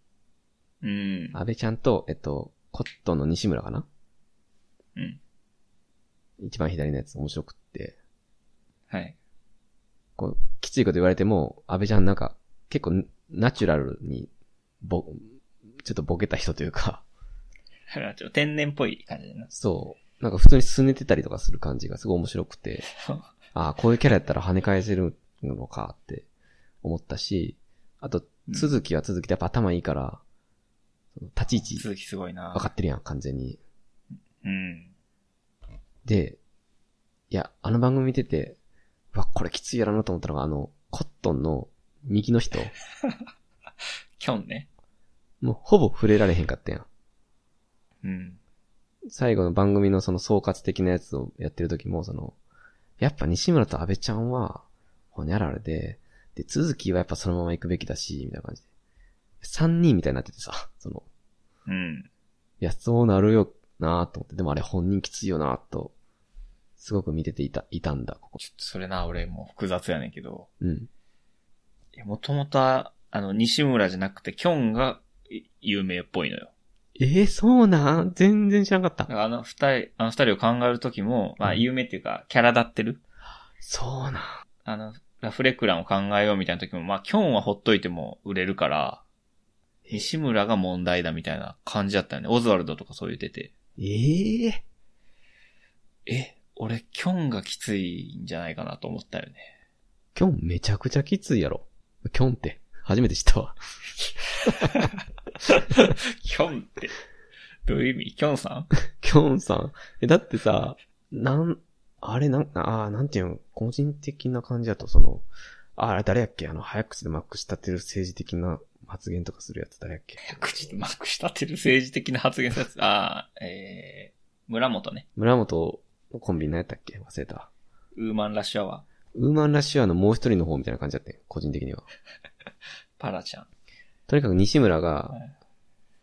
S2: うん。
S1: 安倍ちゃんと、えっと、コットンの西村かな
S2: うん。
S1: 一番左のやつ面白くって、
S2: はい。
S1: こう、きついこと言われても、安倍ちゃんなんか、結構ナチュラルに、ぼ、ちょっとボケた人というか、
S2: ちょっと天然っぽい感じだな。
S1: そう、なんか普通に拗ねてたりとかする感じがすごい面白く て、ああ、こういうキャラやったら跳ね返せるのかって思ったし、あと、
S2: うん
S1: 続きは続きでやっぱ頭いいから、その立ち位置
S2: 続きすごいな。
S1: 分かってるやん、完全に。
S2: うん。
S1: で、いや、あの番組見てて、うわ、これきついや ろなと思ったのが、あの、コットンの右の人、
S2: キョンね。
S1: もうほぼ触れられへんかったやん。
S2: うん。
S1: 最後の番組のその総括的なやつをやってる時も、その、やっぱ西村と安倍ちゃんは、ほにゃららで、で、続きはやっぱそのまま行くべきだし、みたいな感じで。三人みたいになっててさ、その、
S2: うん。
S1: いや、そうなるよなぁと思って、でもあれ本人きついよなぁと、すごく見てていた、いたんだ、ここ。
S2: ちょっとそれな、俺もう複雑やねんけど。
S1: うん。
S2: いや、もともとは、あの、西村じゃなくて、キョンがい有名っぽいのよ。
S1: えー、そうなん全然知らんかっ
S2: だか
S1: た。
S2: らあの二人、あの二人を考えるときも、まあ、
S1: うん
S2: 有名っていうか、キャラ立ってる。
S1: そうなん。
S2: あの、ラフレクランを考えようみたいなときも、まあ、キョンはほっといても売れるから、西村が問題だみたいな感じだったよね。オズワルドとかそう言ってて。
S1: ええ
S2: え、俺、キョンがきついんじゃないかなと思ったよね。
S1: キョンめちゃくちゃきついやろ。キョンって、初めて知ったわ。
S2: キョンって、どういう意味キョンさん
S1: キョンさん。え、だってさ、なん、あれなん、ああ、なんていうの、個人的な感じだと、その、ああれ誰やっけあの、早口でまくし立てる政治的な発言とかするやつ誰やっけ
S2: 口でまくし立てる政治的な発言さつ、ああ、えー、村本ね。
S1: 村本のコンビ何やったっけ忘れた。
S2: ウーマンラッシュアワー。
S1: ウーマンラッシュアーのもう一人の方みたいな感じだったよ個人的には。
S2: パラちゃん。
S1: とにかく西村が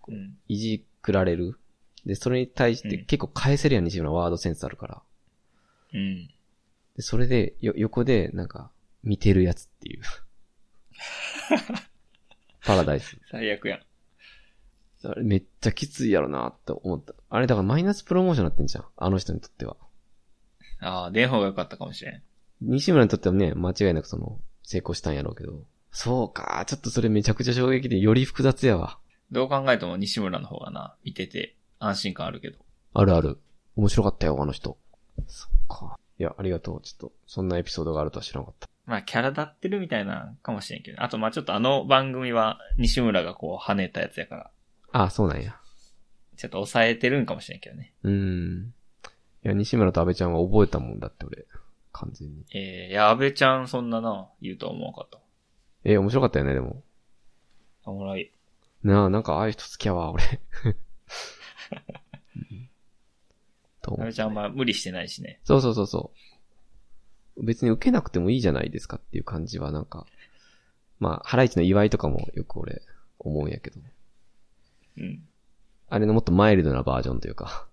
S2: うん。
S1: いじくられる。で、それに対して
S2: うん
S1: 結構返せるやん、西村ワードセンスあるから。
S2: うん。
S1: で、それで、よ、横で、なんか、見てるやつ っていう。パラダイス。
S2: 最悪やん。
S1: あれめっちゃきついやろなって思った。あれだからマイナスプロモーションになってんじゃん。あの人にとっては。
S2: ああ、出ん方が良かったかもしれん。
S1: 西村にとってはね、間違いなくその、成功したんやろうけど。そうか、ちょっとそれめちゃくちゃ衝撃で、より複雑やわ。
S2: どう考えても西村の方がな、見てて安心感あるけど。
S1: あるある。面白かったよ、あの人。そっか。いや、ありがとう。ちょっと、そんなエピソードがあるとは知らなかった。
S2: まあ、キャラ立ってるみたいなかもしれんけど、あとまあちょっとあの番組は西村がこう跳ねたやつやから、
S1: ああ、そうなんや。
S2: ちょっと抑えてるんかもしれんけどね。
S1: うーん。いや、西村と安倍ちゃんは覚えたもんだって、俺。完全に。
S2: えー、いや、安倍ちゃんそんなな、言うとは思わなかった。
S1: えー、面白かったよね、でも。
S2: おもろい。
S1: なあ、なんかああいう人好きやわ、俺。 と
S2: 安
S1: 思う
S2: 倍ちゃんは無理してないしね。
S1: そうそうそうそう。別に受けなくてもいいじゃないですかっていう感じはなんか、まあ、ハライチの祝いとかもよく俺、思うんやけど。
S2: うん。
S1: あれのもっとマイルドなバージョンという か、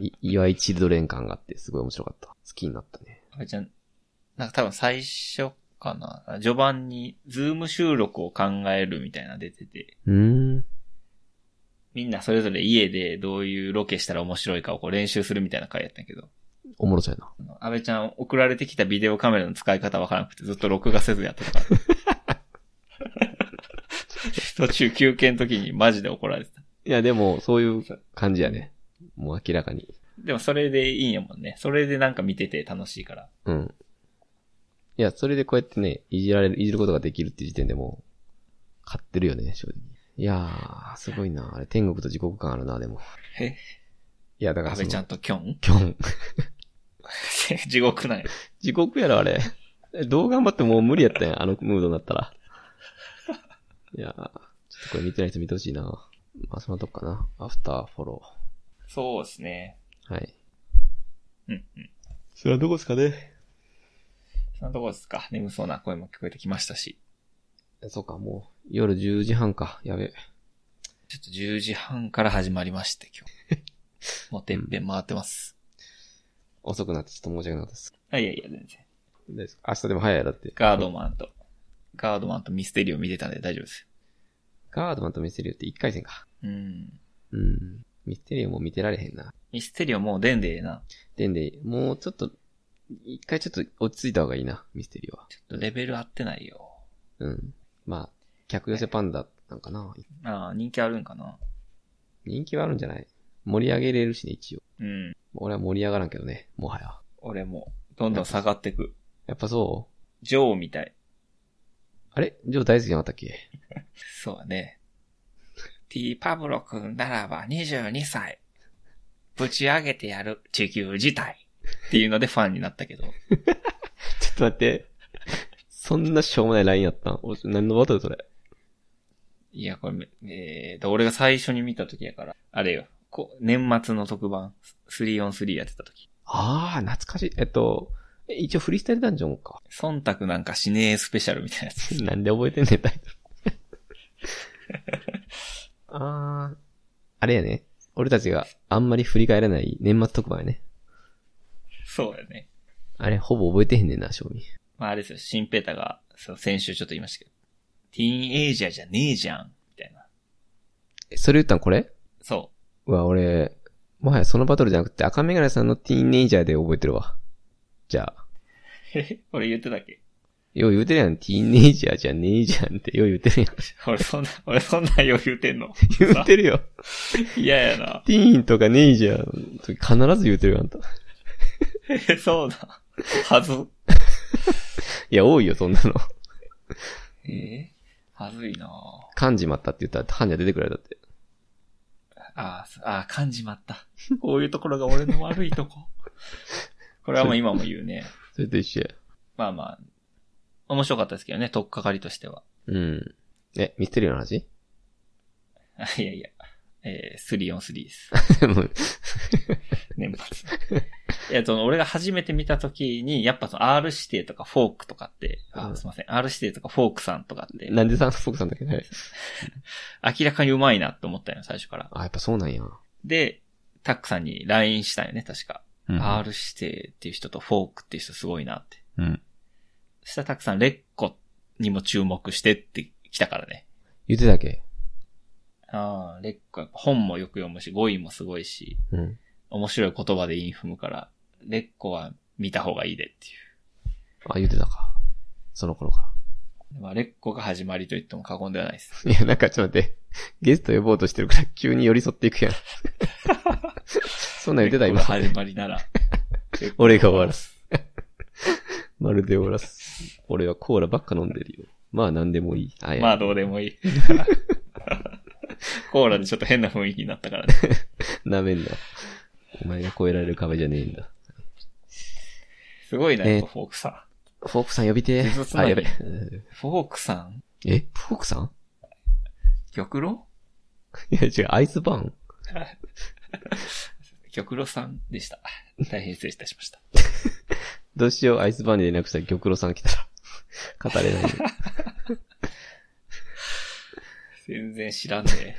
S1: い祝いチルドレン感があって、すごい面白かった。好きになったね。
S2: あれじゃん、なんか多分最初かな。序盤に、ズーム収録を考えるみたいなの出てて、
S1: うーん。
S2: みんなそれぞれ家でどういうロケしたら面白いかをこう練習するみたいな回やったんやけど、
S1: おもろそうやな。
S2: あの安倍ちゃん送られてきたビデオカメラの使い方わからなくてずっと録画せずやってたから。途中休憩の時にマジで怒られてた。
S1: いや、でも、そういう感じやね。もう明らかに。
S2: でもそれでいいんやもんね。それでなんか見てて楽しいから。
S1: うん。いや、それでこうやってね、いじられる、いじることができるって時点でもう、買ってるよね、正直。いやー、すごいな。あれ、天国と地獄感あるな、でも。
S2: え
S1: いや、だから
S2: 安
S1: その、
S2: 倍ちゃんとキョン
S1: キョン。
S2: 地獄なんや。
S1: 地獄やろ、あれ。えどう頑張ってももう無理やったやん、あのムードになったら。いやー、ちょっとこれ見てない人見てほしいな。まあ、そのとこかな。アフターフォロ
S2: そうですね。
S1: ー。はい。
S2: うん
S1: うん。それはどこですかね
S2: そんなとこですか。眠そうな声も聞こえてきましたし。
S1: そうか、もう、夜10時半か。やべえ。
S2: ちょっと10時半から始まりまして、今日。もうてっぺん回ってます。
S1: 遅くなってちょっと申し訳なかったです。
S2: あ、いやいや、全然。
S1: 大丈夫ですか明日でも早いやだって。
S2: ガードマンと、ガードマンとミステリーを見てたんで大丈夫です。
S1: ガードマンとミステリオって1回戦か。
S2: うん。
S1: うん。ミステリオも見てられへんな。
S2: ミステリーをもう出んでええな。
S1: でんで、もうちょっと、一回ちょっと落ち着いた方がいいな、ミステリオは。
S2: ちょっとレベル合ってないよ。
S1: うん。まあ、客寄せパンダなんかな。
S2: ああ、人気あるんかな。
S1: 人気はあるんじゃない盛り上げれるしね、一応。
S2: うん。
S1: 俺は盛り上がらんけどね、もはや。
S2: 俺も、どんどん下がってく。
S1: やっぱそう
S2: ジョーみたい。
S1: あれジョー大好きじゃなかったっけ
S2: そうだね。T パブロ君ならば22歳。ぶち上げてやる地球自体。っていうのでファンになったけど。
S1: ちょっと待って。そんなしょうもないラインやったん俺、何のバトルそれ。
S2: いや、これめ、えーと、俺が最初に見た時やから、あれよ、こ年末の特番、3on3やってた時。
S1: ああ、懐かしい。えっと、え一応フリースタイルダンジョンか。
S2: 忖度なんかしねえスペシャルみたいなやつ。
S1: なんで覚えてんねん、タイトル。あー、あれやね。俺たちがあんまり振り返らない年末特番やね。
S2: そうやね。
S1: あれ、ほぼ覚えてへんねんな、正味。
S2: まあ、あれですよ、シンペータが、そう先週ちょっと言いましたけど、ティーンエイジャーじゃねえじゃん、みたいな。
S1: えそれ言ったんこれ
S2: そう
S1: わ、俺、もはやそのバトルじゃなくて赤メガネさんのティーンネイジャーで覚えてるわ。じゃあ、
S2: う。え俺言ってたっけ
S1: よう言うてるやん、ティーンネイジャーじゃねえじゃんってよう言うてるやん。
S2: 俺そんな、 俺そんな余裕てん の。
S1: 言うてるよ。
S2: 嫌やな。
S1: ティーンとかネイジャーの時必ず言うてるよ、あんた。い
S2: えそうだ。はず。
S1: や、多い よ、そんなの。
S2: えはずいなぁ。
S1: 漢字まったって言ったら、漢字が出てくるやつだって。
S2: ああそああ、感じまった。 こういうところが俺の悪いとこ。これはもう今も言うね。
S1: それと一緒や。
S2: まあまあ、面白かったですけどね、とっかかりとしては。
S1: うん。え、ミステリーの 話
S2: あいやいや、えー、3on3 です。
S1: もう
S2: 年末。 いや、その、俺が初めて見た時に、やっぱその R 指定とかフォークとかって、
S1: う
S2: あ
S1: ん
S2: すいません、R 指定とかフォークさんとかって、
S1: なんでさん、フォークさんだっけね。
S2: 明らかにうまいなって思ったよ、最初から。
S1: あ、やっぱそうなんや。
S2: で、タックさんに LINE したよね、確か。
S1: うん
S2: R 指定っていう人とフォークっていう人すごいなって。
S1: うん。
S2: そしたらたくさんレッコにも注目してって来たからね。
S1: 言ってたっけ
S2: ああ、レッコやっぱ本もよく読むし、語彙もすごいし、
S1: うん。
S2: 面白い言葉でインフむから、レッコは見た方がいいでってい
S1: あ、言ってたか。その頃か
S2: う。まあ、レッコが始まりと言っても過言ではないです。
S1: ら。い や、なんかちょっと待って。ゲスト呼ぼうとしてるから急に寄り添っていくやん。 そんなん言ってた
S2: レッコ
S1: 今。
S2: が始まりなら。
S1: 俺が終わらす。 まるで終わらす。俺はコーラばっか飲んでるよ。まあなんでもいい。あいや
S2: まあ、どうでもい い。コーラでちょっと変な雰囲気になったからね。
S1: なめんな。お前が越えられる壁じゃねえ んだ。
S2: すごいな、
S1: えー
S2: やっぱフォークさん。
S1: フォークさん呼びて
S2: 嘘つ
S1: ー。
S2: な
S1: あ、
S2: い
S1: やべ。うん
S2: フォークさん
S1: え、フォークさん
S2: 玉露
S1: いや違う、アイスバーン
S2: 玉露さんでした。大変失礼いたしました。
S1: どうしよう、アイスバーンに連絡したら玉露さん来たら、 語れないよ。
S2: 全然知らんね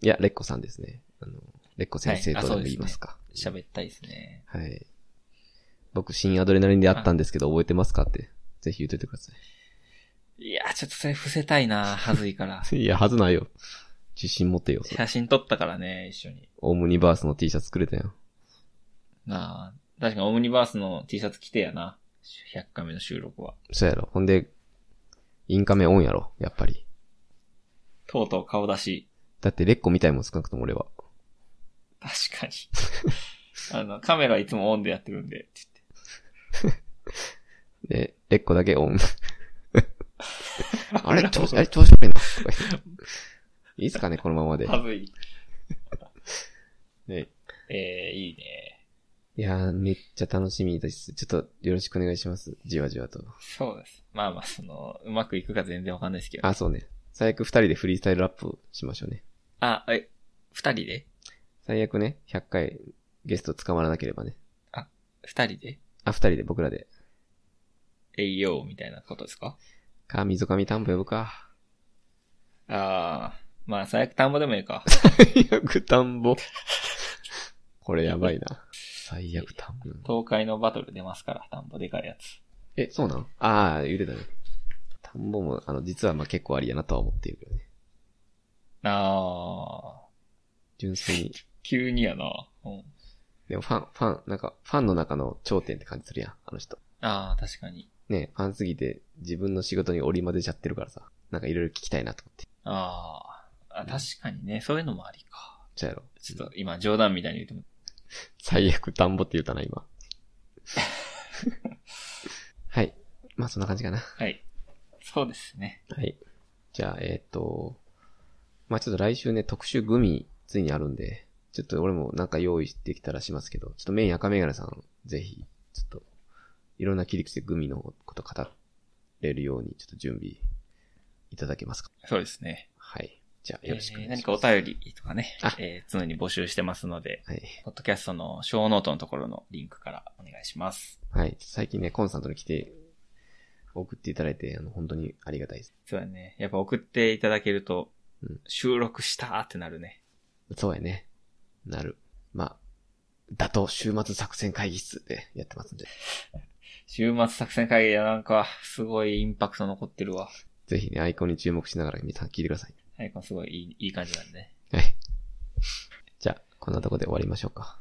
S1: いや、レッコさんですね。あの、レッコ先生
S2: はいあ
S1: とで
S2: そう
S1: も
S2: ですね
S1: 言いますか。
S2: え。喋ったいですね。
S1: はい。僕、新アドレナリンで会ったんですけど、覚えてますかって、ぜひ言っといてくださ
S2: いやー、ちょっとそれ伏せたいなはずいから。
S1: い。いや、はずないよ。自信持てよ。それ
S2: 写真撮ったからね、一緒に。
S1: オムニバースの T シャツくれたよ。
S2: なあ、確かオムニバースの T シャツ着てやな。100回目の収録は。
S1: そうやろ。ほんで、インカメオンやろ、やっぱり。
S2: とうとう顔出し。
S1: だって、レッコみたいもん少なくとも俺は。
S2: 確かに。あの、カメラいつもオンでやってるんで、って
S1: で、レッコだけ オン。あれ、調子、あれ、調子悪いな。 いいっすかね、このままで。
S2: はずい。
S1: ね
S2: えー、いいね。
S1: いやー、めっちゃ楽しみです。ちょっと、よろしくお願いします。じわじわと。
S2: そうです。まあまあ、その、うまくいくか全然わかんないですけど。
S1: あ、そうね。最悪二人でフリースタイルラップしましょうね。
S2: あ、え、二人で
S1: 最悪ね、100回ゲスト捕まらなければね。
S2: 二人で
S1: あ、二人で僕らで。
S2: 栄養みたいなことですか
S1: か、溝上田んぼ呼ぶか。
S2: ああ、まあ最悪田んぼでもいいか。
S1: 最悪田んぼ。これやばいな。最悪田んぼ。
S2: 東海のバトル出ますから、田んぼでかいやつ。
S1: え、そうなんああ、言うてたね。田んぼも、あの、実はまあ結構ありやなとは思っているけどね。
S2: ああ、
S1: 純粋に。
S2: 急にやな。うん、
S1: でもファン、ファン、なんか、ファンの中の頂点って感じするやん、あの人。
S2: ああ、確かに。
S1: ねファンすぎて自分の仕事に折り混ぜちゃってるからさ。なんかいろいろ聞きたいなと思って。
S2: あーあ、確かにね、そういうのもありか。
S1: じゃやろ。
S2: ちょっと今冗談みたいに言っても、
S1: 最悪田んぼって言うたな、 今。はい。まあ、そんな感じかな。
S2: はい。そうですね。
S1: はい。じゃあ、えーっ、と、まあ、ちょっと来週ね、特集グミ、ついにあるんで、ちょっと俺もなんか用意できたらしますけど、ちょっとメイン赤メガネさん、ぜひ、ちょっと、いろんな切り口でグミのこと語れるように、ちょっと準備いただけますか
S2: そうですね。
S1: はい。じゃあ、よろしくお願いします。
S2: 何かお便りとかね
S1: あ、
S2: えー常に募集してますので、
S1: はい。
S2: ポッドキャストの小ノートのところのリンクからお願いします。
S1: はい。最近ね、コンサートに来て、送っていただいて、あの、本当にありがたいです。
S2: そうだね。やっぱ送っていただけると
S1: うん、
S2: 収録したーってなるね。
S1: そうやね。なる。まあ、だと週末作戦会議室でやってますんで、
S2: 週末作戦会議はなんか、すごいインパクト残ってるわ。
S1: ぜひね、アイコンに注目しながら皆さん聞いてください。
S2: アイコンすごいいいいい感じなんでね。
S1: はい。じゃあ、こんなとこで終わりましょうか。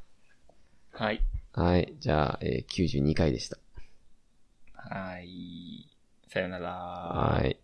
S2: はい。
S1: はい。じゃあ、えー92回でした。
S2: はい。さよなら。
S1: はい。